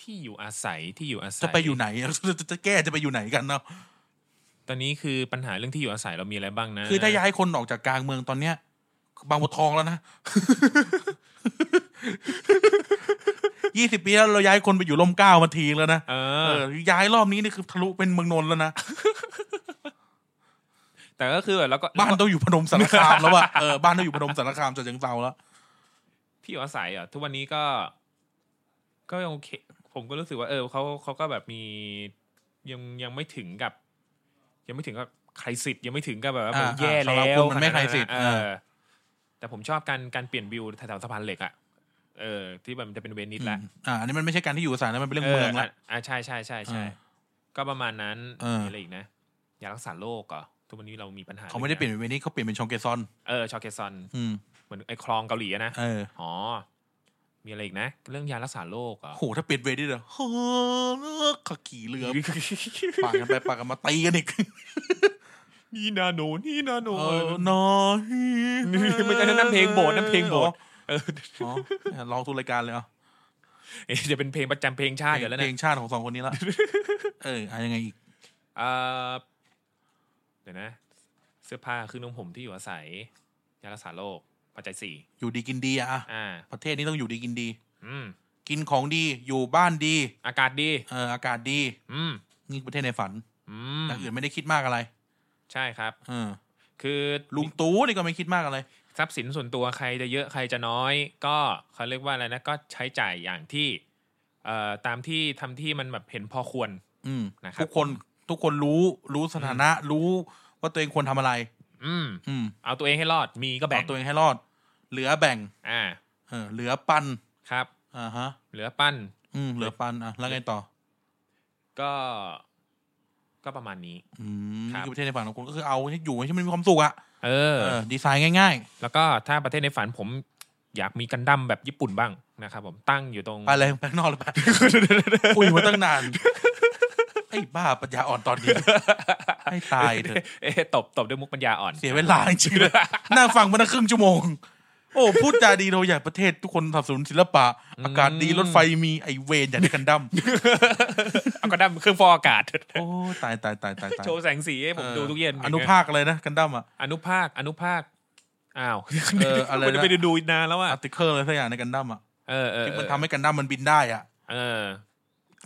ที่อยู่อาศัยที่อยู่อาศัย
จะไปอยู่ไหน จะจะแก้จะไปอยู่ไหนกันเนาะ
ตอนนี้คือปัญหาเรื่องที่อยู่อาศัยเรามีอะไรบ้างนะ
คือถ้าย้ายคนออกจากกลางเมืองตอนเนี้ย บางบัวทองแล้วนะ ยี่สิบปีแล้วเราย้ายคนไปอยู่ร่มเกล้ามาทีงแล้วนะ
เอ
เอ
อ
อ ย้ายรอบนี้นี่คือทะลุเป็นเมืองนนท์แล้วนะ
แต่ก็คือแบบแล้วก็
บ้านต้องอยู่พนมสารคาม แล้วอะเออ บ้านต้องอยู่พนมสารคามจากยังเซาแล้ว
ที่อยู่อาศัยอ่ะทุกวันนี้ก็ ก็ยังโอเค ผมก็รู้สึกว่า เออเขาเขาก็แบบมียังยังไม่ถึงกับ ยังไม่ถึงกับใครสิทธิ์ยังไม่ถึงกับแบบว่า
อ่า
มันแย่
อ่าสำหรับ
แล้ว
คุณมันไม่
ขาด
ใครสิทธิ์
เอ
เอ
อ
อ
แต่ผมชอบการการเปลี่ยนวิวแถวๆสะพานเหล็กอ่ะเออ ที่แบบมันจะเป็นเวนิสละ
อืมอ่าอันนี้มันไม่ใช่การที่อยู่อาศัยนะมันเป็นเรื่องเมืองละ
อ่ะใช่ใช่ใช่ใช่
เออ
ก็ประมาณนั้น
เออ
มีอะไรอีกนะยารักษาโรคเหรอ่ะทุกวันนี้เรามีปัญหา
เขาไม่ได้เปลี่ยนเป็นเวนี้เขาเปลี่ยนเป็นชองเกซอน
เออชอเกซอน
อืม
เหมือนไอ้คลองเกาหลีอะนะ
เออ
อ๋อมีอะไรอีกนะ เรื่องยารักษาโรคเหรอ่ะ
โหถ้าเปลี่ยนเวนี้เด้อขับขี่เรือปากกันไปปากกันมาตีกันอีก
นี่นาโนนี่นาโน
เออน้อย
ไม่ใช่นั่นเพลงโบสถ์นั่นเพลงโบสถ์ เออ
อ๋ออ๋อลองทุกรายการเลยเหรอ
เอ๊ะเดี๋ยวเป็นเพลงประจำเพลงชา
่ะ
ติเดี๋ยวแล้ว
เพล
นะ
งชาติของสองคนนี้ละ เอออะยังไงอีก
เอ่อเดี๋ยวนะ เสื้อผ้าเครืองนุ่งผมที่อยู่อาศัย ยารักษาโรคปัจจัยสี่
อยู่ดีกินดีอะอะ
อ่า
ประเทศนี้ต้องอยู่ดีกินดี
อืม
กินของดีอยู่บ้านดี
อากาศดี
เอออากาศดี
อืม
นี่ประเทศในฝัน
อืม
แต่อื่นไม่ได้คิดมากอะไร
ใช่ครับ
เออ
คือ
ลุงตู่นี่ก็ไม่คิดมากอะไร
ทรัพย์สินส่วนตัวใครจะเยอะใครจะน้อย ก็เขาเรียกว่าอะไรนะ ก็ใช้จ่ายอย่างที่เอ่อตามที่ทำที่มันแบบเห็นพอควร
อืม
นะครับ
ทุกคนทุกคนรู้รู้สถานะ รู้ว่าตัวเองควรทำอะไร
อืม
อืม
เอาตัวเองให้รอดมีก็แบ่
เอา
ง
ตัวเองให้รอด เหลือแบ่ง
อ่า
เออ เหลือปัน
ครับ
อ่าฮะ
เหลือปั้น
อืมเหลือปันอ่ะแล้วไงต่อ
ก็ก็ประมาณนี้
อืม
ครับ
คือประเทศในฝันของคุณก็คือเอาให้อยู่ให้มันมีความสุขอะ
เออ
เออ ดีไซน์ง่าย
แล้วก็ถ้าประเทศในฝันผมอยากมีกันดั้มแบบญี่ปุ่นบ้างนะครับผมตั้งอยู่ตรง
ๆ ไปเลยไปข้างนอกเลยไป คุยมาตั้งนาน ไอ้บ้าปัญญาอ่อนตอน นี้ ให้ตายเถอะ
เอ๊ะตบตบด้วยมุกปัญญาอ่อน
เสียเวลาจริงๆ เลยนั่งฟังมาตั้งครึ่งชั่วโมง โอ้ พูดจาดีเราอยากประเทศทุกคนสนับสนุนศิลปะ อากาศดีรถไฟมีไอเวนอย่างได้กันดั้ม
เอากันดั้มเครื่องฟอกอากาศ
โอ้ตายตายตายตายตาย
โชว์แสงสีให้ผมดูทุกเย็น
ออนุภาคอะไรนะกันดั้มอะ
อนุภาคอนุภาคอ้าว
เอออะไรนะ
มันจไปดูดูนานแล้วอ่ะ
อาร์ติเคิลอะไรสักอย่างในกันดั้มอะ
เออเออ
ที่
เอ
มัน
อ
ทำให้กันดั้มมันบินได้อ่ะ
เออ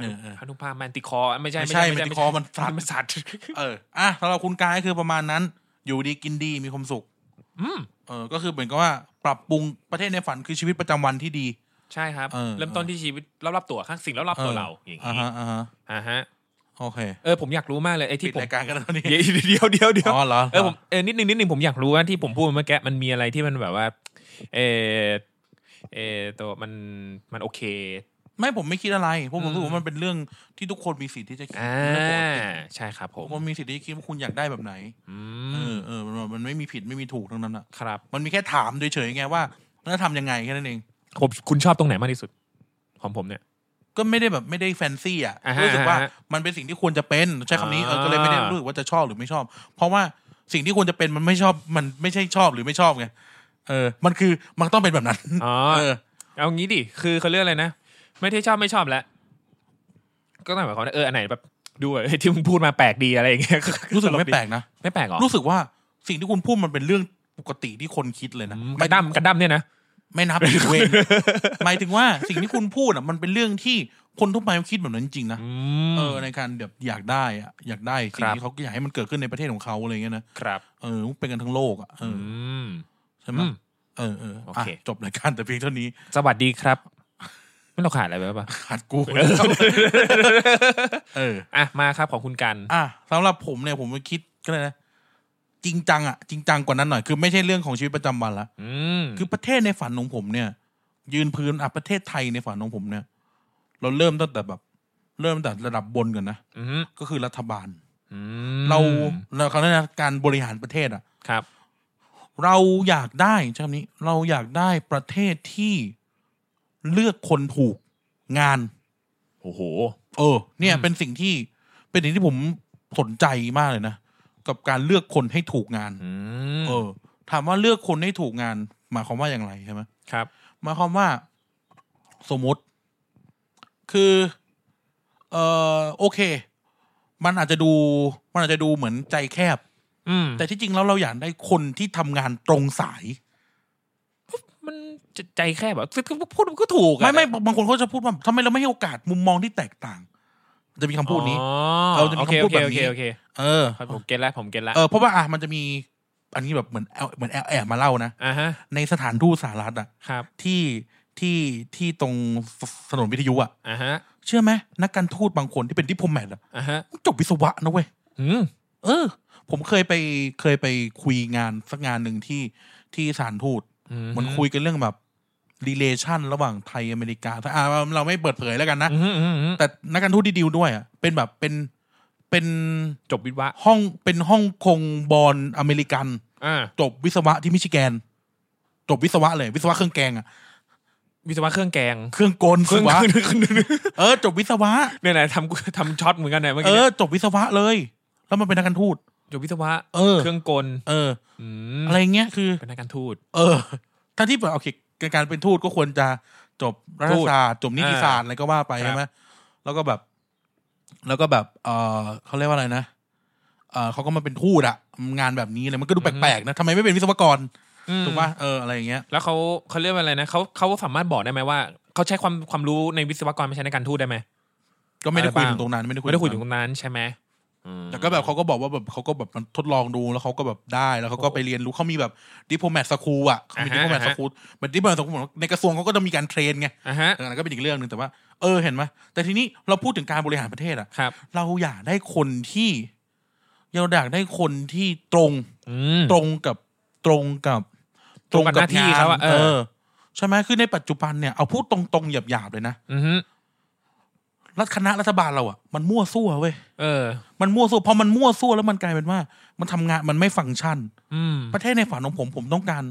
เออเออ
อนุภาคแมนติคอร์ไม่ใช่
ไม่ใช่แมนติคอร์มันสัตว์
มันสัตว์
เออ อ่ะสำหรับคุณกายคือประมาณนั้น อยู่ดีกินดีมีความสุข
อืม
เออ ก็คือเหมือนกับว่า ปรับปรุงประเทศในฝันคือชีวิตประจำวันที่ดี
ใช่ครับ
เออ
เริ่มต้นที่ชีวิตรอบๆตัวข้างสิ่งรอบๆตัว
เออ
เราอย่าง
อ่า
นี้
ฮะ อ่าฮะ
อ่าฮะ
โอเค
เออผมอยากรู้มากเลยไอ้
ที่
ที่ผม
รายการกันแล้วตอนนี้
เดี๋ยว เดี๋ยวเดี๋ยวเดี๋ยว
อ๋อเหรอ
เออผมเออนิดนึงนิดนึงผมอยากรู้ว่าที่ผมพูดเมื่อกี้มันมีอะไรที่มันแบบว่า เออเออตัวมันมันโอเค
ไม่ผมไม่คิดอะไรเพราะผม
อืม
รู้สึกว่ามันเป็นเรื่องที่ทุกคนมีสิทธิ์ที่จะคิด
อ่า
เรื่องปกติ
ใช่ครับ ผม
ทุกคนมีสิทธิ์ที่จะคิดว่าคุณอยากได้แบบไหน
อื
เอ
ม
อ เออ มันมันมันไม่มีผิดไม่มีถูกทั้งนั้นอ่ะ
ครับ
มันมีแค่ถามเฉยๆไงว่าแล้วทำยังไงแค่นั้นเอง
ผมคุณชอบตรงไหนมากที่สุด ของผมเนี่ย
ก็ไม่ได้แบบไม่ได้แฟนซี่อ่ะ
อ่าฮะ
รู้สึกว่า
อ่าฮะ
มันเป็นสิ่งที่ควรจะเป็นใช้คำนี้เออ
อ่า
ก็เลยไม่ได้รู้สึกว่าจะชอบหรือไม่ชอบ เพราะว่าสิ่งที่ควรจะเป็นมันไม่ชอบมันไม่ใช่ชอบหรือไม่ชอบไง เออ มันคือมันต้องเป็นแบบนั้น
อ๋อ
เออ
เอางี้ดิ คือเขาเลือกอะไรนะ ไม่ได้ชอบไม่ชอบแล้ว ก็ต้องหมายความว่าเออ อันไหนแบบดูแบบเฮ้ยที่ มึงพูดมาแปลกดีอะไรอย่างเงี้ย
รู้สึกไม่แปลกนะ
ไม่แปลกเหรอ
รู้สึกว่าสิ่งที่คุณพูดมันเป็นเรื่องปกติที่คนคิดเลยนะ
อืมก
ไม่
ระดั้มกระดั้มเนี่ยนะ
ไม่นับอีก เวร หมายถึงว่าสิ่งที่คุณพูดอ่ะมันเป็นเรื่องที่คนทั่วไปเขาคิดแบบนั้นจริงๆนะ
อื
เอ
ม
อในการแบบอยากได้อะอยากได้สิ่ง
ครับ
ที่เขาอยากให้มันเกิดขึ้นในประเทศของเขาอะไรเงี้ยนะครับ เออเป็นกันทั้งโลกอ่ะเอ
อื
ออ
ม
ใช่ไหม
อืม
เออเออ
โอ
อ่ะ
เค
จบรายการแต่เพียงเท่านี้
สวัสดีครับ ไม่เราขาดอะไรไปปะ
ขาดกูเออ
อ่ะมาครับของคุณกัน
อ่ะสำหรับผมเนี่ยผมคิดก็เลยกนะจริงจังอ่ะจริงจังกว่านั้นหน่อยคือไม่ใช่เรื่องของชีวิตประจำวันละ
อืม
คือประเทศในฝันของผมเนี่ย ยืนพื้นอ่ะประเทศไทยในฝันของผมเนี่ย เราเริ่มตั้งแต่แบบ เริ่มตั้งแต่ระดับบนกันนะ
อืม
ก็คือรัฐบาล
อืม
เราเราเขาเรียกนะการบริหารประเทศอ่ะ
ครับ
เราอยากได้ใช่คำนี้ เราอยากได้ประเทศที่เลือกคนถูกงาน
โอ้โห
เออ เนี่ย
อืม
เป็นสิ่งที่เป็นสิ่งที่ผมสนใจมากเลยนะ กับการเลือกคนให้ถูกงาน
อืม
เออ ถามว่าเลือกคนให้ถูกงาน หมายความว่าอย่างไรใช่ไหม
ครับ
หมายความว่า สมมติ คือ เออโอเค มันอาจจะดู มันอาจจะดูเหมือนใจแคบ
อืม
แต่ที่จริงแล้วเราอยากได้คนที่ทำงานตรงสาย
มันจะใจแคบแบบพูดมันก็ถูกอะ
ไม่ไม่บางคนเขาจะพูดว่าทำไมเราไม่ให้โอกาสมุมมองที่แตกต่าง จะมีคำพูดนี้
อ๋อ
เราจะมี
โอเค
คำพูดแบบนี้
โอเคโอเคโอ
เออ
เคครับผมเก็ตแล้วผมเก็ตแล้ว
เออเพราะว่าอ่ะมันจะมี อันนี้แบบเหมือนแอบเหมือนแอบแอบมาเล่านะ
อ่าฮะ
ในสถานทูตสหรัฐอ่ะ
ครับ
ที่ที่ที่ตรงถนนวิทยุอ่ะ
อ่าฮะ
เชื่อไหมนักการทูตบางคนที่เป็นดิพโพแมตอ่ะ
อ่าฮะ
จบวิศวะนะเว้ย
อืม
เออ ผมเคยไปเคยไปคุยงานสักงานหนึ่งที่ที่สถานทูต เหมันคุยกันเรื่องแบบ relation ระหว่างไทยอเมริกาถ้าอ่ะเราไม่เปิดเผยแล้วกันนะ
อืมอืมอืม
แต่นักการทูตที่ดีลด้วยอ่ะเป็นแบบเป็นเป็น
จบวิทย์วะ
ห้องเป็นห้องคงบอลอเมริกัน
อ่า
จบวิศวะที่มิชิแกน จบวิศวะเลย วิศวะเครื่องแกงอ่ะ
วิศวะเครื่องแกง
เครื่องกล
เครื่อง
วะ
เครื่อง
เออ จบวิศวะ
เนี่ยนะทำกู ทำช็อตเหมือนกันเนี่ยเมื่อ
เอ
กี้
อ
เนี่ย
จบวิศวะเลย แล้วมันเป็นนักการทูต
จบวิศวะ
เออ
เครื่องกล
เออ
อืม
อะไรเงี้ยคือ
เป็นนักการทูต
เออถ้าที่แบบโอเคการเป็นทูตก็ควรจะจบรัฐศาสตร์จบนิติศาสตร์อะไรก็ว่าไป
ครับ
ใช่ไหมแล้วก็แบบ แล้วก็แบบ เออเขาเรียกว่าอะไรนะเออเขาก็มาเป็นทูตอะงานแบบนี้เลยมันก็ดูแปลกๆนะทำไมไม่เป็นวิศวกร
อืม
ถูกป่ะเอออะไรอย่างเงี้ย
แล้วเขาเขาเรียกว่าอะไรนะเขาเขาสามารถบอกได้ไหมว่าเขาใช้ความความรู้ในวิศวกรมาใช้ในการทูตได้ไหม
ก็ไม่ได้
อะไร
คุย
บ้าง
ถึงตรงนั้นไม่ได้คุย
ไม่ได้คุยถึ
ถึ
ง
ง
ต
ตรงนั้น
รงนั้นใช่ไหมอืม
แต่ก็แบบเขาก็บอกว่าแบบเขาก็แบบมันทดลองดูแล้วเขาก็แบบได้แล้วเขาก็ไปเรียนรู้เขามีแบบดิโพแมทสคูลอะเขามีดิโพแมทสคูลเหมือนดิโพแมทสคูลในกระทรวงเขาก็จะมีการเทรนไง
อ่ะฮะ
เอออันนั้นก็เป็นอีกเรื่องหนึ่งแต่ว่าเออเห็นไหมแต่ทีนี้เราพูดถึงการบริหารประเทศอะ
ครับ
เราอยากได้คนที่เราอยากได้คนที่ตรง
อืม
ตรงกับตรงกับ
ตรงกับหน้าที่
ง
เขาอะเออ
ใช่ไหมคือในปัจจุบันเนี่ยเอาพูดตรงๆหยาบๆเลยนะ
อือฮึ
รัฐคณะรัฐบาลเราอ่ะมันมั่วซั่วเว้ย
เออ
มันมั่วซั่วพอมันมั่วซั่วแล้วมันกลายเป็นว่า มันทำงานมันไม่ฟังก์ชัน
อืม
ประเทศในฝันของผมผมต้องการ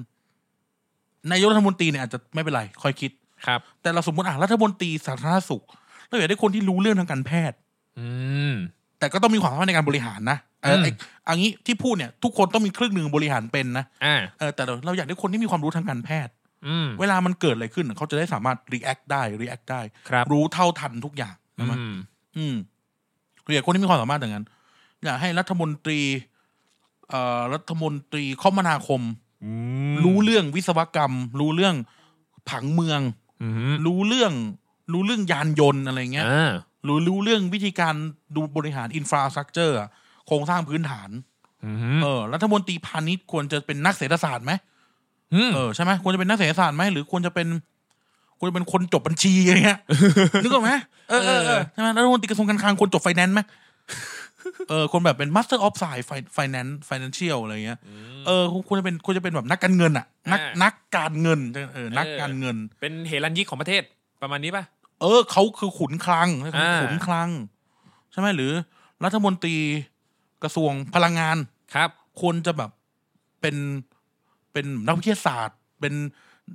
นายกรัฐมนตรีเนี่ยอาจจะไม่เป็นไรคอยคิด
ครับ
แต่เราสมมติอ่ะรัฐมนตรีสาธารณสุขเราอยากได้คนที่รู้เรื่องทางการแพทย์
อืม
แต่ก็ต้องมีความสามารถในการบริหารนะเอออ
ม
ไอ้อันนี้ที่พูดเนี่ย ทุกคนต้องมีครึ่งหนึ่งบริหารเป็นนะ
อ่า
เออแต่เราเราอยากได้คนที่มีความรู้ทางการแพทย์
อืม
เวลามันเกิดอะไรขึ้น เขาจะได้สามารถ react ได้ react ได้
ครับ
รู้เท่าทันทุกอย่าง
อื
ใช่ไหม
ม
อืมเราอยากคนที่มีความสามารถอย่างนั้นอยากให้รัฐมนตรีเอ่อรัฐมนตรีคมนาคม
อืม
รู้เรื่องวิศวกรรม รู้เรื่องผังเมือง
อืม
รู้เรื่อง รู้เรื่องยานยนต์อะไรเงี้ย
อ่า
รู้รู้เรื่องวิธีการดูบริหารอินฟราสตรักเจอร์โครงสร้างพื้นฐาน
อืม
เออรัฐมนตรีพาณิชย์ควรจะเป็นนักเศรษฐศาสตร์ไหม
อืม
เออใช่ไหมควรจะเป็นนักเศรษฐศาสตร์ไหมหรือควรจะเป็นควรจะเป็นคนจบบัญชีอะไรเงี้ย นึกออกไหมเออเออเออใช่ไหมรัฐมนตรีกระทรวงการคลังควรจบไฟแนนซ์ไหมเออคนแบบเป็น master of science Fin- finance financial อะไรเงี้ยเออควรจะเป็นควรจะเป็นแบบนักการเงินอ่ะ นักนักการเงินเออนักการเงิน
เป็นเฮลันยิกของประเทศประมาณนี้ป่ะ
เออเขาคือขุนคลัง
อ่า
ขุนคลัง ใช่ไหมหรือ รัฐมนตรีกระทรวงพลังงาน
ครับ
ควรจะแบบเป็นเป็นนักวิทยาศาสตร์ เป็น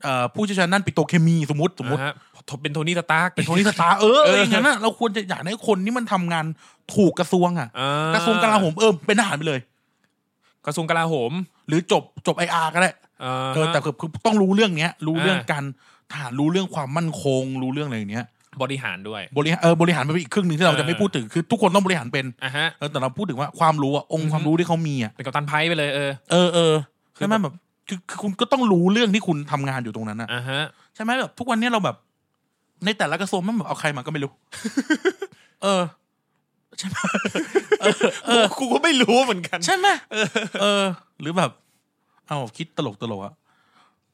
เอ่อผู้เชี่ยวชาญด้านปิโตรเคมีสมมติสมมติ
อ่าฮะเป็นโทนี่สตาร์ก
เป็นโทนี่สตาร์เอออะไรอย่างนั้นนะเราควรจะอยากได้คนที่มันทำงานถูกกระทรวงอ่ะ
อ่าก
ระทรวงกลาโหมเออเป็นทหารไปเลย
กระทรวงกลาโหม
หรือจบจบไออาร์ก็ได้
เออ
เออแต่คือคือต้องรู้เรื่องเนี้ย รู้เรื่อง
อ่า
การทหารรู้เรื่องความมั่นคง รู้เรื่องอะไรอย่างเนี้ย
บริหารด้วย
บริหารเออบริหารมันเป็นอีกครึ่งหนึ่งที่เรา
เออ
จะไม่พูดถึงคือทุกคนต้องบริหารเป็น
อ่ะฮะ
เออแต่เราพูดถึงว่าความรู้อะองค์
อือฮึ
ความรู้ที่เขามีอะ
เป็นกัปตันไพ่ไปเลยเออ
เออเออ
คือ
ใช่ไหมแบบคือคือคุณก็ต้องรู้เรื่องที่คุณทำงานอยู่ตรงนั้น อะ
อ่ะฮะ
ใช่ไหมแบบทุกวันเนี้ยเราแบบ ในแต่ละกระทรวงมันแบบเอาใครมาก็ไม่รู้ เออ
เออกูก็ไม่รู้เหมือนกัน
ใช่ไหมเออ หรือแบบ เอาคิดตลกตลกอะ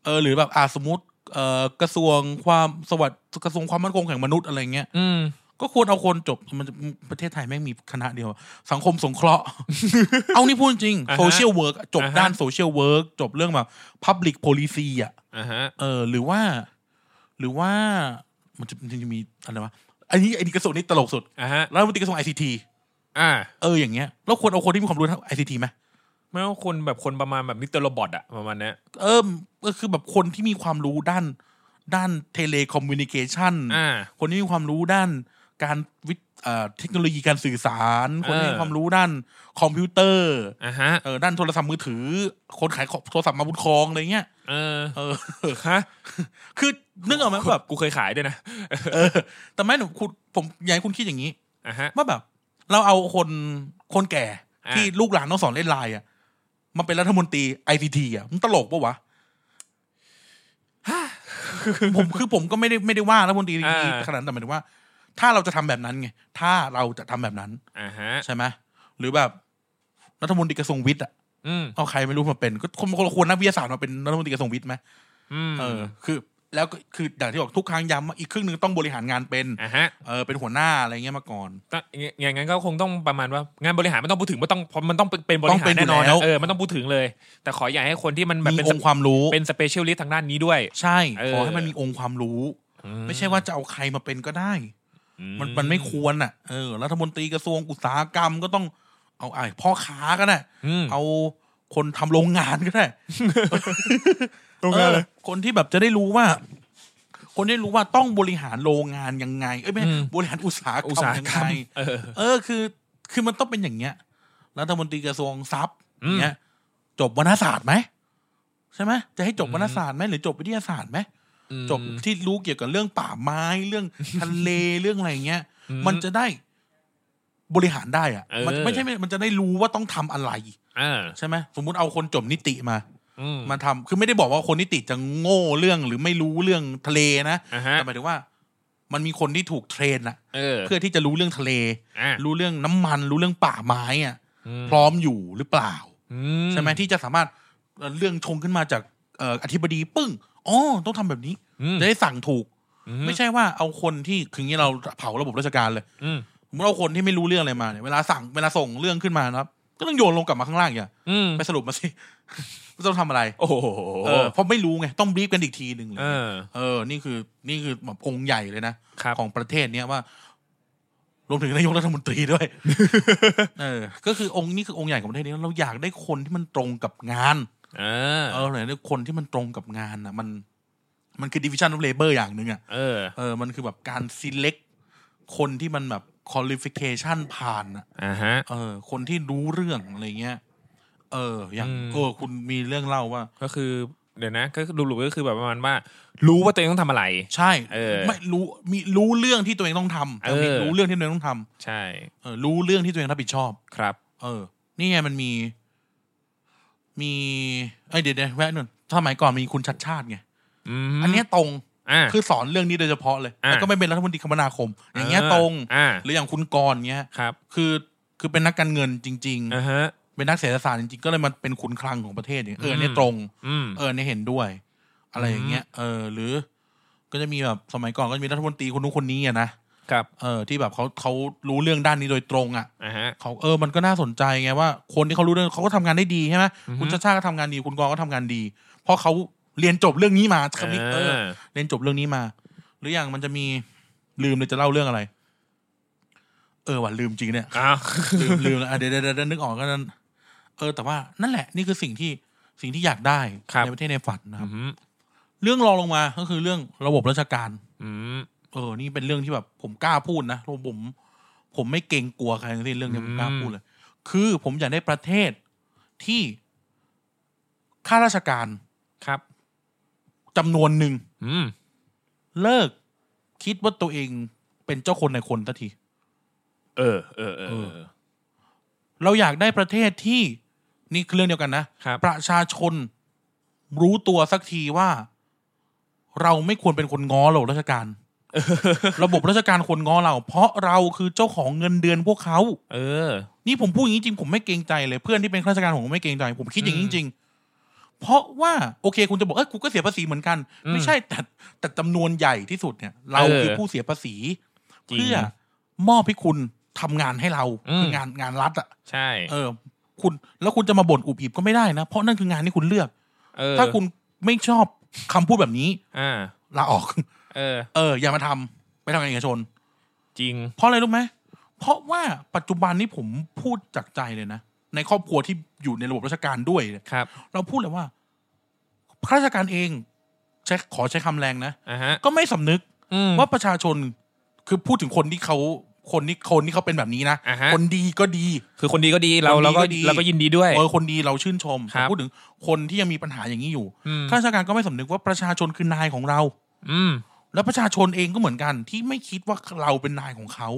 เออ หรือแบบอ่าสมมติเอ่อกระทรวงความสวัสดกระทรวงความมั่นคงแห่งมนุษย์อะไรเงี้ย
อืม
ก็ควรเอาคนจบมันจะประเทศไทยแม่งมีคณะเดียว สังคมสงเคราะห์ เอานี่พูดจริง
อ่าฮะ
โซเชียลเวิร์กจบ
อ่าฮะ
ด้านโซเชียลเวิร์กจบเรื่องแบบพับลิกโพลิซีอ่ะ
อ่ะฮะ
เออ หรือว่า หรือว่ามันจะมันจะมีอะไรวะอันนี้อันนี้กระทรวงนี้ตลกสุด
อ่ะฮะ
แล้วมันติกระทรวงไอซีที
อ่ะ
เอออย่างเงี้ยแล้วควรเอาคนที่มีความรู้ทางไอซีทีไหม
ไม่ว่าคนแบบคนประมาณแบบมิสเตอร์โรบอทอะประมาณเนี้ย
เออก็คือแบบคนที่มีความรู้ด้าน ด้านเทเลคอมมิวนิเคชัน
อ่า
คนที่มีความรู้ด้านการวิทย์เอ่อเทคโนโลยีการสื่อสาร คนที่
เออ
มีความรู้ด้านคอมพิวเตอร์
อ่ะฮะ
เออด้านโทรศัพท์มือถือ คนขายของโทรศัพท์มาบุญครองอะไรเงี้ย
เออ
เออ
ฮะ
คือนึกออกไหม
แบ
แบบ บ
กูเคยขายด้วยนะ
เออ แต่ไม่หนูคุณผมอยากให้คุณคิดอย่างนี้
อ่ะฮะ
ว่าแบบ เราเอาคนคนแก่
อ่ะ
ที่ลูกหลานต้องสอนเล่นไลน์อ่ะมาเป็นรัฐมนตรีไอทีทีอ่ะมันตลกปะวะ ผมคือผมก็ไม่ได้ไม่ได้ว่ารัฐมนตรี ICT ขนาดนั้นแต่หมายถึงว่า ถ้าเราจะทำแบบนั้นไงถ้าเราจะทำแบบนั้น
อ่ะฮะ
ใช่ไหมหรือแบบรัฐมนตรีกระทรวงวิทย์อะ
อืม
เอาใครไม่รู้มาเป็น ก็คนคนควรนักวิทยาศาสตร์มาเป็นรัฐมนตรีกระทรวงวิทย์ไหม
อืม
เออคือ แล้วก็คืออย่างที่บอกทุกครั้งย้ำว่าอีกครึ่งหนึ่งต้องบริหารงานเป็น
อ่ะฮะ
เออเป็นหัวหน้าอะไรเงี้ยมาก่อน
ก็อย่างงั้นก็คงต้องประมาณว่างานบริหารไม่ต้องพูดถึงมันต้องเพราะมันต้องเป็นบริ
ต้อง
หา
เป็
ร
นอยู่
แน่นอน
แล้ว
นะเออมันต้องพูดถึงเลย แต่ขออยากให้คนที่มันแบบ
มี
เป็น
องค์ความรู้
เป็นสเปเชียลิสต์ทางด้านนี้ด้วย
ใช่
เออ
ขอให้มันมีองค์ความรู้ ไม่ใช่ว่าจะเอาใครมาเป็นก็ได้
อื
มันมันไม่ควรอ่ะเออรัฐมนตรีกระทรวงอุตสาหกรรมก็ต้องเอาไอ้พ่อค้าก็ได้
อืม
เอาคนทำโรงงานก็ได้ เออคนที่แบบจะได้รู้ว่า คนได้รู้ว่าต้องบริหารโรงงานยังไง เอ้ยไม่ใช่
อืม
บริหารอุตสาหกร
อุต
ร
สาห
มยัง
กรร
ไง
มเออ
เออคือ คือมันต้องเป็นอย่างเงี้ยรัฐมนตรีกระทรวงทรัพย์
อืม
เนี้ยจบวรรณศาสตร์ไหมใช่ไหมจะให้จบวรรณศาสตร์ไหมหรือจบวิทยาศาสตร์ไหมจบที่รู้เกี่ยวกับเรื่องป่าไม้เรื่องทะเลเรื่องอะไรอย่างเงี้ย
อื
มันจะได้บริหารได้อะ
เออ
มันไม่ใช่มันจะได้รู้ว่าต้องทำอะไร
อ่า
ใช่ไหมสมมุติเอาคนจบนิติมา
อืม
มาทำคือไม่ได้บอกว่าคนที่ติดจะโง่เรื่องหรือไม่รู้เรื่องทะเลนะ
อ่ะฮะ
แต่หมายถึงว่า มันมีคนที่ถูกเทรนอะ
เออ
เพื่อที่จะรู้เรื่องทะเล
อ่ะ
รู้เรื่องน้ำมัน รู้เรื่องป่าไม้อะ
ม
พร้อมอยู่หรือเปล่า
อื
ใช่ไหมที่จะสามารถเอ่อเรื่องชงขึ้นมาจากเอ่ออธิบดีปึ้งอ๋อต้องทำแบบนี้
อืม
จะได้สั่งถูก
อื
ไม่ใช่ว่าเอาคนที่คืองี้เราเผาระบบราชการเลย
อืม
สมมติเอาคนที่ไม่รู้เรื่องอะไรมาเนี่ยเวลาสั่งเวลาส่งเรื่องขึ้นมานะครับ ก็ต้องโยนลงกลับมาข้างล่างอย่าง
อืม
ไปสรุปมาสิ ว่าต้องทำอะไร
โอ้โห
เออเพราะไม่รู้ไง ต้องบรีฟกันอีกทีหนึ่งเลย
เออ
เออ นี่คือ นี่คือแบบองค์ใหญ่เลยนะ
ครับ
ของประเทศเนี้ยว่า รวมถึงนายกรัฐมนตรี ด้วย เออ ก็คือองค์นี่คือองค์ใหญ่ของประเทศนี้เราอยากได้คนที่มันตรงกับงาน
เออ
เออเราอยากได้คนที่มันตรงกับงานนะมัน มันคือ division of labor อย่างหนึ่งอ่ะ
เออ
เออ มันคือแบบการ select คนที่มันแบบ qualification ผ่านอ่ะ
อ่ะฮะ
เออ คนที่รู้เรื่องอะไรเงี้ย เออ อย่าง
อืม
เออ คุณมีเรื่องเล่าว่า
ก็คือเดี๋ยวนะก็คือหลุปๆก็คือแบบประมาณว่า รู้ว่าตัวเองต้องทำอะไร
ใช่
เออ
ไม่รู้มีรู้เรื่องที่ตัวเองต้องทำ
เออ
แต่มีรู้เรื่องที่ตัวเองต้องท
ใช่
ำเออรู้เรื่องที่ตัวเองรับผิดชอบ
ครับ
เออ นี่ไงมันมี มีไอยเดี๋ยวเดี๋ยวแวะหนึ่งสมัยก่อนมีคุณชัดชาติไง
อืม
อันเนี้ยตรง
อ่ะ
คือสอนเรื่องนี้โดยเฉพาะเลย
อ่ะ
แล้วก็ไม่เป็นรัฐมนตรีคมนาคม อย่างเงี้ยตรง
อ่า
หรืออย่างคุณกรณ์เงี้ย
ครับ
คือคือเป็นนักการเงินจริง
อ่าฮะ
ๆ เป็นนักเศรษฐศาสตร์จริงๆก็เลยมาเป็นขุนคลังของประเทศเนี่ยเอออนเนี่ย
อืม
ตรง
อืม
เออเนี่ยเห็นด้วย อะไรอย่างเงี้ยเออ หรือ ก็จะมีแบบสมัยก่อนก็จะมีรัฐมนตรีคนนู้นคนนี้อะนะครับ เออที่แบบเขาเขารู้เรื่องด้านนี้โดยตรงอ่ะ
อ่าฮะ
เขาเออมันก็น่าสนใจไงว่า คนที่เขารู้เรื่องเขาก็ทำงานได้ดีใช่ไหม
อือฮึ
คุณชาชาติก็ทำงานดีคุณกรก็ทำงานดี เพราะเขาเรียนจบเรื่องนี้มาคำนี้เออ เรียนจบเรื่องนี้มา หรืออย่างมันจะมีลืมเลยจะเล่าเรื่องอะไร เออว่ะลืมจริงเนี่ย
อ้าว
ลืมลืมแล้วอ่ะเดี๋ยวเดี๋ยวเดี๋ยวนึกออกก็นั้นเออ แต่ว่านั่นแหละ นี่คือสิ่งที่สิ่งที่อยากได้
ครับ
ในประเทศในฝันนะครับ
อืม
เรื่องรองลงมาก็คือเรื่องระบบราชการ
อืม
เออ นี่เป็นเรื่องที่แบบผมกล้าพูดนะเพราะผม ผมไม่เกรงกลัวใครทั้งสิ้นเรื่องนี้
อืม
ผมกล้าพูดเลย คือผมอยากได้ประเทศที่ข้าราชการ จำนวนหนึ่ง
อืม
เลิก คิดว่าตัวเองเป็นเจ้าคนในคนทันที
เออเออเออเออ
เราอยากได้ประเทศที่นี่คือเรื่องเดียวกันนะครับ ประชาชนรู้ตัวสักทีว่า เราไม่ควรเป็นคนง้อระบบราชการ ระบบราชการควรง้อเรา เพราะเราคือเจ้าของเงินเดือนพวกเขา
เออ
นี่ผมพูดอย่างนี้จริงผมไม่เกรงใจเลยเพื่อนที่เป็นข้าราชการผมก็ไม่เกรงใจ ผมคิดอย่างนี้จริงๆเพราะว่าโอเค คุณจะบอกเออกูก็เสียภาษีเหมือนกัน ไม่ใช่แต่แต่จำนวนใหญ่ที่สุดเนี่ย เรา
เออ
คือผู้เสียภาษี
จริง
เพื่อมอบให้คุณทำงานให้เรา
อืม
คืองานงานรัฐอ่ะ
ใช่
เออ คุณแล้วคุณจะมาบ่นอุบอิบก็ไม่ได้นะ เพราะนั่นคืองานที่คุณเลือก
เออ
ถ้าคุณไม่ชอบคำพูดแบบนี้
อ่า
ลาออก
เออ
เออ อย่ามาทำไปทำงานเอกชน
จริง
เพราะอะไรรู้ไหม เพราะว่าปัจจุบันนี้ผมพูดจากใจเลยนะ ในครอบครัวที่อยู่ในระบบราชการด้วยเนี่ย
ครับ
เราพูดเลยว่าข้าราชการเองใช้ขอใช้คำแรงนะ
อ่ะฮะ
ก็ไม่สำนึก
อืม
ว่าประชาชนคือพูดถึงคนที่เขาคนที่คนที่เขาเป็นแบบนี้นะ
อ่าฮะ
คนดีก็ดี
คือคนดีก็ดีเราเราก็
คนดีก็ดี
เราก็ยินดีด้วย
เออคนดีเราชื่นชม
ครับ
แต่พูดถึงคนที่ยังมีปัญหาอย่างนี้อยู่
อืม
ข้าราชการก็ไม่สำนึกว่าประชาชนคือนายของเรา
อืม
และประชาชนเองก็เหมือนกัน ที่ไม่คิดว่าเราเป็นนายของเขา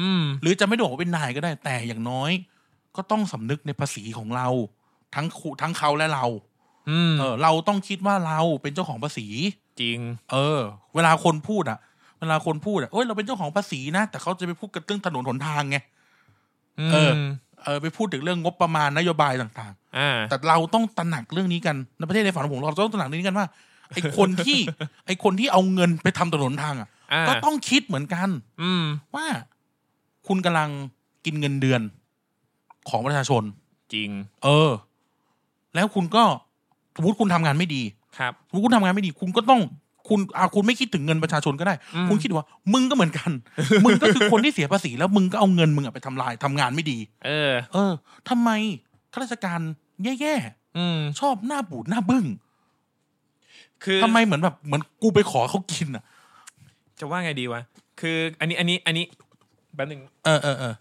อืม
หรือจะไม่ได้บอกว่าเป็นนายก็ได้แต่อย่างน้อย ก็ต้องสำนึกในภาษีของเรา ทั้งคุทั้งเขาและเรา
อืม
เออ เราต้องคิดว่าเราเป็นเจ้าของภาษี
จริง
เออ เวลาคนพูดอะเวลาคนพูดอะเอ้ยเราเป็นเจ้าของภาษีนะแต่เขาจะไปพูดกันเรื่องถนนหนทางไง เออ เออไปพูดถึงเรื่องงบประมาณนโยบายต่าง
อ่า
ๆ แต่เราต้องตระหนักเรื่องนี้กันในประเทศในฝันของผมเราต้องตระหนักเรื่องนี้กันว่าไอ้คนที่ ไอ้คนที่เอาเงินไปทำถนนทางอะ
อ่า
ก็ต้องคิดเหมือนกัน
อืม
ว่าคุณกำลังกินเงินเดือนของประชาชน
จริง
เออ แล้วคุณก็สมมติคุณทำงานไม่ดี
ครับ
สมมติคุณทำงานไม่ดี คุณก็ต้องคุณอาคุณไม่คิดถึงเงินประชาชนก็ได้
อืม
คุณคิดว่า มึงก็เหมือนกัน มึงก็คือคนที่เสียภาษีแล้วมึงก็เอาเงินมึงอะไปทำลายทำงานไม่ดี
เออ
เออทำไมข้าราชการแย่
อืม
ๆชอบหน้าบูดหน้าบึ้ง
คือ
ทำไมเหมือนแบบเหมือนกูไปขอเขากินอ่ะ
จะว่าไงดีวะ คืออันนี้อันนี้อันนี้แป๊บหนึ่ง
เออเออเออ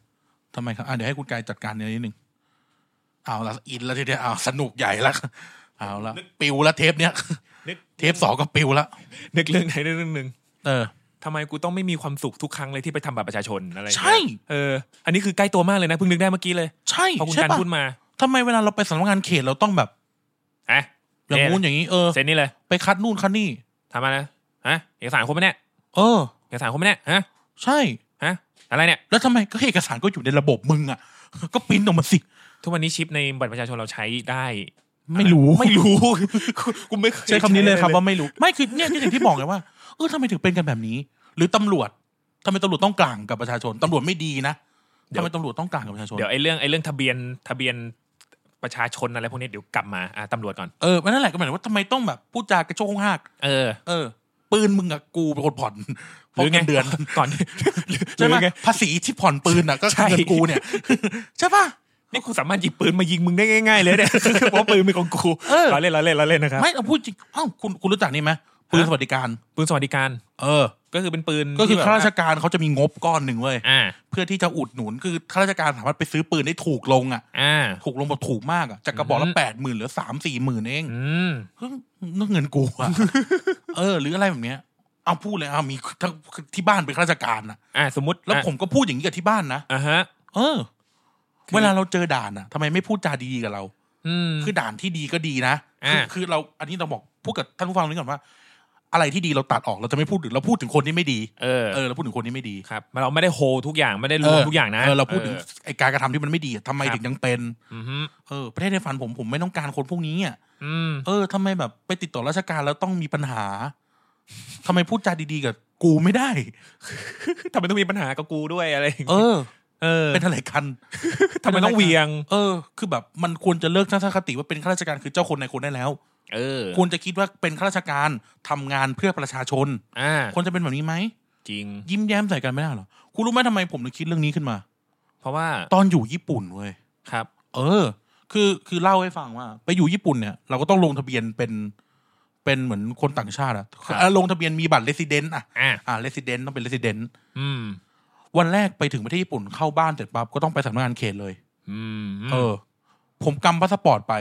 ทำไมครับอ่ะเดี๋ยวให้คุณกายจัดการในนี้หนึ่งเอาละอินแล้วทีเดียวเอาสนุกใหญ่ละเอาละปิวละเทปเนี้ย
นึก
เทปสองก็ปิวละ
นึกเรื่องไหนเรื่องหนึ่ง
เออ
ทำไมกูต้องไม่มีความสุขทุกครั้งเลยที่ไปทำบัตรประชาชนอะไรอย่าง
ใช่
เงี้ยเออ อันนี้คือใกล้ตัวมากเลยนะเพิ่งนึกได้เมื่อกี้เลย
ใช่
พอคุณ
ใช่
การ
ปะ
พูดมา
ทำไมเวลาเราไปสำนักงานเขตเราต้องแบบ
อ่ะ
อย่างงู้นอย่างนี้เออ
เซ็นนี่เลย
ไปคัดนู่นคัดนี่
ทำมาแล้วฮะเอกสารครบไหมเนี่ย
เออ
เอกสารครบไหมเนี่ยฮะ
ใช่
ฮะอะไรเนี่ย
แล้วทำไมก็เอกสารก็อยู่ในระบบมึงอ่ะ ก็ปริ้นออกมาสิ
ทุกวันนี้ชิปในบัตรประชาชนเราใช้ได้
ไม่รู้
ไม่รู้ กูไม่เย
ใช้คำนี้เลยครับว่าไม่รู้ ไม่คือเนี่ยคืออย่างที่บอกไงว่าเออทำไมถึงเป็นกันแบบนี้ หรือตำรวจทำไมตำรวจต้องกลางกับประชาชนตำรวจไม่ดีนะทำไมตำรวจต้องกลางกับประชาชน
เดี๋ยวไอ้เรื่องไอ้เรื่องทะเบียนทะเบียนประชาชนอะไรพวกนี้เดี๋ยวกลับมาอ่ะตำรวจก่อน
เออมันนั่นแหละก็หมายถึงว่าทำไมต้องแบบพูดจากระโชกหัก
เออ
เออ ปืนมึงอะกูเป็นคนผ่อนเพราะเงินเดือน
ก่อน
ใช่
ใช่
ไห
ไห
ม
ม
ภาษีที่ผ่อนปืนอะก็
ใช่
คือเงินกูเนี่ย ใช่ปะ
นี่กูสามารถหยิบปืนมายิงมึงได้ง่ายๆเลย เนี่ย เพราะปืนเป็นของกู
เออ
เราเล่นเราเล่นเราเล่นนะครับ
ไม่เอาพูดจริงเอ้าคุณคุณรู้จักนี่ไหมปืน
ฮะ
สวัสดิการ
ปืนสวัสดิการ
เออ
ก็คือเป็นปืน
ก็คือ
ที่แบบ
ข้าราชการเขาจะมีงบก้อนหนึ่งเว้ย
อ่า
เพื่อที่จะอุดหนุนคือข้าราชการสามารถไปซื้อปืนได้ถูกลงอะ
อ่า
ถูกลงแบบถูกมากอะจากกระบอกละ
อืม
แปดหมื่นเหลือสามสี่หมื่นเอง
อืม
เฮ้ยนั่นเงินกูอะ เออ หรืออะไรแบบเนี้ยเอาพูดเลยเอามีทั้งที่บ้านเป็นข้าราชการอะ
อ่าสมมติ
แล้ว
อ่ะ
ผมก็พูดอย่างนี้กับที่บ้านนะ
อ่าฮะ
เออ
คือ
เวลาเราเจอด่านอะทำไมไม่พูดจาดีๆกับเรา
อืม
คือด่านที่ดีก็ดีนะคือ
อ่า
คือเราอันนี้เราบอกพูดกับท่านผู้ฟังนี้ก่อนว่า อะไรที่ดีเราตัดออกเราจะไม่พูดถึงเราพูดถึงคนที่ไม่ดี
เออ
เออเราพูดถึงคนที่ไม่ดี
ครับเราไม่ได้โฮทุกอย่างไม่ได้รวมทุกอย่างนะ
เออเราพูดถึงไอการกระทำที่มันไม่ดีอะทำไม
ครับ
ถึงยังเป็น
อือฮึ
เออประเทศในฝันผมผมไม่ต้องการคนพวกนี้อะ
อืม
เออทำไมแบบไปติดต่อราชการแล้วต้องมีปัญหาทำไมพูดจาดีๆกับกูไม่ได้
ทำไมต้องมีปัญหากับกูด้วยอะไรอย่าง
เอ
เงี้ย
อ
เออ
เป็นอะไรกัน
ทำไมต้องเวียง
เออ คือแบบมันควรจะเลิกทัศนคติว่าเป็นข้าราชการคือเจ้าคนในายคนได้แล้ว
เออ
ควรจะคิดว่าเป็นข้าราชการทำงานเพื่อประชาชน
อ่า
ควรจะเป็นแบบนี้ไหม
จริง
ยิ้มแย้มใส่กันไม่ได้หรอคุณรู้ไหมทำไมผมถึงคิดเรื่องนี้ขึ้นมา
เพราะว่า
ตอนอยู่ญี่ปุ่นเว้ย
ครับ
เออ คือคือเล่าให้ฟังว่า ไปอยู่ญี่ปุ่นเนี่ยเราก็ต้องลงทะเบียนเป็นเป็นเหมือนคนต่างชาติอะ
ครับ
เอ่อลงทะเบียนมีบัตรเลสซิเดนต์อะ
อ่า
อ่าเลสิเดนต้องเป็นเลสิเดน
อืม
วันแรกไปถึงประเทศญี่ปุ่นเข้าบ้านเสร็จปั๊บก็ต้องไปสำนักงานเขตเลย
อืม
เออ ผมกำพาสปอร์ตไป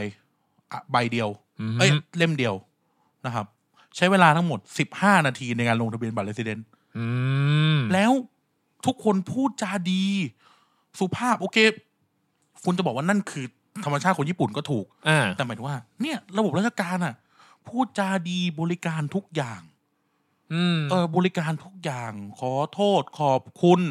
อ่ะใบเดียว
อืม
เอ้ย เล่มเดียวนะครับ ใช้เวลาทั้งหมด 15 นาทีในการลงทะเบียนบัตรเลสเดน
อืม
แล้วทุกคนพูดจาดี สุภาพโอเค คุณจะบอกว่านั่นคือ ธรรมชาติคนญี่ปุ่นก็ถูก
อ่า
แต่หมายถึงว่า เนี่ยระบบราชการอ่ะ พูดจาดีบริการทุกอย่าง
อืม
เออบริการทุกอย่าง ขอโทษขอบคุณ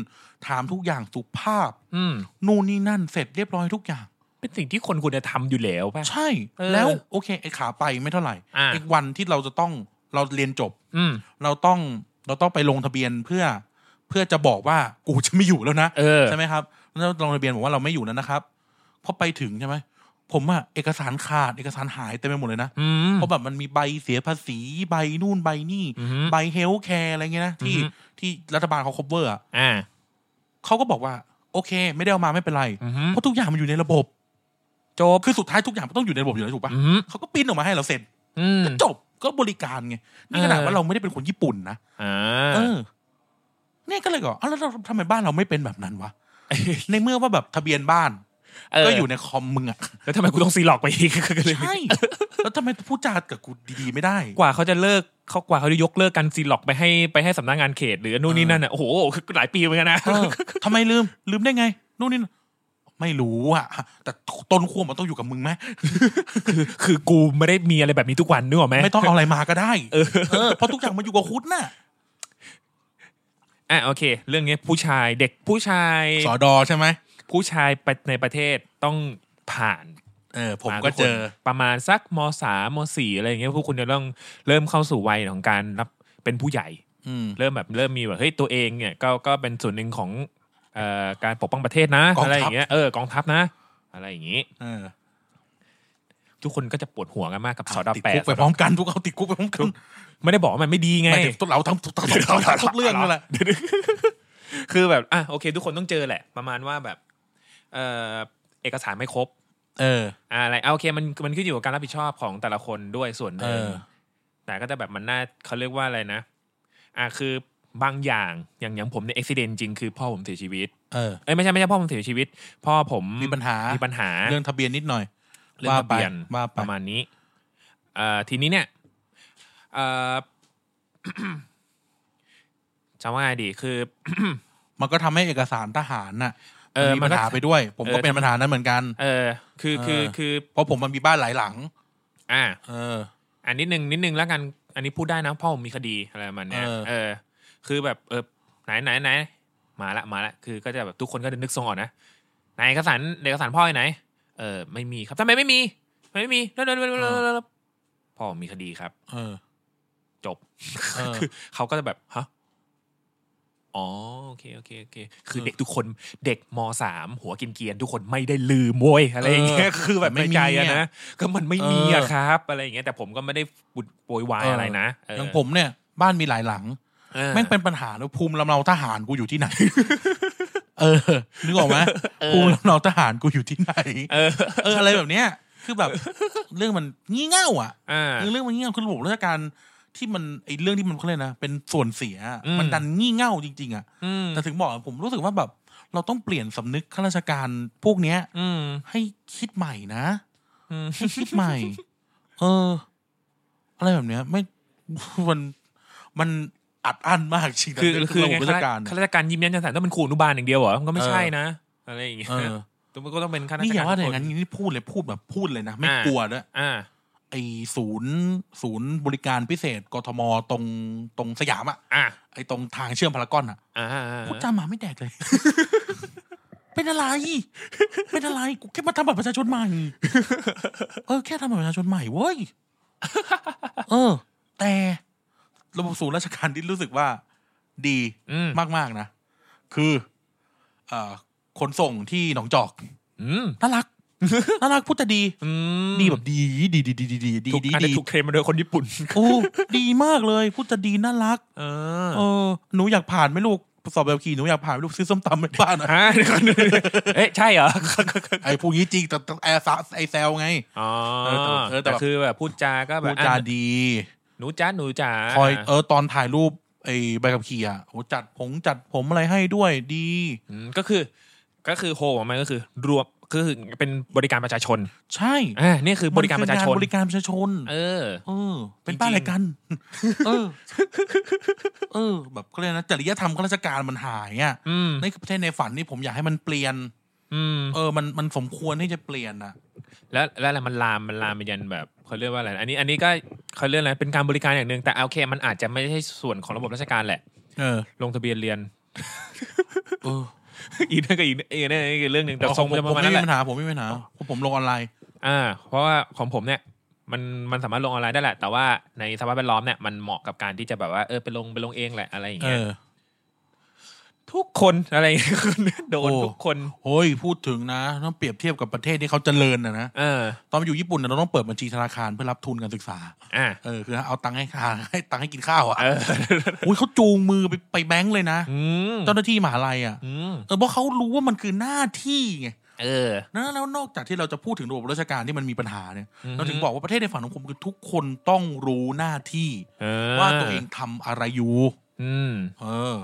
ถามทุกอย่างสุภาพ
อืม
นู่นนี่นั่นเสร็จเรียบร้อยทุกอย่าง
เป็นสิ่งที่คนควรจะทำอยู่แล้วป่ะ
ใช่
เออ
แล้วโอเค ไอ้ขาไปไม่เท่าไหร่
อ่า
ไอีกวันที่เราจะต้องเราเรียนจบ
อืม
เราต้องเราต้องไปลงทะเบียนเพื่อเพื่อจะบอกว่ากูจะไม่อยู่แล้วนะ
เออ
ใช่ไหมครับแล้วลงทะเบียนบอกว่าเราไม่อยู่แล้วนะครับพอไปถึงใช่ไหมผมอะเอกสารขาดเอกสารหายเต็มไปหมดเลยนะ
อืม
เพราะแบบมันมีใบเสียภาษีใบนู่นใบนี่
อือฮึ
ใบเฮลท์แคร์อะไรเงี้ยนะที่
อือฮึ
ที่รัฐบาลเขาคบเวอร์
อ่า
เขาก็บอกว่า โอเค ไม่ได้เอามาไม่เป็นไร
อือฮึ
เพราะทุกอย่างมันอยู่ในระบบ
จบ
คือสุดท้ายทุกอย่างมันต้องอยู่ในระบบอยู่แล้วถูกปะ
อืม
เขาก็ปริ้นออกมาให้เราเซ็น
อืม
ก็จบก็บริการไงนี่ขนาด
เออ
ว่าเราไม่ได้เป็นคนญี่ปุ่นนะ
อ่า
เออเนี่ยก็เลยก็อ้าวแล้วเราทำไมบ้านเราไม่เป็นแบบนั้นวะ ในเมื่อว่าแบบทะเบียนบ้าน
เ
ก็อยู่ในคอมมึงอะ
แล้วทำไมกูต้องซีล็อกไปอีก
ใช่ แล้วทำไมพูดจากับกูดีๆไม่ได้
กว่าเขาจะเลิกเขากว่าเขาจะยกเลิกการซีล็อกไปให้ไปให้สำนักงานเขตหรือนู่นนี่นั่นอ่ะโอ้โหหลายปีเหมือนกันนะ
เออทำไมลืม ลืมได้ไง นู่นนี่น่ะไม่รู้อะแต่ต้นขั้วมันต้องอยู่กับมึงไหม
คือคือกูไม่ได้มีอะไรแบบนี้ทุกวันนึกออกไหม
ไม่ต้องเอาอะไรมาก็ได้เออเพราะทุกอย่างมันอยู่กับคุณน่ะ
อ่ะโอเค เรื่องนี้ผู้ชายเด็กผู้ชาย
สอดอใช่ไหม
ผู้ชายไปในประเทศต้องผ่าน
เออ ผมก็เจอ
มาทุกคนประมาณสักมสามมสี่อะไรอย่างเงี้ยพวกคุณจะต้องเริ่มเข้าสู่วัยของการรับเป็นผู้ใหญ่
อืม
เริ่มแบบเริ่มมีแบบเฮ้ยตัวเองเนี่ยก็ก็เป็นส่วนหนึ่งของเอ่อการปกป้องประเทศนะ
กองทัพ
อะไรอย่างเงี้ยเออกองทัพนะ อะไรอย่างงี้
เออ
ทุกคนก็จะปวดหัวกันมากกับสอด
ติด
แป
คุ
ด
กไปพร้อมกันทุกเอาติดคุกไปพร้อมกัน
ไม่ได้บอกว่ามันไม่ดีไง
หมายถึง เราทั้งทุกทุกเรื่องนั่นแหละ
คือแบบอ่ะโอเค ทุกคนต้องเจอแหละ ประมาณว่าแบบเอ่อเอกสารไม่ครบ
เออ
อะอะไรอ่ะโอเคมันมันขึ้นอยู่กับการรับผิดชอบของแต่ละคนด้วยส่วนห
เอ
นึ่ง
อ
แต่ก็จะแบบมันน่าเขาเรียกว่าอะไรนะ อ่ะคือบางอย่างอย่างอย่างผมเนี่ยอุบิเหตุจริงคือพ่อผมเสียชีวิต
เออ
เอ้ยไม่ใช่ไม่ใช่พ่อผมเสียชีวิต พ่อผม
มีปัญหา
มีปัญหา
เรื่องทะเบียนนิดหน่อย
เรื่องทะเบียน
ว่าไป
ประมาณนี้เอ่อทีนี้เนี่ยเอ่ อ จะว่าไงดีคือ
มันก็ทำให้เอกสารทหารน่ะ
เออ
มีปัญหา
มันก็
ไปด้วย ผมก็
เออ
เป็นปัญหานั้นเหมือนกัน
เออคือคือ
เออ
คือ
เพราะผมมันมีบ้านหลายหลัง
อ่า
เออ
อันนิดนึงนิดนึงแล้วกัน อันนี้พูดได้นะเพ่อผมมีคดีอะไรประมันเนี้ย
เออ
เออ คือแบบเออไหนไหนไหนมาละมาละคือก็จะแบบทุกคนก็จะนึกทรงออกนะไหนเอกสารเอกสารพ่ออยู่ไหน เออ ไม่มีครับทำไมไม่มีทำไมไม่มีแล้วแล้วแล้วแล้วแล้วแล้วพ่อผมมีคดีครับ
เออ
จบ
เออ
คือเขาก็จะแบบฮะอ๋อโอเคโอเคโอเค คือ
เออ
เด็กทุกคนเด็กมสามหัวกินเกรียนทุกคนไม่ได้ลืมโว้ยอะไรอย่างเงี้ยคือแบบ
ไม่
ไม่
มี
ใจ
อะ
อะนะก็มันไม่มีอะ
เออ
ครับ อะไรอย่างเงี้ยแต่ผมก็ไม่ได้บุดโวยวาย
เอออ
อะไรนะเ
อย่างผมเนี่ย บ้านมีหลายหลัง
เออ
แม่งเป็นปัญหาแล้วภูมิลำเนาทหารกูอยู่ที่ ไหน เออ นึกออกไหมภูมิลำเนาทหารกูอยู่ที่ ไหน
เออ
เออ อะไรแบบเนี้ย คือแบบ เรื่องมันงี่เง่าอ่ะ
อ่า
คือเรื่องมันงี่เง่าคือระบบราชการที่มันไอ้เรื่องที่มันเขาเรียกนะเป็นส่วนเสียอะ
อืม
มันดันงี่เง่าจริงๆอ่ะ
อืม
แต่ถึงบอกอะผมรู้สึกว่าแบบ เราต้องเปลี่ยนสำนึกข้าราชการพวกเนี้ย
อืม
ให้คิดใหม่นะ
อืม
ให้คิดใหม่ เออ อะไรแบบเนี้ย ไม่ มันมันอัดอั้นมากจริงนะ
คือ
เรื่ง
คือ
ระบบ
ไง
ราชการ
ข้า
เนี่ย
ราชการยิ้มแย้มแจ่มใสต้องเป็นครูอนุบาลอย่างเดียวเหรอมันก็ไม่
เออ
ใช่นะอะไรอย่างเงี้ย
เออ
มันก็ต้องเป็นข้าราช
นี่อ
การ
ย่าว่าแต่
ทุ
อก ย่าง
ค
นั้นนี่พูดเลยพูดแบบพูดเลยนะไม่
อ่าก
ลัวด้วย
อ่า
ไอศูนย์ ศูนย์บริการพิเศษกทมตรงตรงสยามอะ
อ่ะ
ไอตรงทางเชื่อมพารากอนอะ
อ่าอ่าอ่า
พูดจาหมาไม่แดก เลย เป็นอะไร เป็นอะไร กูแค่มาทำบัตรประชาชนใหม่ เออ แค่ทำบัตรประชาชนใหม่เว้ย เออ แต่ระบบศูนย์ราชการที่รู้สึกว่า ดี
อืม
มาก ๆ นะ คือ เอ่อขนส่งที่หนองจอก
อืม
น่ารัก น่ารักพูดแต่ดี
อืม
ดีแบบดี ดีดีดีดีดีดี
ถูก
ดี
อาจ
ดี
จะถูกเคลมมาโดยคนญี่ปุ่น
โอ้ดีมากเลย พูดแต่ดีน่ารัก
เออ
เออ หนูอยากผ่านไหมลูกสอบแบบขี่หนูอยากผ่านไหมลูกซื้อส้มตำไปบ้านอะ
ฮะเดี๋ยวก่อนเอ๊ะใช่เหรอ
ไอ้พวกนี้จริงแต่แต่ไอ้สาไอ้แซวไง
อ๋อ
เออแต่แบบ
แต่คือแบบพูดจาก็แบ
พู
บ
ดจา
อ่ะ
ดี
หนูจ้าหนูจ๋า
คอยเออตอนถ่ายรูปไอ้ใบขับขี่อ่ะโอ้จัดผงจัดผมอะไรให้ด้วยดี
มก็คือ ก็คือโฮของมันก็คือ รวม คือเป็นบริการประชาชน
ใช่
อ่านี่คือบริการประชาช
มั
น
คืองนบริการประชาชน
เออ
เออ เป็นป้า
จริงๆ
อะไรกัน เออ เออ แบบเขาเรียกนะจริยธรรมข้าราชการมันหายอ่ะ
อืม
นี่คือประเทศในฝันที่ผมอยากให้มันเปลี่ยน
อืม
เออ มันมันสมควรที่จะเปลี่ยนอ่ะ
แล้วแล้วอะไรมันลามมันลามไปยันแบบเขาเรียกว่าอะไรอันนี้อันนี้ก็เขาเรียกอะไรเป็นการบริการอย่างหนึ่งแต่โอเค มันอาจจะไม่ใช่ส่วนของระบบราชการแหละ
เออ
ลงทะเบียนเรี ยน
เออ
อีกเรื่องก็อีกเรื่องอีกเรื่องหนึ่งแต่ทรง
ผม
จะป
ผม
ระมาณ
ไม่
นั้
มี
นแหละ
ปัญหาผมไม่มีปัญหาเพราะผมลงออนไลน์
อ่า เพราะว่าของผมเนี่ย มันมันสามารถลงออนไลน์ได้แหละ แต่ว่าในสภาพแวดล้อมเนี่ยมันเหมาะกับการที่จะแบบว่าเออไปลงไปลงเองแหละอะไรอย่าง
เอ
เงี้ย
อ
ทุกคนอะไรอย่างเงี้ยโดน
โอ้
ทุกคน
โอ้ยพูดถึงนะต้องเปรียบเทียบกับประเทศที่เขาเจริญนะนะ
เออ
ตอนไปอยู่ญี่ปุ่นน่ะเราต้องเปิดบัญชีธนาคารเพื่อรับทุนการศึกษา
อ่า
เออ คือเอาตังค์ให้ทานให้ ตังค์ให้กินข้าวอ่ะ
เออ
อุ้ยเขาจูงมือไปไปแบงค์เลยนะ
อืม
เจ้าหน้าที่มหาลัยอ่ะ
อืม
เออเพราะเขารู้ว่ามันคือหน้าที่ไง
เออ
นะแล้วนอกจากที่เราจะพูดถึงระบบราชการที่มันมีปัญหาเนี่ย
อือฮึ
เราถึงบอกว่าประเทศในฝันของผมคือทุกคนต้องรู้หน้าที่
เออ
ว่าตัวเองทำอะไรอยู่
อืม
เออ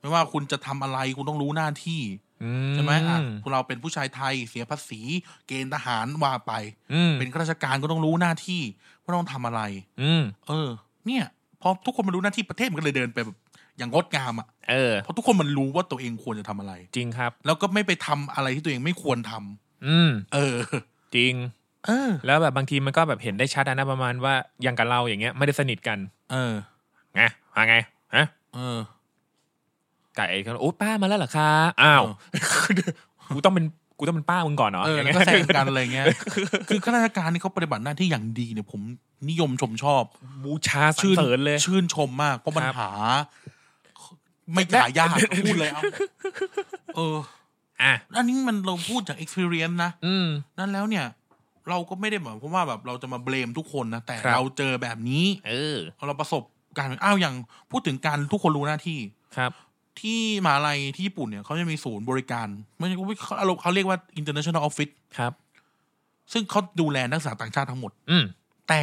ไม่ว่าคุณจะทำอะไรคุณต้องรู้หน้าที่
อื
ใช่ไหมอ่ะ
อื
คุณเราเป็นผู้ชายไทยเสียภาษี เกณฑ์ทหารว่าไป
อืม
เป็นข้าราชการก็ต้องรู้หน้าที่ว่าต้องทำอะไร
อืม
เออ เนี่ยพอทุกคนมันรู้หน้าที่ประเทศมันก็เลยเดินไปแบบอย่างงดงามอ่ะ
เออ
เพราะทุกคนมันรู้ว่าตัวเองควรจะทำอะไร
จริงครับ
แล้วก็ไม่ไปทำอะไรที่ตัวเองไม่ควรทำ
อืม
เออ
จริง
เออ
แล้วแบบบางทีมันก็แบบเห็นได้ชัดอะนะประมาณว่าอย่างกับเราอย่างเงี้ยไม่ได้สนิทกัน
เออ
ไงมาไงฮะ
เออ
ไก่เขาโอ้ป้ามาแล้วเหรอคะอ้าวกูต้องเป็นกูต้องเป็นป้ามึงก่อนเนาะ
เออแล้วก็แซงกันอะไรเงี้ย คือข้าราชการนี่เขาปฏิบัติหน้าที่อย่างดีเนี่ยผมนิยมชมชอบ
บูชาชื่นเสริญเลย
ชื่นชมมาก เพราะมัน
ครับ
หา ไม่หา ยากพูดเลยเอาเออ
อ่ะ
อันนี้มันเราพูดจาก experience นะ
อืม
นั่นแล้วเนี่ย เราก็ไม่ได้หมายความว่าแบบเราจะมาเบลมทุกคนนะ แต่
ครับ
เราเจอแบบนี้
เออ
เราประสบการณ์อ้าวอย่างพูดถึงการทุกคนรู้หน้าที่
ครับ
ที่มหาลัยที่ญี่ปุ่นเนี่ยเขาจะมีศูนย์บริการไม่ใช่เขาเขาเรียกว่า international office
ครับ
ซึ่งเขาดูแลนักศึกษาต่างชาติทั้งหมด
อืม
แต่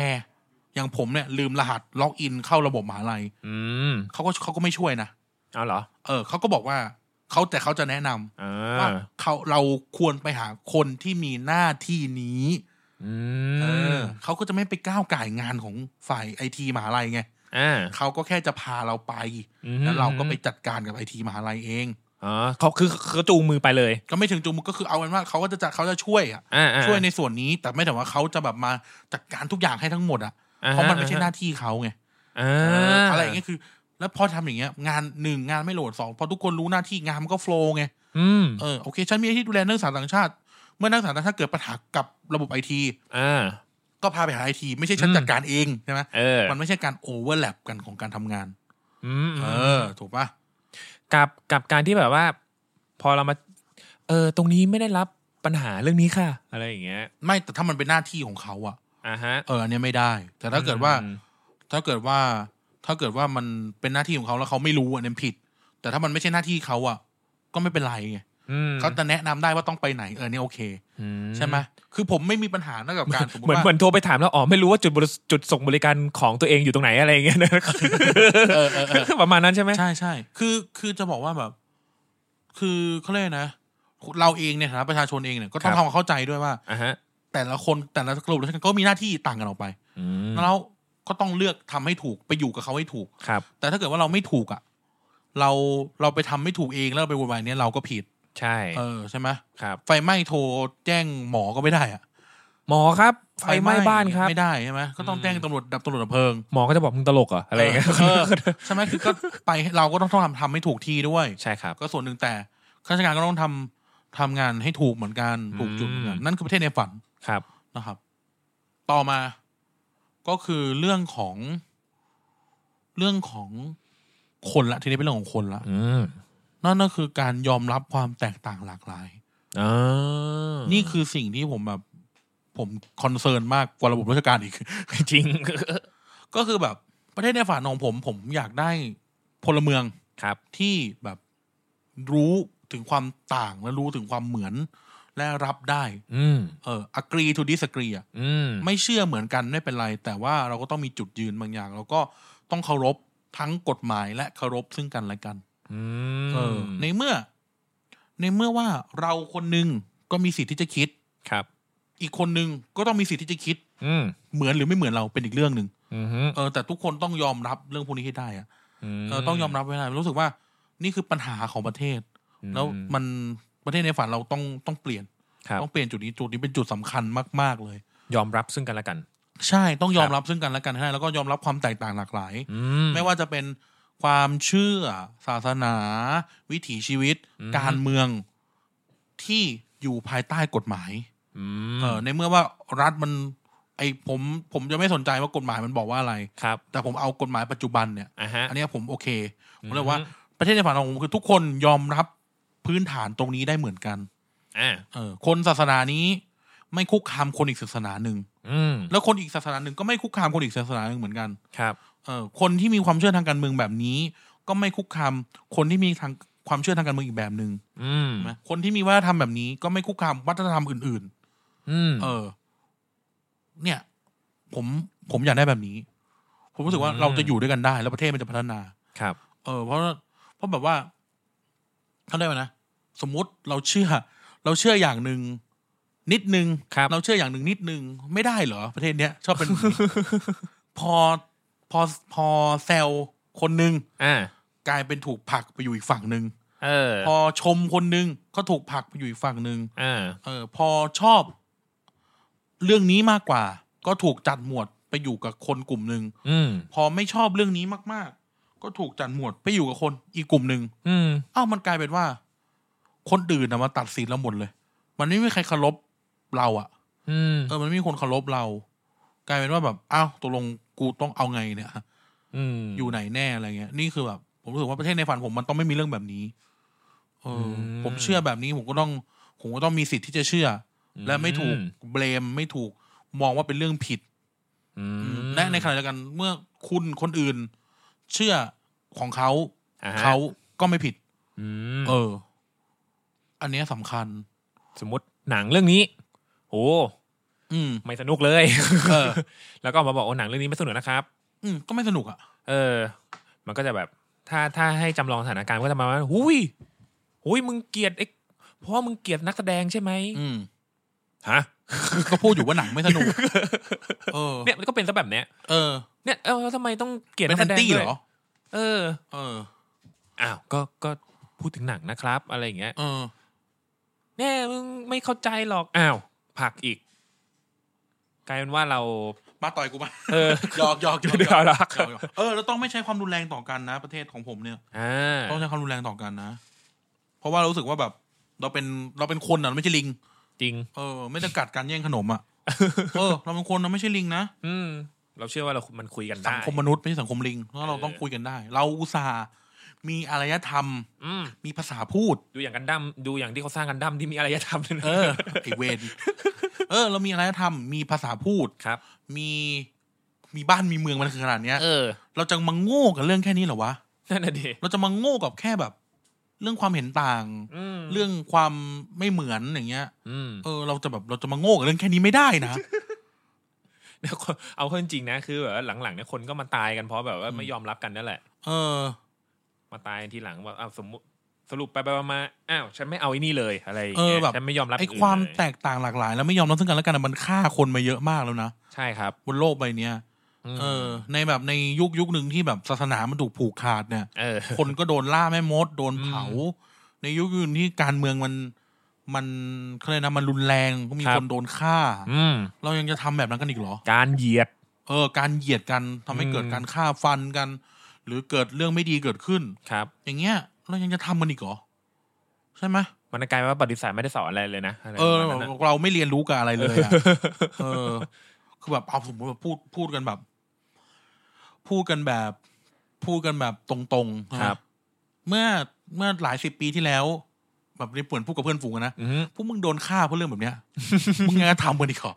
อย่างผมเนี่ย ลืมรหัสล็อกอินเข้าระบบมหาลัย
อืม
เขาก็เขาก็ไม่ช่วยนะ
เอาเหรอ
เออเขาก็บอกว่าเขาแต่เขาจะแนะนำ
เอ
ว่า
อ
เขาเราควรไปหาคนที่มีหน้าที่นี้
อื
เอ
ม
อเขาก็จะไม่ไปก้าวไก่ายงานของฝ่ายไอทีมหาลัยไง
อ่า
เขาก็แค่จะพาเราไป
อืม
แล้วเราก็ไปจัดการกับไอทีมหาลัยเอง
อ๋อเขาคือเขาจูงมือไปเลย
ก็ไม่ถึงจุงก็คือเอาเป็นว่าเขาก็จะจะเขาจะช่วยอะ
อ่าอ่า
ช่วยในส่วนนี้แต่ไม่แต่ว่าเขาจะแบบมาจัดการทุกอย่างให้ทั้งหมดอ่ะเพราะมันไม่ใช่หน้าที่เขาไง
อ่า
เอออะไรอย่างเงี้ยคือ แล้วพอทำอย่างเงี้ย งานหนึ่งงานไม่โหลดสองพอทุกคนรู้หน้าที่งานมันก็โฟล์ไง
อืม
เออโอเคฉันมีหน้าที่ดูแลนักศึกษาต่างชาติ เมื่อนักศึกษาต่างชาติเกิดปัญหากับระบบไอที
อ่า
ก็พาไปหาไอทีไม่ใช่ฉัน
อืม
จัดการเองใช่ไหม
เออ
มันไม่ใช่การโอเวอร์แลปกันของการทำงาน
อืม
เอ
ม
อ ถูกปะ
กับกับการที่แบบว่า พอเรามา เออ ตรงนี้ไม่ได้รับปัญหาเรื่องนี้ค่ะ อะไรอย่างเงี้ย
ไม่แต่ถ้ามันเป็นหน้าที่ของเขาอะ
อ่าฮะ
เอออันเนี้ยไม่ได้ แต่ถ้าเกิดว่า
อืม
ถ้าเกิดว่าถ้าเกิดว่ามันเป็นหน้าที่ของเขาแล้วเขาไม่รู้อันนั้นผิด แต่ถ้ามันไม่ใช่หน้าที่เขาอ่ะ ก็ไม่เป็นไรไง
อืม
เขาจะแนะนำได้ว่าต้องไปไหนเออเนี่ยโอเค
อื
ใช่ไหมคือผมไม่มีปัญหาเรื่องกับการสมม
เหมือ
ติ
น
ว่า
เหมือนโทรไปถามแล้วอ๋อไม่รู้ว่าจุดบริจุดส่งบริการของตัวเองอยู่ตรงไหนอะไรอย่างเงี้ยนะ
เออเออเออ
ประมาณนั้นใช่ไหม
ใช่ใช่คือคือจะบอกว่าแบบ คือเขาเรียกนะ เราเองเนี่ยฐานะประชาชนเองเนี่ยก็ต้องทำความเข้าใจด้วยว่า
อ่าฮะ
แต่ละคนแต่ละกลุ่มราชการก็มีหน้าที่ต่างกันออกไป
อืม
แล้วก็ต้องเลือกทำให้ถูกไปอยู่กับเขาให้ถูก
ครับ
แต่ถ้าเกิดว่าเราไม่ถูกอ่ะ เราเราไปทำไม่ถูกเองแล้วเราไปโวุ่นวายเนี่ยเราก็ผิด
ใช่
เออใช่ไหม
ครับ
ไฟไหม้โทรแจ้งหมอก็ไม่ได้อะ
หมอครับ ไฟไหม้บ้านครับ
ไม่ได้ใช่ไหมก็ต้อง
อืม
แจ้งตำรวจดับตำรวจดับเพลิง
หมอก็จะบอกมึงตลกเหรออะไรอย่างเงี้ย
เออใช่ไหมคือก็ไปเราก็ต้องทำทำให้ถูกที่ด้วย
ใช่ครับ
ก็ส่วนหนึ่งแต่ข้าราชการก็ต้องทำทำงานให้ถูกเหมือนกันถูกจุดเหมือนกัน
อืม
นั่นคือประเทศในฝัน
ครับ
นะครับ ต่อมาก็คือเรื่องของ เรื่องของคนละทีนี้เป็นเรื่องของคนละ
อืม
นั่นก็คือการยอมรับความแตกต่างหลากหลาย
อ่า
นี่คือสิ่งที่ผมแบบ ผมคอนเซิร์นมากกว่าระบบราชการอี ก
จริง
ก็คือแบบประเทศในฝันของผมผมอยากได้พลเมือง
ครับ
ที่แบบรู้ถึงความต่างและรู้ถึงความเหมือนและรับได้
อืม
เออ agree to disagree อะ
อืม
ไม่เชื่อเหมือนกันไม่เป็นไร แต่ว่าเราก็ต้องมีจุดยืนบางอย่าง แล้วก็ต้องเคารพทั้งกฎหมายและเคารพซึ่งกันและกัน
อืม
เออในเมื่อ ในเมื่อว่าเราคนหนึ่ง ก็มีสิทธิ์ที่จะคิด
ครับ
อีกคนนึงก็ต้องมีสิทธิ์ที่จะคิด
อืม
เหมือนหรือไม่เหมือนเราเป็นอีกเรื่องหนึ่ง
อืมฮึ
เออแต่ทุกคนต้องยอมรับเรื่องพวกนี้ให้ได้อะ
ม
เออต้องยอมรับให้ได้รู้สึกว่า นี่คือปัญหาของประเทศ
อืม
แล้วมันประเทศในฝันเราต้องต้องเปลี่ยน
ครับ
ต้องเปลี่ยนจุดนี้จุดนี้เป็นจุดสำคัญมาก ๆ เลย
ยอมรับซึ่งกันและกัน
ใช่ต้องยอมรับซึ่งกันและกันให้ได้แล้วก็ยอมรับความแตกต่างหลากหลาย
อืม
ไม่ว่าจะเป็นความเชื่อ ศาสนา วิถีชีวิต
อืม
การเมืองที่อยู่ภายใต้กฎหมาย
อื
เออ
ม
ในเมื่อว่ารัฐมัน ไอผม ผมจะไม่สนใจว่ากฎหมายมันบอกว่าอะไร
ครับ
แต่ผมเอากฎหมายปัจจุบันเนี่ย
อ่ะฮะ
อันเนี้ยผมโอเค ผ
อื
ม
ม
เลยว่าประเทศในฝันของผมคือทุกคนยอมรับพื้นฐานตรงนี้ได้เหมือนกัน
อ่า
เออ คนศาสนานี้ไม่คุกคามคนอีกศาสนาหนึ่ง
อืม
แล้วคนอีกศาสนาหนึ่งก็ไม่คุกคามคนอีกศาสนาหนึ่งเหมือนกัน
ครับ
เอ่อคนที่มีความเชื่อทางการเมืองแบบนี้ ก็ไม่คุกคามคนที่มีทางความเชื่อทางการเมืองอีกแบบหนึ่ง
อืม
ใช่ไหมคนที่มีวัฒนธรรมแบบนี้ ก็ไม่คุกคามวัฒนธรรมอื่น
อืม
ๆ เออ เนี่ย ผมผมอยากได้แบบนี้ ผมรู้สึกว่า
อืม
เราจะอยู่ด้วยกันได้ แล้วประเทศมันจะพัฒนา
ครับ
เออ เพราะเพราะแบบว่าเขาเรียกว่านะสมมติเราเชื่อ เราเชื่ออย่างหนึ่งนิดนึง
ครับ
เราเชื่ออย่างหนึ่งนิดนึงไม่ได้เหรอประเทศเนี้ยช อบเป็นแบบนี้ พอพอพอแซลคนหนึ่ง
อ่าก
ลายเป็นถูกผลักไปอยู่อีกฝั่งหนึ่ง
เออ
พอชมคนหนึ่งก็ถูกผลักไปอยู่อีกฝั่งหนึ่ง
อ่า
เออ พอชอบ เรื่องนี้มากกว่า ก็ถูกจัดหมวดไปอยู่กับคนกลุ่มหนึ่ง
อืม
พอไม่ชอบเรื่องนี้มาก ๆ ก็ถูกจัดหมวดไปอยู่กับคนอีกกลุ่มหนึ่ง
อืม
อ้าวมันกลายเป็นว่า คนอื่นนะมาตัดสินเราหมดเลย มันไม่มีใครเคารพเราอะ
อืม
เออมันไม่มีคนเคารพเรา กลายเป็นว่าแบบอ้าวตกลงกูต้องเอาไงเนี่ย
อืม
อยู่ไหนแน่อะไรเงี้ย นี่คือแบบ ผมรู้สึกว่าประเทศในฝันผมมันต้องไม่มีเรื่องแบบนี้เอออผมเชื่อแบบนี้ผมก็ต้องผมก็ต้องมีสิทธิ์ที่จะเชื่ออและไม่ถูกเบลมไม่ถูกมองว่าเป็นเรื่องผิด
อืม
และในขณะเดียวกันเมื่อคุณคนอื่น เชื่อของเขา
อ่ฮะ
เขาก็ไม่ผิด
อืม
เออ อันเนี้ยสำคัญ
สมมติหนังเรื่องนี้โอ้
อืม
ไม่สนุกเลย
เออ
แล้วก็มาบอกโอ้หนังเรื่องนี้ไม่สนุกนะครับ
อืม ก็ไม่สนุกอ่ะ
เออ มันก็จะแบบ ถ้าถ้าให้จำลองสถานการณ์ก็จะมาว่าหุยหุยมึงเกลียดไอ้เพราะว่ามึงเกลียดนักแสดงใช่ไหม
อืม
ฮะ
ก็พูดอยู่ว่าหนังไม่สนุ ก เออ
เนี่ยมันก็เป็นซะแบบเนี้ย
เออ
เนี่ยเออแล้วทำไมต้องเกลียด
เป็
นั
น
ก
แอน
แสดง
ตี้
ด้
เห
วย
รอ
เออ
เออ
อ้าวก็ก็พูดถึงหนังนะครับ อะไรอย่างเงี้ย
เออ
เนี่ยมึงไม่เข้าใจหรอกอ้าวผลักอีก กลายเป็นว่าเรา
มาต่อยกูมา
เออ
หยอกหยอกหยอกห
เดื
ย
อ
อก
ดรัก
หยอกหย อกเออ แล้วต้องไม่ใช้ความรุนแรงต่อกันนะ ประเทศของผมเนี่ย
อ่า
ต้องใช้ความรุนแรงต่อกันนะ เพราะว่ารู้สึกว่าแบบ เราเป็นเราเป็นคนอ่ะเราไม่ใช่ลิง
จริง
เออ ไม่จะกัดการแย่งขนม อ่ะ เออ เราเป็นคนเราไม่ใช่ลิงนะ
อืมเราเชื่อว่าเรา มันคุยกันได้
สังคมมนุษย์ไม่ใช่สังคมลิงเพราะเราต้องคุยกันได้ เราอุตส่าห์มีอารยธรรม
อืม
มีภาษาพูด
ดูอย่างกันดั้ม ดูอย่างที่เขาสร้างกันดั้มที่มีอารยธรรมด้วยนะ
เออไอเวนเออ เรามีอารยธรรม มีภาษาพูด
ครับ
มีมีบ้านมีเมืองมันคือขนาดเนี้ย
เออ
เราจะมาโง่กับเรื่องแค่นี้เหรอวะ
นั่นน่ะดิ
เราจะมาโง่กับแค่แบบ เรื่องความเห็นต่าง
อืม
เรื่องความไม่เหมือนอย่างเงี้ย
อืม
เออ เราจะแบบเราจะมาโง่กับเรื่องแค่นี้ไม่ได้นะ
แล้วก็เอาเข้าจริงๆนะ คือแบบว่าหลังๆเนี่ยคนก็มาตายกันเพราะแบบว่าไม่ยอมรับกันนั่นแหละ
เออ
มาตายทีหลังว่าอ้าวสมมติสรุปไปไปมาๆอ้าวฉันไม่เอาไอ้นี่เลยอะไรอย่าง
เอ
เงี้
อย แบบ
ฉันไม่ยอมรับ
ไอ
อื่น
ความ
เลย
แตกต่างหลากหลาย แล้วไม่ยอมรับซึ่งกันและกันนะมันฆ่าคนมาเยอะมากแล้วนะ
ใช่ครับ
บนโลกใบเนี้ย
ม
เออ ในแบบในยุคยุคหนึ่งที่แบบศาสนามันถูกผูกขาดเนี่ย
เออ
คนก็โดนล่าแม่มดโดนเผา
อื
ในยุคอื่นที่การเมืองมันมันเขาเรียกนะมันรุนแรงก็มี
ครั
ค
บ
นโดนฆ่า
อืม
เรายังจะทำแบบนั้นกันอีกเหรอ
การเหยียด
เออ การเหยียดกันทำให้
อืม
เกิดการฆ่าฟันกัน หรือเกิดเรื่องไม่ดีเกิดขึ้น
ครับ
อย่างเงี้ย เรายังจะทำมันอีกเหรอใช่ไหม
มันกลายเป็นว่าปฏิเสธไม่ได้สอนอะไรเลยนะอะไร
เออ
ประมาณนั้น
เรา
น่ะ
เราไม่เรียนรู้กับอะไรเลยอะเออ คือแบบเอาสมมติว่าพูดพูดกันแบบ พูดกันแบบ พูดกันแบบตรงๆใช่ไหม
ครับ
เมื่อเมื่อหลายสิบปีที่แล้ว แบบในเหมือนพูดกับเพื่อนฝูงอะนะ
อืม
พวกมึงโดนฆ่าเพราะเรื่องแบบเนี้ย มึงยังจะทำกันอีกเหรอ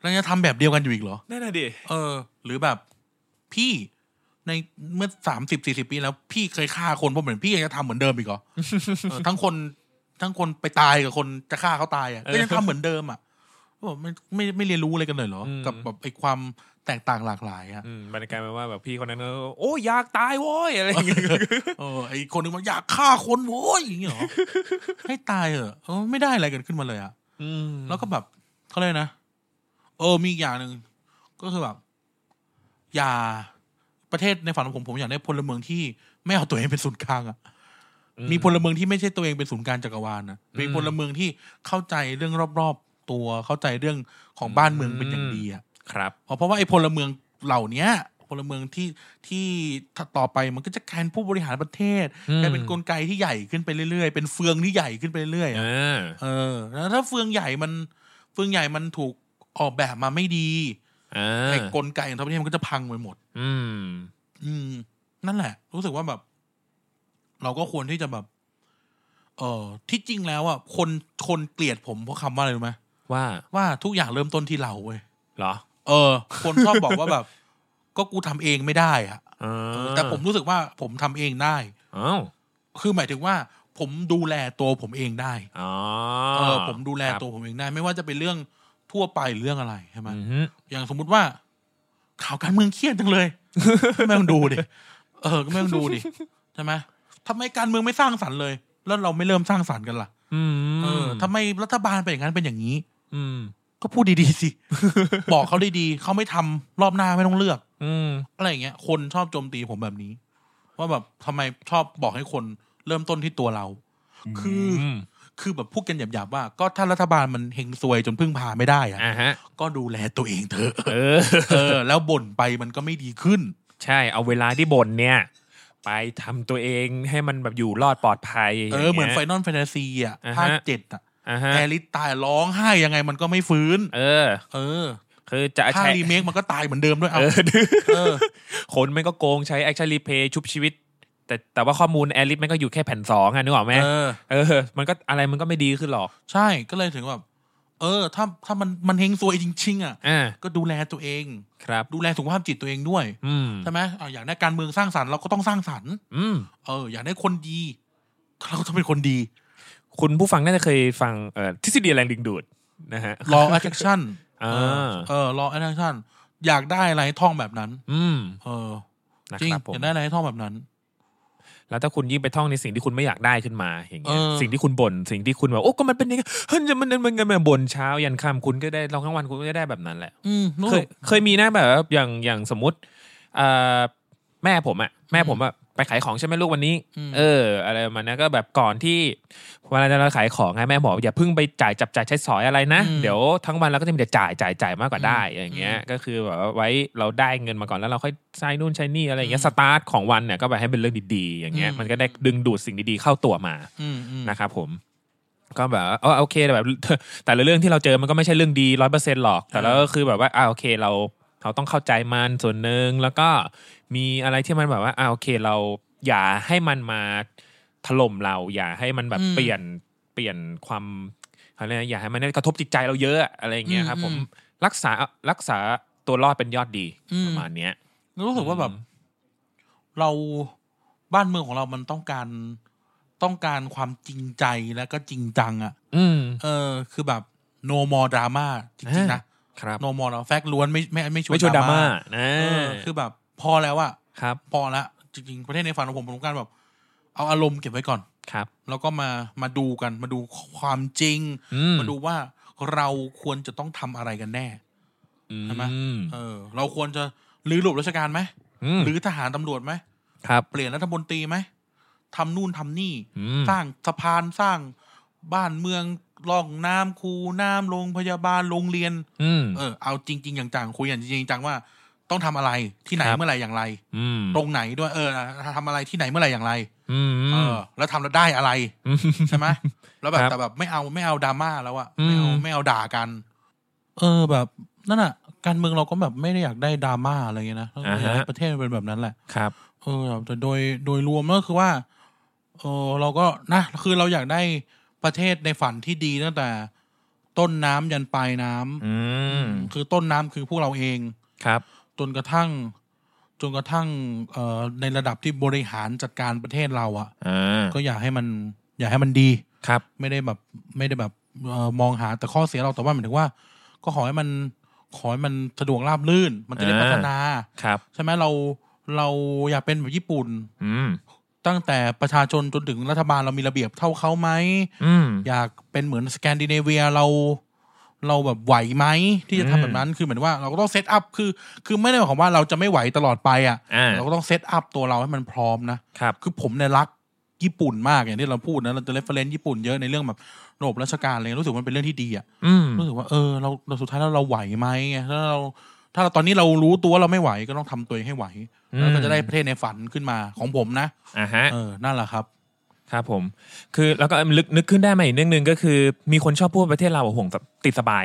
แล้วยังจะทำแบบเดียวกันอยู่อีกเหรอ
นั่นน่ะดิ
เออ หรือแบบพี่ในเมื่อสามสิบสี่สิบปีแล้ว พี่เคยฆ่าคนเพราะเหมือนพี่ยังจะทำเหมือนเดิมอีกเหรอ เออทั้งคนทั้งคนไปตายกับคนจะฆ่าเขาตายอ่ะ
เออ
ก็ยังทำเหมือนเดิมอ่ะ บอกไม่ไม่ไม่เรียนรู้อะไรกันเลยเหรอ
อืม
กับแบบไอ้ความแตกต่างหลากหลายอะ
อืมบรรยากาศมันว่าแบบพี่คนนั้นก็โอ้ยอยากตายโว้ยอะไรอย่างเงี้ย
เออไอ้คนนึงมันอยากฆ่าคนโว้ยอย่างเงี้ยเหรอ ให้ตายเหอะเออไม่ได้อะไรกันขึ้นมาเลยอะ
อืม
แล้วก็แบบเขาเลยกนะ เออมีอีกอย่างหนึ่งก็คือแบบ อย่าประเทศในฝันของผมผมอยากได้พลเมืองที่ไม่เอาตัวเองเป็นศูนย์กลางอะมีพลเมืองที่ไม่ใช่ตัวเองเป็นศูนย์กลางจักรวาลนะมีพลเมืองที่เข้าใจเรื่องรอบๆตัวเข้าใจเรื่องของบ้านเมืองเป็นอย่างดีอะ
ครับ
เพราะเพราะว่าไอ้พลเมืองเหล่าเนี้ย พลเมืองที่ที่ถ้าต่อไปมันก็จะกลายเป็นผู้บริหารประเทศ
อืม
กลายเป็นกลไกที่ใหญ่ขึ้นไปเรื่อยๆ เป็นเฟืองที่ใหญ่ขึ้นไปเรื่อยๆอะ
อ่า
เออแล้วถ้าเฟืองใหญ่มันเฟืองใหญ่มันถูกออกแบบมาไม่ดี
อ่
ไอ้
าก
ลไกของทั้งประเทศมันก็จะพังไปหมด
อืม
อืม นั่นแหละ รู้สึกว่าแบบ เราก็ควรที่จะแบบ เออที่จริงแล้วอ่ะคนคนเกลียดผมเพราะคำว่าอะไรรู้ไหม
ว่า
ว่าทุกอย่างเริ่มต้นที่เราเว้ย
เหรอ
เออ คนชอบบอกว่าแบบ ก็กูทำเองไม่ได้อ่ะ
อ่า
เออแต่ผมรู้สึกว่าผมทำเองได้
อ้าว
คือหมายถึงว่า ผมดูแลตัวผมเองได้
อ๋อ
เออผมดูแล
ครับ
ตัวผมเองได้ไม่ว่าจะเป็นเรื่องทั่วไปหรือเรื่องอะไรใช่ไหม
อือฮึ
อย่างสมมุติว่า ข่าวการเมืองเครียดจังเลย ก็ไม่ต้องดูดิเออก็ไม่ต้องดูดิใช่ไหมทำไมการเมืองไม่สร้างสรรค์เลย แล้วเราไม่เริ่มสร้างสรรค์กันล่ะ
อืม
เออทำไมรัฐบาลเป็นอย่างนั้นเป็นอย่างนี้
อืม
ก็พูดดีๆสิ บอกเขาดีๆเขาไม่ทำรอบหน้าไม่ต้องเลือก
อืม
อะไรอย่างเงี้ย คนชอบโจมตีผมแบบนี้ ว่าแบบทำไมชอบบอกให้คนเริ่มต้นที่ตัวเรา คือ
ม
คือแบบพูดกันหยาบๆว่า ก็ถ้ารัฐบาลมันเฮงซวยจนพึ่งพาไม่ได้อะ
อ่าฮะ
ก็ดูแลตัวเองเถอะ
เออ
เออ แล้วบ่นไปมันก็ไม่ดีขึ้น
ใช่เอาเวลาที่บ่นเนี่ย ไปทำตัวเองให้มันแบบอยู่รอดปลอดภัย
เออ เหมือนไฟ
ย่างงี้ย
นอลแฟนตาซีอ่ะ
อ่าฮะ
ภาคเจ็ดอ่ะ
อ่าฮะ
แอริสตายร้องไห้ยังไงมันก็ไม่ฟื้น
เออ
เออ
คือจะ
ภาค
ใช้
รีเมคมันก็ตายเหมือนเดิมด้วยเอา
เออ
เออ
คนมันก็โกงใช้แอคชั่นรีเพย์ชุบชีวิต แต่แต่ว่าข้อมูลแอลิสมันก็อยู่แค่แผ่นสองอะนึกออกไหม
เออ
เออ มันก็อะไรมันก็ไม่ดีขึ้นหรอก
ใช่ก็เลยถึงแบบเออ ถ้าถ้ามันมันเฮงซวยจริงๆอ่ะ
อ่า
ก็ดูแลตัวเอง
ครับ
ดูแลสุขภาพจิตตัวเองด้วย
อืม
ใช่ไหมเอาอยากได้การเมืองสร้างสรรค์เราก็ต้องสร้างสรรค์
อืม
เออ อยากได้คนดีเราต้องเป็นคนดี
คุณผู้ฟังน่าจะเคยฟังเอ่อทฤษฎีแรงดึงดูดนะฮะ
law attraction
อ่า
เออเออ law attraction อยากได้อะไรให้ท่องแบบนั้น
อืม
เออ
นะ
จริง
ครับผ
อ
ม
ยากได้อะไรให้ท่องแบบนั้น
แล้วถ้าคุณยิ่งไปท่องในสิ่งที่คุณไม่อยากได้ขึ้นมาอย่างเงี้ย
เออ
สิ่งที่คุณบ่นสิ่งที่คุณแบบโอ้ก็มันเป็นอยังไงเฮ้ยมันมันมันมันบ่นเช้ายันค่ำคุณก็ได้ลองทั้งวันคุณก็ได้แบบนั้นแหละ
อืมรู้
เค
สึ
ย
ก
เคยมีนะแบบว่าอย่างอย่างสมมติเอ่อแม่ผมอะแม่ผมอะไปขายของใช่ไหมลูกวันนี้ เออ อะไรประมันนะก็แบบก่อนที่เวลาจะเราขายของไงแม่บอกอย่าเพิ่งไปจ่ายจับจ่ายใช้สอยอะไรนะ เดี๋ยวทั้งวันเราก็จะมีแต่จ่ายจ่ายจ่ายมากกว่าได้อย่างเงี้ย ก็คือแบบว่าไว้เราได้เงินมาก่อนแล้วเราค่อยใช้นู่นใช้นี่อะไรอย่างเงี้ยสตาร์ทของวันเนี่ยก็ไปให้เป็นเรื่องดีๆ อย่างเงี้ยมันก็ได้ดึงดูดสิ่งดีๆเข้าตัวมา
อืมอืม
นะครับผมก็แบบว่าอ๋อโอเคแต่แบบ แต่ละเรื่องที่เราเจอมันก็ไม่ใช่เรื่องดีร้อยเปอร์เซ็นหรอก แต่แล้วก็คือแบบว่าอ่าโอเคเราเราต้องเข้าใจมันส่วนหนึ่งแล้วก็มีอะไรที่มันแบบว่าอ่าโอเคเราอย่าให้มันมาถล่มเรา อย่าให้มันแบบเปลี่ยนเปลี่ยนความเขาเรียกอะไรอย่าให้มันกระทบจิตใจเราเยอะอะไรอย่างเงี้ยครับ ผมรักษารักษาตัวรอดเป็นยอดดีประมาณเนี้ย
รู้สึกว่าแบบ เราบ้านเมืองของเรามันต้องการต้องการความจริงใจแล้วก็จริงจัง อ่ะ
อืม
เออ คือแบบ no more drama จริงๆนะ
ครับ
no more เราแฟกล้วนไม่ไม่ไม่ชวน
ไม่ชวนดราม่านะ
เออ คือแบบ พอแล้วอะ
ครับ
พอละจริงๆประเทศในฝันของผมผมต้องการแบบ เอาอารมณ์เก็บไว้ก่อน
ครับ
แล้วก็มามาดูกันมาดูความจริง
อืม
มาดูว่าเราควรจะต้องทำอะไรกันแน่ ใช่ไหม
อืม
เออ เราควรจะรื้อระบบราชการไหม
อืม
หรือทหารตำรวจไหม
ครับ
เปลี่ยนรัฐมนตรีไหมทำนู่นทำนี่
อืม
สร้างสะพานสร้างบ้านเมืองร่องน้ำคูน้ำโรงพยาบาลโรงเรียน
อืม
เออเอาจริงๆอย่างจังคุยอย่างจริงๆจังว่าต้องทำอะไรที่ไหน
ครับ
เมื่อไหร่อย่างไร
อืม
ตรงไหนด้วยเออทำอะไรที่ไหนเมื่อไหร่อย่างไร
อืม
เออ แล้วทำแล้วได้อะไร ใช่ไหมแล้วแบบ
ครับ
แต่แบบไม่เอาไม่เอาดราม่าแล้วอะไม่เอา
อืม
ไม่เอาด่ากัน เออแบบนั่นอะการเมืองเราก็แบบไม่ได้อยากได้ดราม่าอะไรเงี้ยนะเราอยากให้ประเทศมันเป็นแบบนั้นแหละ
ครับ
เออแบบแต่โดยโดยรวมก็คือว่า เออเราก็นะคือเราอยากได้ประเทศในฝันที่ดีตั้งแต่ ต้นน้ำยันปลายน้ำ
อืม
คือต้นน้ำคือพวกเราเอง
ครับ
จนกระทั่ง จนกระทั่งเอ่อในระดับที่บริหารจัดการประเทศเราอะ
อ่า
ก็อยากให้มัน อยากให้มันดี
ครับ
ไม่ได้แบบไม่ได้แบบเออมองหาแต่ข้อเสียเราแต่ว่าหมายถึงว่า ก็ขอให้มันขอให้มันสะดวกราบรื่น มันจะได้
อ่า
พัฒนา
ครับ
ใช่ไหมเราเราอยากเป็นแบบญี่ปุ่น
อืม
ตั้งแต่ประชาชนจนถึงรัฐบาลเรามีระเบียบเท่าเขาไหม
อืม
อยากเป็นเหมือนสแกนดิเนเวียเรา เราแบบไหวไหมที่จะ
อืม
ทำแบบนั้นคือเหมือนว่าเราก็ต้องเซตอัพคือ คือไม่ได้หมายความว่าเราจะไม่ไหวตลอดไปอ่ะ
อ่า
เราก็ต้องเซตอัพตัวเราให้มันพร้อมนะครับ คือผมเนี่ยรักญี่ปุ่นมากอย่างที่เราพูดนะเราจะเรฟเฟรนซ์ญี่ปุ่นเยอะในเรื่องแบบระบบราชการอะไรเงี้ยรู้สึกว่ามันเป็นเรื่องที่ดีอ่ะ
อืม
รู้สึกว่าเออเราเราสุดท้ายแล้วเราไหวไหมไงถ้าเราถ้าเราตอนนี้เรารู้ตัวว่าเราไม่ไหวก็ต้องทำตัวเองให้ไหว
อืม
แล้วก็จะได้ประเทศในฝันขึ้นมาของผมนะ
อ่าฮะ
เออนั่นแหละครับ
ครับผม คือแล้วก็นึกนึกขึ้นได้มาอีกเรื่องหนึ่งก็คือ มีคนชอบพูดว่าประเทศเราอะห่วงติดสบาย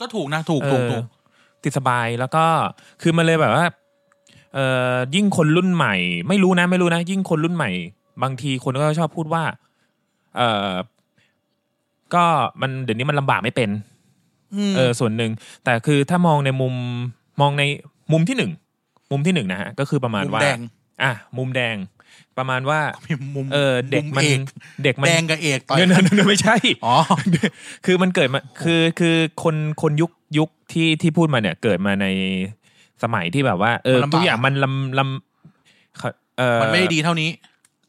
ก็ถูกนะถูกถูกถูก
เออติดสบายแล้วก็คือมันเลยแบบว่าเออยิ่งคนรุ่นใหม่ ไม่รู้นะ ไม่รู้นะ ยิ่งคนรุ่นใหม่ บางทีคนก็ชอบพูดว่า เออก็มันเดี๋ยวนี้มันลำบากไม่เป็น เออส่วนหนึ่งแต่คือถ้ามองในมุมมองในมุมที่หนึ่งมุมที่หนึ่งนะฮะก็คือประมาณ
มุม
ว่า
แดง
อ่ะมุมแดง ประมาณว่า
มีมุม
เออเด็ก
มุม
มัน
เอก
เด็กมัน
แดงกับเอกต่อย
เงิน
กัน
น ไม่ใช่
อ๋อ
คือมันเกิดมาคือคือคนคนยุคยุคที่ที่พูดมาเนี่ย เกิดมาในสมัยที่แบบว่าเออ
มันลำบาก
ทุกอย่างมันลำลำเขาเออ
มันไม่ได้ดีเท่านี้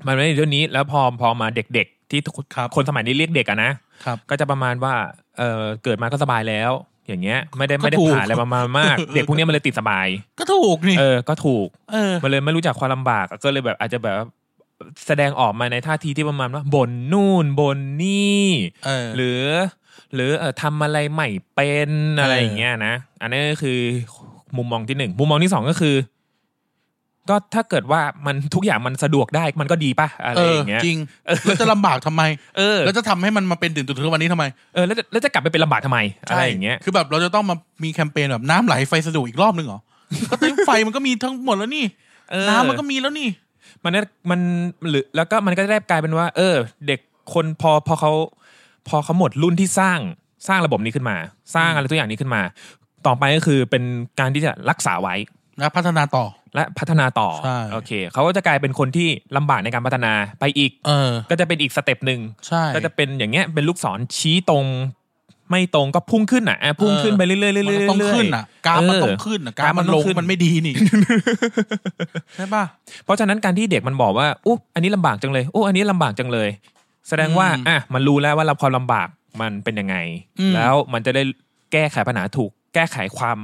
มันไม่ได้เท่านี้แล้วพอพอมาเด็กๆ ที่ทุก
ครับ
คนสมัยนี้เรียกเด็กอะนะครับ ก็จะประมาณว่าเออเกิดมาก็สบายแล้ว อย่างเงี้ย ไม่ได้
ก็
ไม่ได้
ถูก
ผ่านอะไรประมาณ มาก
เออ
เด็กพวกเนี้ยมันเลยติดสบาย
ก็ถูกนี่
เออก็ถูก
เออ
มันเลยไม่รู้จักความลำบากก็เลยแบบอาจจะแบบแสดงออกมาในท่าทีที่ประมาณว่าบ่นนู่นบ่นนี่
เออ
หรือหรือเออทำอะไรใหม่เป็นอะไร
เออ
อ
อ
ย่างเงี้ยนะ อันนี้ก็คือมุมมองที่หนึ่งมุมมองที่สองก็คือ ก็ถ้าเกิดว่ามันทุกอย่างมันสะดวกได้มันก็ดีป่ะอะไร
เอ
อ
อย่าง
เงี้ย
จริงแล้วจะลำบากทำไม
เออ
แล้วจะทำให้มันมาเป็นถึงจุดถึงวันนี้ทำไม
เออแล้วจะแล้วจะกลับไปเป็นลำบากทำไมอะไรอย่างเงี้ย
ใช่คือแบบเราจะต้องมามีแคมเปญแบบน้ำไหลไฟสะดวกอีกรอบนึง เหรอ ก็เต็มไฟมันก็มีทั้งหมดแล้วนี่
เออ
น้ำมันก็มีแล้วนี่
มันเนี่ยมันหรือแล้วก็มันก็จะได้กลายเป็นว่า เออ เด็กคนพอพอเขาพอเขาหมดรุ่นที่สร้างสร้างระบบนี้ขึ้นมา สร้างอะไรตัวอย่างนี้ขึ้นมา ต่อไปก็คือเป็นการที่จะรักษาไว้
นะพัฒนาต่อ
และพัฒนาต่อ
ใช่
โอเค เขาก็จะกลายเป็นคนที่ลำบากในการพัฒนาไปอีก
เออ
ก็จะเป็นอีกสเต็ปหนึ่ง
ใช่
ก็จะเป็นอย่างเงี้ย เป็นลูกศรชี้ตรง ไม่ตรงก็พุ่งขึ้นอ่ะอ่ะพุ่งขึ้นไปเรื่อยๆเรื่อยๆ
มันก็ต้อ
เรื่อยๆ
งขึ้นอ่ะกราฟมันต้องขึ้นอ่ะกราฟมันลง
กราฟมันต้องขึ้น
มันไม่ดี นี่ ใช่ป่ะ
เพราะฉะนั้นการที่เด็กมันบอกว่าอุ๊บอันนี้ลำบากจังเลยอุ๊บอันนี้ลำบากจังเลย แสดงว่า
อืม
อ่ะมันรู้แล้วว่าเราความลำบากมันเป็นยังไง
อืม
แล้วมันจะได้แก้ไขปัญหาถูก แก้ไขความ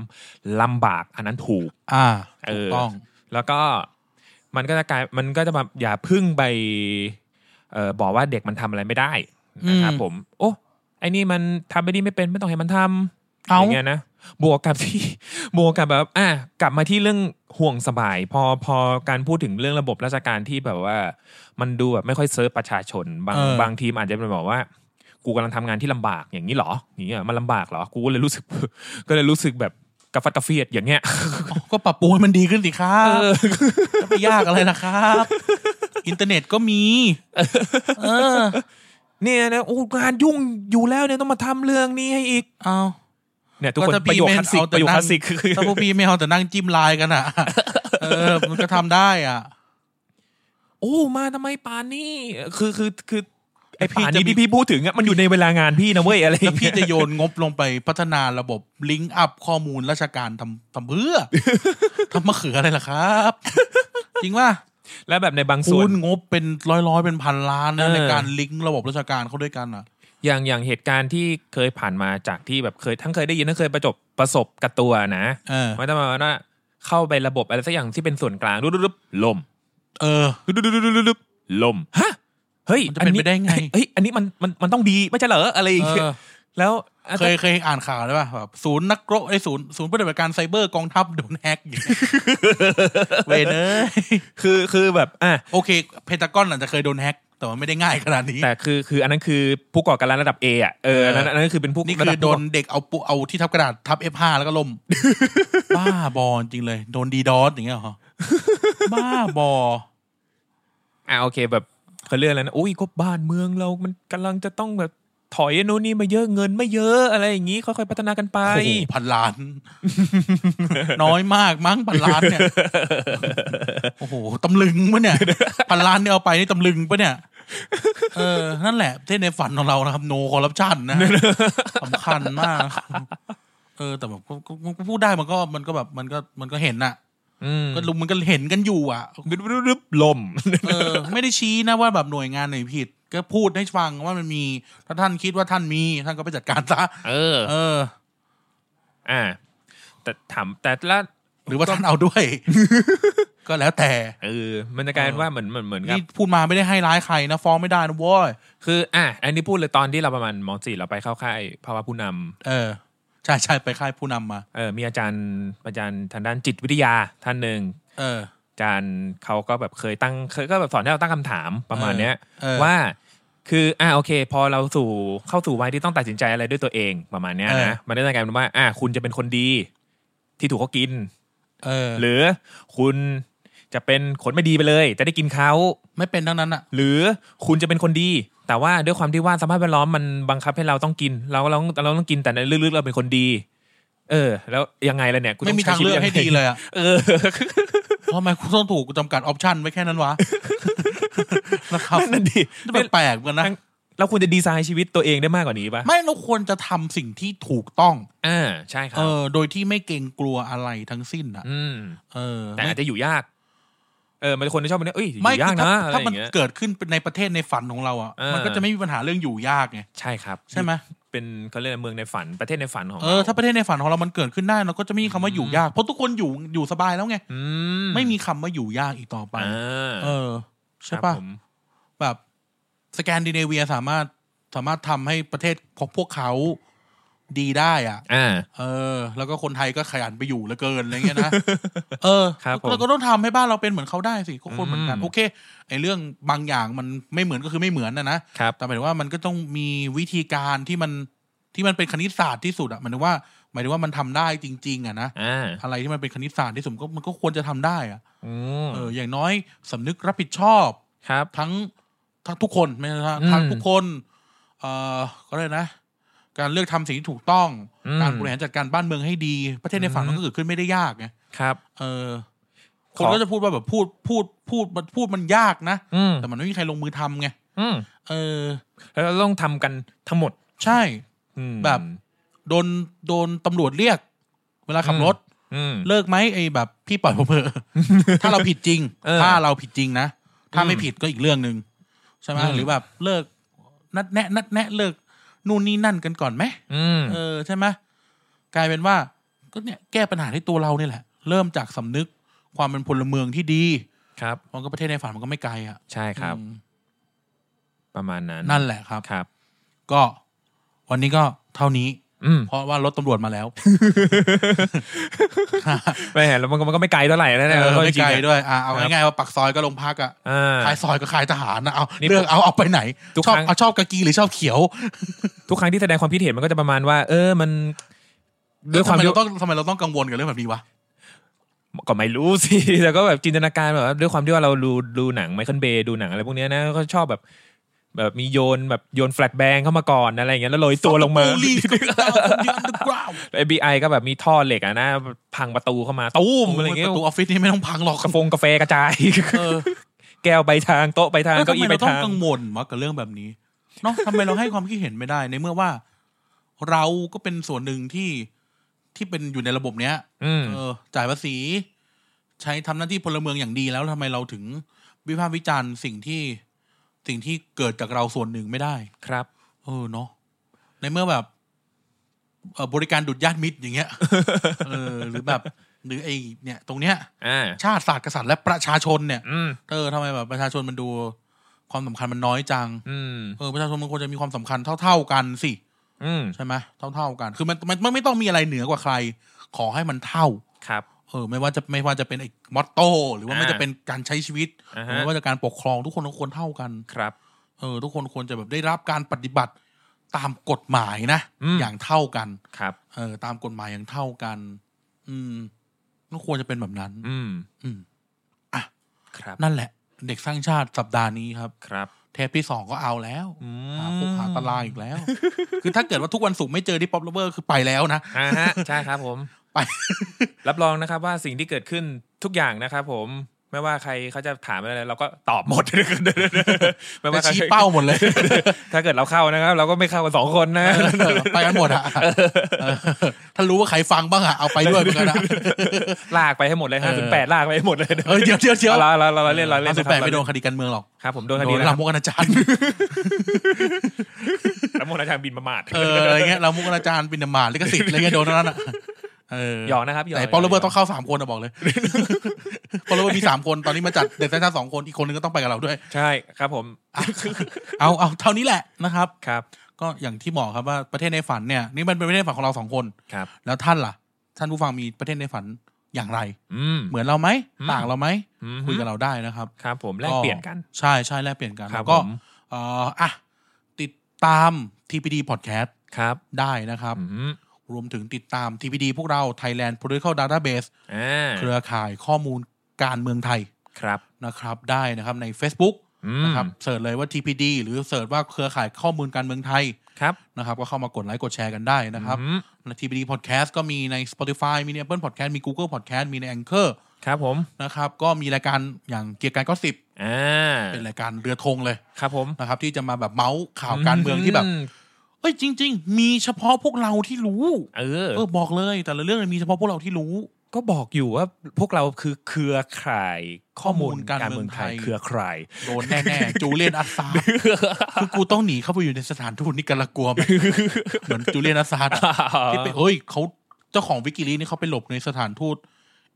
ลำบากอันนั้นถูก
อ่า
เอ
ถูก
อ
ต้อง
แล้วก็มันก็จะกลายมันก็จะแบบอย่าพึ่งไปเออบอกว่าเด็กมันทำอะไรไม่ได้นะครับ
อืม
ผม โอ้ไอ้นี่มันทำไม่ดีไม่เป็นไม่ต้องให้มันทำอ
เอา
ย่างเงี้ยนะบวกกับที่ บวกกับแบบอ่ะกลับมาที่เรื่องห่วงสบาย พอพอการพูดถึงเรื่องระบบราชการที่แบบว่า มันดูแบบไม่ค่อยเซิร์ฟประชาชน บาง
เออ
บางทีมอาจจะเป็นบอกว่า กูกำลังทำงานที่ลำบากอย่างนี้เหรออย่างเงี้ยมันลำบากเหรอกูก็เลยรู้สึก ก็เลยรู้สึกแบบกระฟัดกระเฟียดอย่างเงี้ย
ก็ปรับปรุงให้มันดีขึ้นสิครับจะไปยากอะไรล่ะครับ อินเทอร์เน็ตก็มี เออ
เนี่ยนะโอ้งานยุ่งอยู่แล้วเนี่ยต้องมาทำเรื่องนี้ให้อีก
เอา
เนี่ยทุกคนประโยคคลาสสิกประโยคคลาสสิกคือ
ถ้าพวกพี่ไม่เอาแต่นั่งจิ้มไลายกันอ่ะ เออ มันก็ทำได้อ่ะ
โอ้มาทำไมป่านนี้คือคือคือไอ
พี่
ป่าน
จะ
นี้
มี
ที่พี่พูดถึงอะมันอยู่ในเวลางานพี่นะเว้ยอะไรอ
แล้ว
ย่าง
พี่
เงี้ย
จะโยนงบลงไปพัฒนาระบบลิงก์อัพข้อมูลราชการทำทำเพื่อ ทำมะเขืออะไรล่ะครับ จริงว่า
แล้วแบบในบางส่
คู
วน
ณงบเป็นร้อยร้อยๆเป็นพันล้านนะ
เออ
ในการลิงก์ระบบราชการเข้าด้วยกันอ่ะ
อย่างอย่างเหตุการณ์ที่เคยผ่านมาจากที่แบบเคย ทั้งเคยได้ยินทั้งเคยประจบประสบกับตัวนะ
เออ
มันจะมาว่าเข้าไประบบอะไรสักอย่างที่เป็นส่วนกลางรุบรุบลม
เออ
รุบรุบรุบรุบลมฮะเฮ้ย
มันจะเป็นไปได้ไง
เฮ้ยอันนี้มันมันมันต้องดีไม่ใช่เหรออะไรอย่าง
เอ
เงี้ย
อ
แล้ว
เคยเคยอ่านข่าวได้ป่ะแบบศูนย์นักรบไอ้ยศูนย์ศูนย์ปฏิบัติการไซเบอร์กองทัพโดนแฮกอยู่ เนี่ย เวยเนย
คือคือแบบอ่ะ
โอเค เพนตากอนอาจจะเคยโดนแฮกแต่ว่าไม่ได้ง่ายขนาดนี้
แต่คือคืออันนั้นคือผู้ก่อการร้ายระดับ A อ่ะเอออันนั้นอันนั้นคือเป็นผู้
นี่
ระ
คื
ดั
อบโดนเด็กเอาปุเอาที่ทับกระดาษทับ F5 แล้วก็ ล่ม บ้าบอจริงเลย โดนดีดอสอย่างเงี้ย เหรอ บ้าบอ
อ่ะโอเคแบบเขาเรื่องอะไรนะโอ้ยก็บ้านเมืองเรามันกำลังจะต้องแบบถอยโน่นนี่มาเยอะเงินไม่เยอะอะไรอย่างนี้ค่อยๆพัฒนากันไป
โอ้โหพันล้าน น้อยมากมั้งพันล้าน เนี่ย โอ้โหตำลึงปะเนี่ย พันล้านเนี่ยเอาไปนี่ตำลึงปะเนี่ย เออ นั่นแหละประเทศในฝันของเรานะครับ โนคอร์รัปชันนะสำคัญมาก เออแต่แบบก็ก็ก็พูดได้มันก็มันก็แบบมันก็มันก็เห็นน่ะ
อืม
ก็ลุงมันก็เห็นกันอยู่อ่ะ
รึบรึบลม
เออ ไม่ได้ชี้นะว่าแบบหน่วยงานไหนผิด ก็พูดให้ฟังว่ามันมี ถ้าท่านคิดว่าท่านมี ท่านก็ไปจัดการซะ
เออ
เออ
อ่า แต่ถามแต่ละ
หรือว่าท่านเอาด้วย ก็แล้วแต่
เออมันจะกลายเป็นว่าเหมือนเหมือนเหมือนกับ
นี่พูดมาไม่ได้ให้ร้ายใครนะฟ้องไม่ได้นะเว้ย
คืออ่ะอันนี้พูดเลยตอนที่เราประมาณมสี่เราไปเข้าค่ายภาวะผู้นำ
เออใช่ใช่ไปค่ายผู้นำมา
เออมีอาจารย์อาจารย์ทางด้านจิตวิทยาท่านหนึ่ง
เออ
อาจารย์เขาก็แบบเคยตั้งเคยก็แบบสอนให้เราตั้งคำถามประมาณเนี้ย
เออเออ
ว่า คืออ่ะโอเค พอเราสู่เข้าสู่วัยที่ต้องตัดสินใจอะไรด้วยตัวเองประมาณเนี้ย
เออ
นะมันก็จะกลายเป็นว่า อ่ะคุณจะเป็นคนดี ที่ถูกเขากิน
เออ
หรือคุณจะเป็นคนไม่ดีไปเลย จะได้กินเขา
ไม่เป็นทั้งนั้นอ่ะ
หรือคุณจะเป็นคนดี แต่ว่าด้วยความที่ว่าสภาพแวดล้อมมันบังคับให้เราต้องกิน เราเราเราต้องกินแต่ในลึกๆเราเป็นคนดี เออ แล้วยังไงล่ะเนี่ยกูต้
ไม่มีทาง
ใช้ชี
เลื
วิต
อกให้ดีเลยอ่ะ
เออ
ทำไมกูต้องถูกจำกัดออปชันไว้แค่นั้นวะ นะครับ
นั่นนะดิ
มันแปลกเหมือนกันนะ
ทั้ง เราควรจะดีไซน์ชีวิตตัวเองได้มากกว่านี้ปะ
ไม่เราควรจะทำสิ่งที่ถูกต้อง
อ่าใช่ครั
เอบ อ โดยที่ไม่เกรงกลัวอะไรทั้งสิ้นอ่ะ
อืม
เออ
แต่อาจจะอยู่ยาก เออ มันคนที่ชอบมันเนี่ยเอ้ยอ
ไม่
ยู่ยาก
คือ
นะ
ถ้า
อะไร
ถ้า
อ
มัน
ย่างเงี้ย
เกิดขึ้นในประเทศในฝันของเราอ่ะ
เออ
มันก็จะไม่มีปัญหาเรื่องอยู่ยากไง
ใช่ครับ
ใช่ไหม
เป็นเขาเรียกอะไรเมืองในฝันประเทศในฝันของ
เออ
ร
ถ้าประเทศในฝันของเรามันเกิดขึ้นได้เราก็จะไม่มีคำว่าอยู่ยาก เพราะทุกคนอยู่อยู่สบายแล้วไง
อืม
ไม่มีคำว่าอยู่ยากอีกต่อไป
อ่า
เออ ใช่
ครั
ปะ
บผม
แบบสแกนดิเนเวียสามารถสามารถทำให้ประเทศของพวกเขาดีได้อ่ะ
อ่า
เออ แล้วก็คนไทยก็ขยันไปอยู่เหลือเกินอะไรเงี้ ยนะ เออ
ครับผม
เราก็ต้องทำให้บ้านเราเป็นเหมือนเขาได้สิก็คนเหมือนกัน
อืม
โอเคไอ้เรื่องบางอย่างมันไม่เหมือนก็คือไม่เหมือนนะนะ
ครับ
แต่หมายถึงว่ามันก็ต้องมีวิธีการที่มันที่มันเป็นคณิตศาสตร์ที่สุดอะหมายถึงว่า หมายถึงว่ามันทำได้จริง ๆอะนะ
อ่า
อะไรที่มันเป็นคณิตศาสตร์ที่สุดก็มันก็ควรจะทำได้อะ
อืม
เอออย่างน้อยสำนึกรับผิดชอบ
ครับ
ทั้งทั้งทุกคนไม่ใช่ทั้ง
อืม
ทั้งทุกคน เอ่อก็เลยกนะ การเลือกทำสิ่งที่ถูกต้อง
อืม
การบริหารจัดการบ้านเมืองให้ดี ประเทศในฝัน
อืม
มันก็เกิดขึ้นไม่ได้ยากไง
ครับ
เออ
ข
ค
อ
นก็จะพูดว่าแบบพูดพูดพูดมันพูดมันยากนะ
อืม
แต่มันไม่มีใครลงมือทำไง
อืม
เออ
แล้วเราต้องทำกันทั้งหมด
ใช่
อืม
แบบ โดนโดนตำรวจเรียก เวลาขับรถ
อืม
เลิกไหมไอ้แบบพี่ปล่อยผมเถอะ ถ้าเราผิดจริง
เออ
ถ้าเราผิดจริงนะ ถ้า
อืม
ไม่ผิดก็อีกเรื่องหนึ่งใช่ไหม
อืม
หรือแบบเลิก นัดแนะนัดแนะเลิกนู่นนี่นั่นกันก่อนไหม
อืม
เออใช่ไหมกลายเป็นว่า ก็เนี่ยแก้ปัญหาที่ตัวเราเนี่ยแหละ เริ่มจากสำนึกความเป็นพลเมืองที่ดี
ครับ
มันก็ประเทศในฝันมันก็ไม่ไกลอ่ะ
ใช่ครับ
อืม
ประมาณนั้น
นั่นแหละครับ
ครับ
ก็วันนี้ก็เท่านี้
อืม
เพราะว่ารถตำรวจมาแล้ว
ไม่เห็นแล้วมันก็มันก็ไม่ไกลเท่าไหร่นะเนี่ย
เออไม่ไกล
จริงๆอะ
ด้วย อ่าเอา
ครับ
ง่ายๆว่าปักซอยก็ลงพักอ่ะ
อ่า
คายซอยก็คายทหารนะเอา
นี่
เลือกเอาเอาไปไหน
ทุก
ชอบ
ครั้ง
เอาชอบกากีหรือชอบเขียว
ทุกครั้งที่แสดงความคิดเห็นมันก็จะประมาณว่า เออมัน ด้วยความ
ทำไม
ที่
เราต้องทำไมเราต้องกังวลกับเรื่องแบบนี้วะ
ก็ไม่รู้สิ แต่ก็แบบจินตนาการแบบว่าด้วยความที่ว่าเราดูดูหนังไมเคิลเบย์ดูหนังอะไรพวกเนี้ยนะก็ชอบแบบ แบบมีโยนแบบโยนแฟลตแบงเข้ามาก่อนอะไรอย่างเงี้ยแล้วโรยตัวลงมา
ลีก
ไอบีไอก็แบบมีท่อเหล็กอะนะพังประตูเข้ามาตู้ม
อะ
อะไร ไร
เงี้ย
เงี้
ป
ย
ระตูออฟฟิศนี่ไม่ต้องพังหรอก
กระฟงกาแฟกระจาย
เออ
แก้วใบทางโต๊ะใบทาง
แล้ว
เก็
ทำไม
อีใบ
เราต้อ
ทาง ง
กังวลวะกับเรื่องแบบนี้เนาะทำไมเราให้ความคิดเห็นไม่ได้ในเมื่อว่า เราก็เป็นส่วนหนึ่งที่ที่เป็นอยู่ในระบบเนี้ย
อืม
เออจ่ายภาษี ใช้ทำหน้าที่พลเมืองอย่างดีแล้วทำไมเราถึงวิพากษ์วิจารณ์สิ่งที่สิ่งที่เกิดจากเราส่วนหนึ่งไม่ได้
ครับ
เออเนาะในเมื่อแบบเอ่อบริการดุดญาติมิตรอย่างเงี้ย เออ หรือแบบ หรือไอเนี่ย ตรงเนี้ย
อ่า
ชาติศาสตร์กษัตริย์และประชาชนเนี่ย
อืม
เออทำไมแบบประชาชนมันดู ความสำคัญมันน้อยจัง
อืม
เออประชาชนมันควรจะมีความสำคัญเท่า ๆกันสิ
อืม
ใช่ไหมเท่าๆกัน คือมันมันมันไม่ต้องมีอะไรเหนือกว่าใคร ขอให้มันเท่า
ครับ
เออไม่ว่าจะไม่ว่าจะเป็นไอ้มอตโต้หรือว่า
อ่า
ไม่จะเป็นการใช้ชีวิต
อ่า
ห
ฮะ
รือไม่ว่าจะการปกครองทุกคนก็ควรเท่ากัน
ครับ
เออทุกคนควรจะแบบได้รับการปฏิบัติตามกฎหมายนะ
อืม
อย่างเท่ากัน
ครับ
เออตามกฎหมายอย่างเท่ากัน อืมก็ควรจะเป็นแบบนั้น
อืม
อืม
ครับ
นั่นแหละ เด็กสร้างชาติสัปดาห์นี้ครับ
ครับ
เทปที่สองก็เอาแล้ว
อื
หาคุกหาตารางอีก
แล้ว
แล้ว คือถ้าเกิดว่าทุกวันศุกร์ไม่เจอที่ป๊อปเลเวอร์คือไปแล้วนะ
อ่าฮะใช่ครับผม
ไป
รับรองนะครับว่าสิ่งที่เกิดขึ้นทุกอย่างนะครับผม ไม่ว่าใครเขาจะถามอะไรเราก็ตอบหมด ไม่ว่าใคร
ชี้เป้าหมดเลย
ถ้าเกิดเราเข้านะครับ เราก็ไม่เข้ากันสองคนนะ
ไปกันหมดอ่ะเออถ้ารู้ว่าใครฟังบ้างอ่ะเอาไปด้วยเหมือนกันนะ
ลากไปให้หมดเลยห้าถึงแปดลากไปให้หมดเลย
เออเดี๋ยวเดี๋ยวเดี๋ยว
เราเราเราเล่นเราเล่น
สิบแปดไม่โดนคดีการเมืองหรอก
ครับ ผมโดนค
โด
ดี
น
นะค
ลา
รับ
มุกอนาจารย์
แล้วมนอาจารย์บินประมาท
เอออะไรเงี้ยลามุกอนาจารย์บินมาตลิขสิทธิ์อะไรเงี้ยโดนทั้งนั้นอ่ะเออ
หยอกนะครับหยอก
แต่ปอลโรเบิร์ตต้องเข้าสามคนอะบอกเลย ปอลโรเบิร์ตมีสามคนตอนนี้มาจัดเด็กแฟนชาติสองคนอีกคนนึงก็ต้องไปกับเราด้วย
ใช่ครับผม
เอาเอาเท่านี้แหละนะครับ
ครับ
ก็อย่างที่บอกครับว่าประเทศในฝันเนี่ยนี่มันเป็นประเทศในฝันของเราสองคน
ครับ
แล้วท่านล่ะ ท่านผู้ฟังมีประเทศในฝันอย่างไร
อืม
เหมือนเราไหม
อืม
ต่างเราไหม
อืม
คุยกับเราได้นะครับ
ครับ ผมแลกเปลี่ยนกัน
ใช่ใช่แลกเปลี่ยนกัน
ครับ
แล้วก็
ผม
เอ่ออ่ะติดตาม TPD Podcast
ครับ
ได้นะครับ
อืม
รวมถึงติดตาม TPD พวกเรา Thailand Political Database
อ่า
เครือข่ายข้อมูลการเมืองไทย
ครับ
นะครับ ได้นะครับใน Facebook
อืม
นะครับเสิร์ชเลยว่า TPD หรือเสิร์ชว่าเครือข่ายข้อมูลการเมืองไทย
ครับ
นะครับ ก็เข้ามากดไลค์กดแชร์กันได้นะครับ
อืม
และ TPD Podcast ก็มีใน Spotify มีใน Apple Podcast มี Google Podcast มีใน Anchor
ครับผม
นะครับ ก็มีรายการอย่างเกียร์การก็สิบ
อ่า
เป็นรายการเรือธงเลย
ครับผม
นะครับ ที่จะมาแบบเมาส์ข่าวการเมืองที่แบบ
ม
เอ้ยจริง ๆ มีเฉพาะพวกเราที่รู้
เออ
เออบอกเลยแต่ละเรื่องมีเฉพาะพวกเราที่รู้
ก็บอกอยู่ว่าพวกเราคือเครือข่ายข้อมูลการเมืองไท
ข้อ
ย
มูลการเมืองไทย
เครือข่าย
โดนแน่ๆ จูเลียนอัส ซาร์ดคือกูต้องหนีเข้าไปอยู่ในสถานทูตนิการากัวไหมเหมือนจูเลียนอัสซาร์ดอะที่ไปเฮ้ยเขาเจ้าของวิกิลีนี่เขาไปหลบในสถานทูต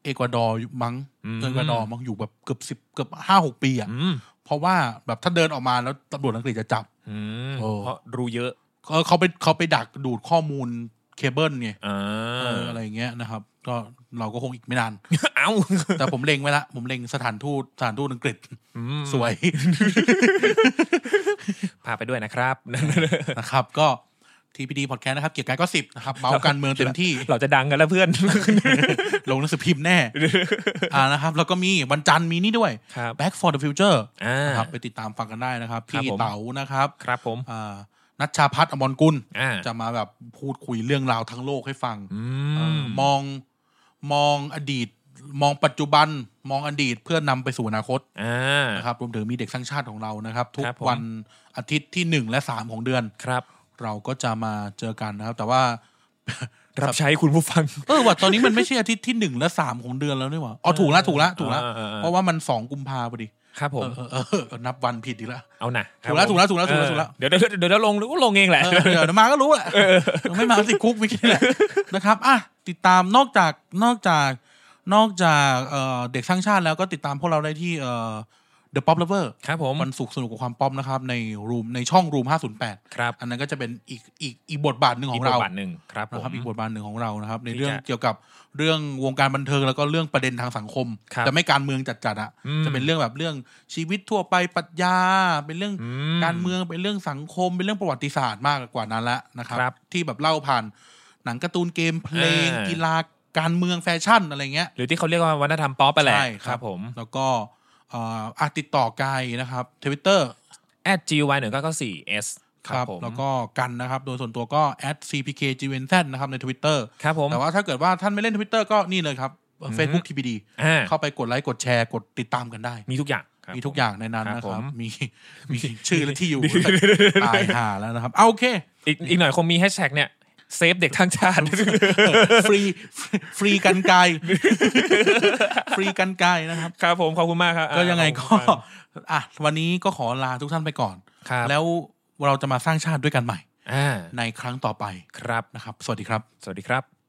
เอกวาดอร์มั้ง
อืม
เอกวาดอร์มั้งอยู่แบบเกือบสิบเกือบห้าหกปีอ่ะ
อืม
เพราะว่าแบบถ้าเดินออกมาแล้วตำรวจอังกฤษจะจับ
อืม
โอ้
เพราะรู้เยอะ
เออเขาไปเขาไปดักดูดข้อมูลเคเบิลไง
อ่า
เอออะไรอย่างเงี้ยนะครับ ก็เราก็คงอีกไม่นาน
เอ้า
แต่ผมเล็งไว้ละผมเล็งสถานทูตสถานทูตอังกฤษ
อืม
สวย
พาไปด้วยนะครับ
นะครับก็ TPD Podcast นะครับ เกียรติกายก็สิบนะครับเมาส์การเมืองเต็มที่
เราจะดังกันแล้วเพื่อน
ลงหนังสือพิมพ์แน่ อ่านะครับ แล้วก็มีวันจันทร์มีนี่ด้วย
ครับ
Back for the Future
อ่า
นะครับไปติดตามฟังกันได้นะครับ
ครับ
พี่
ผม
เต๋านะครับ
ครับผม
อ่านัชชาพัฒน์อมรกุล
อ่า
จะมาแบบพูดคุยเรื่องราวทั้งโลกให้ฟัง
อื
เอ่อ
ม
มองมองอดีต มองปัจจุบันมองอดีตเพื่อนำไปสู่อนาคต
อ่า
นะครับรวมถึงมีเด็กสร้างชาติของเรานะครับ ทุก
ครับผม
วันอาทิตย์ที่หนึ่งและสามของเดือน
ครับ
เราก็จะมาเจอกันนะครับ แต่ว่า
รับใช้คุณผู้ฟัง
เออว่ะตอนนี้มันไม่ใช่อาทิตย์ที่หนึ่งและสามของเดือนแล้วนี่หว่าอ๋อถูกละถูกละถูกละ
อ่าอ่าอ่า
เพราะว่ามันสองกุมภาพอดี
ครับผม
เออเออเออเออนับวันผิดอีกละ
เอานะ
ถูกแล้วถูกแล้วถูกแล้วถูกแล้วถูกแล้ว
เออเดี๋ยวเดี๋ยวเดี๋ยวเดี๋ยวลงลงเองแหละ
เออเดี๋ยวเดี๋ยวมาก็รู้แหละเดี๋ยวไม่มาก็ติดคุกไม่คิดแหละนะครับอ่ะติดตามนอกจากนอกจากนอกจากเอ่อเด็กสร้างชาติแล้วก็ติดตามพวกเราได้ที่เอ่อ The Pop Lover
ครับผม
วันศุกร์สนุกกับความป๊อปนะครับ ในรูมในช่องรูม508
ครับ
อันนั้นก็จะเป็นอีกอีกอีกบทบาทหนึ่งข
อี
อกง
บท
เรา
บาทหนึ่งครับผม
นะครับอีกบทบาทหนึ่งของเรานะครับ ในเรื่อง
ที่จะ
เกี่ยวกับเรื่องวงการบันเทิงแล้วก็เรื่องประเด็นทางสังคม
ครับ
จะไม่การเมืองจัดๆอ่ะ
อืม
จะเป็นเรื่องแบบเรื่องชีวิตทั่วไปปรัชญา เป็นเรื่อง
อื
การเมืองเป็นเรื่องสังคม เป็นเรื่องประวัติศาสตร์มากกว่านั้นละนะครับ
ครับ
ที่แบบเล่าผ่านหนังการ์ตูนเกมเพลง
อ่า
กีฬาการเมืองแฟชั่นอะไรเงี้ย
หรือที่เขาเรียกว่าวัฒนธรรมป๊อปไปแหละ
ใช่
ครับผม
แล้วก็เอ่ออาติดต่อกายนะครับทวิตเตอร์
at gy หนึ่งเก้าเก้าสี่ s
ครับ
ผม
แล้วก็กันนะครับ โดยส่วนตัวก็ @cpkgwnz นะครับใน Twitter
ครับผม
แต่ว่าถ้าเกิดว่าท่านไม่เล่นทวิตเตอร์ก็นี่เลยครับเฟซบุ๊กทีพีดี
อ่า
เข้าไปกดไลค์กดแชร์กดติดตามกันได้
มีทุกอย่างครับ
มีทุกอย่างในนั้นนะค
ครั
รั
บบ ผม
มีมีชื่อและที่อยู่ ตายห่าแล้วนะครับ เอาโอเค
อีกอีกหน่อยคงมีแฮชแท็กเนี่ยเซฟเด็กทั้งชาติ
ฟรีฟรีกันไกล ฟรีกันไกลนะครับ
ครับผมขอบคุณมากครับ
ก็ยังไง
ข
ก็
อบคุณมาก
อ่ะ วันนี้ก็ขอลาทุกท่านไปก่อน
ครับ
แล้วเราจะมาสร้างชาติด้วยกันใหม่
อ่า
ในครั้งต่อไป
ครับ
นะครับ สวัสดีครับ
สวัสดีครับ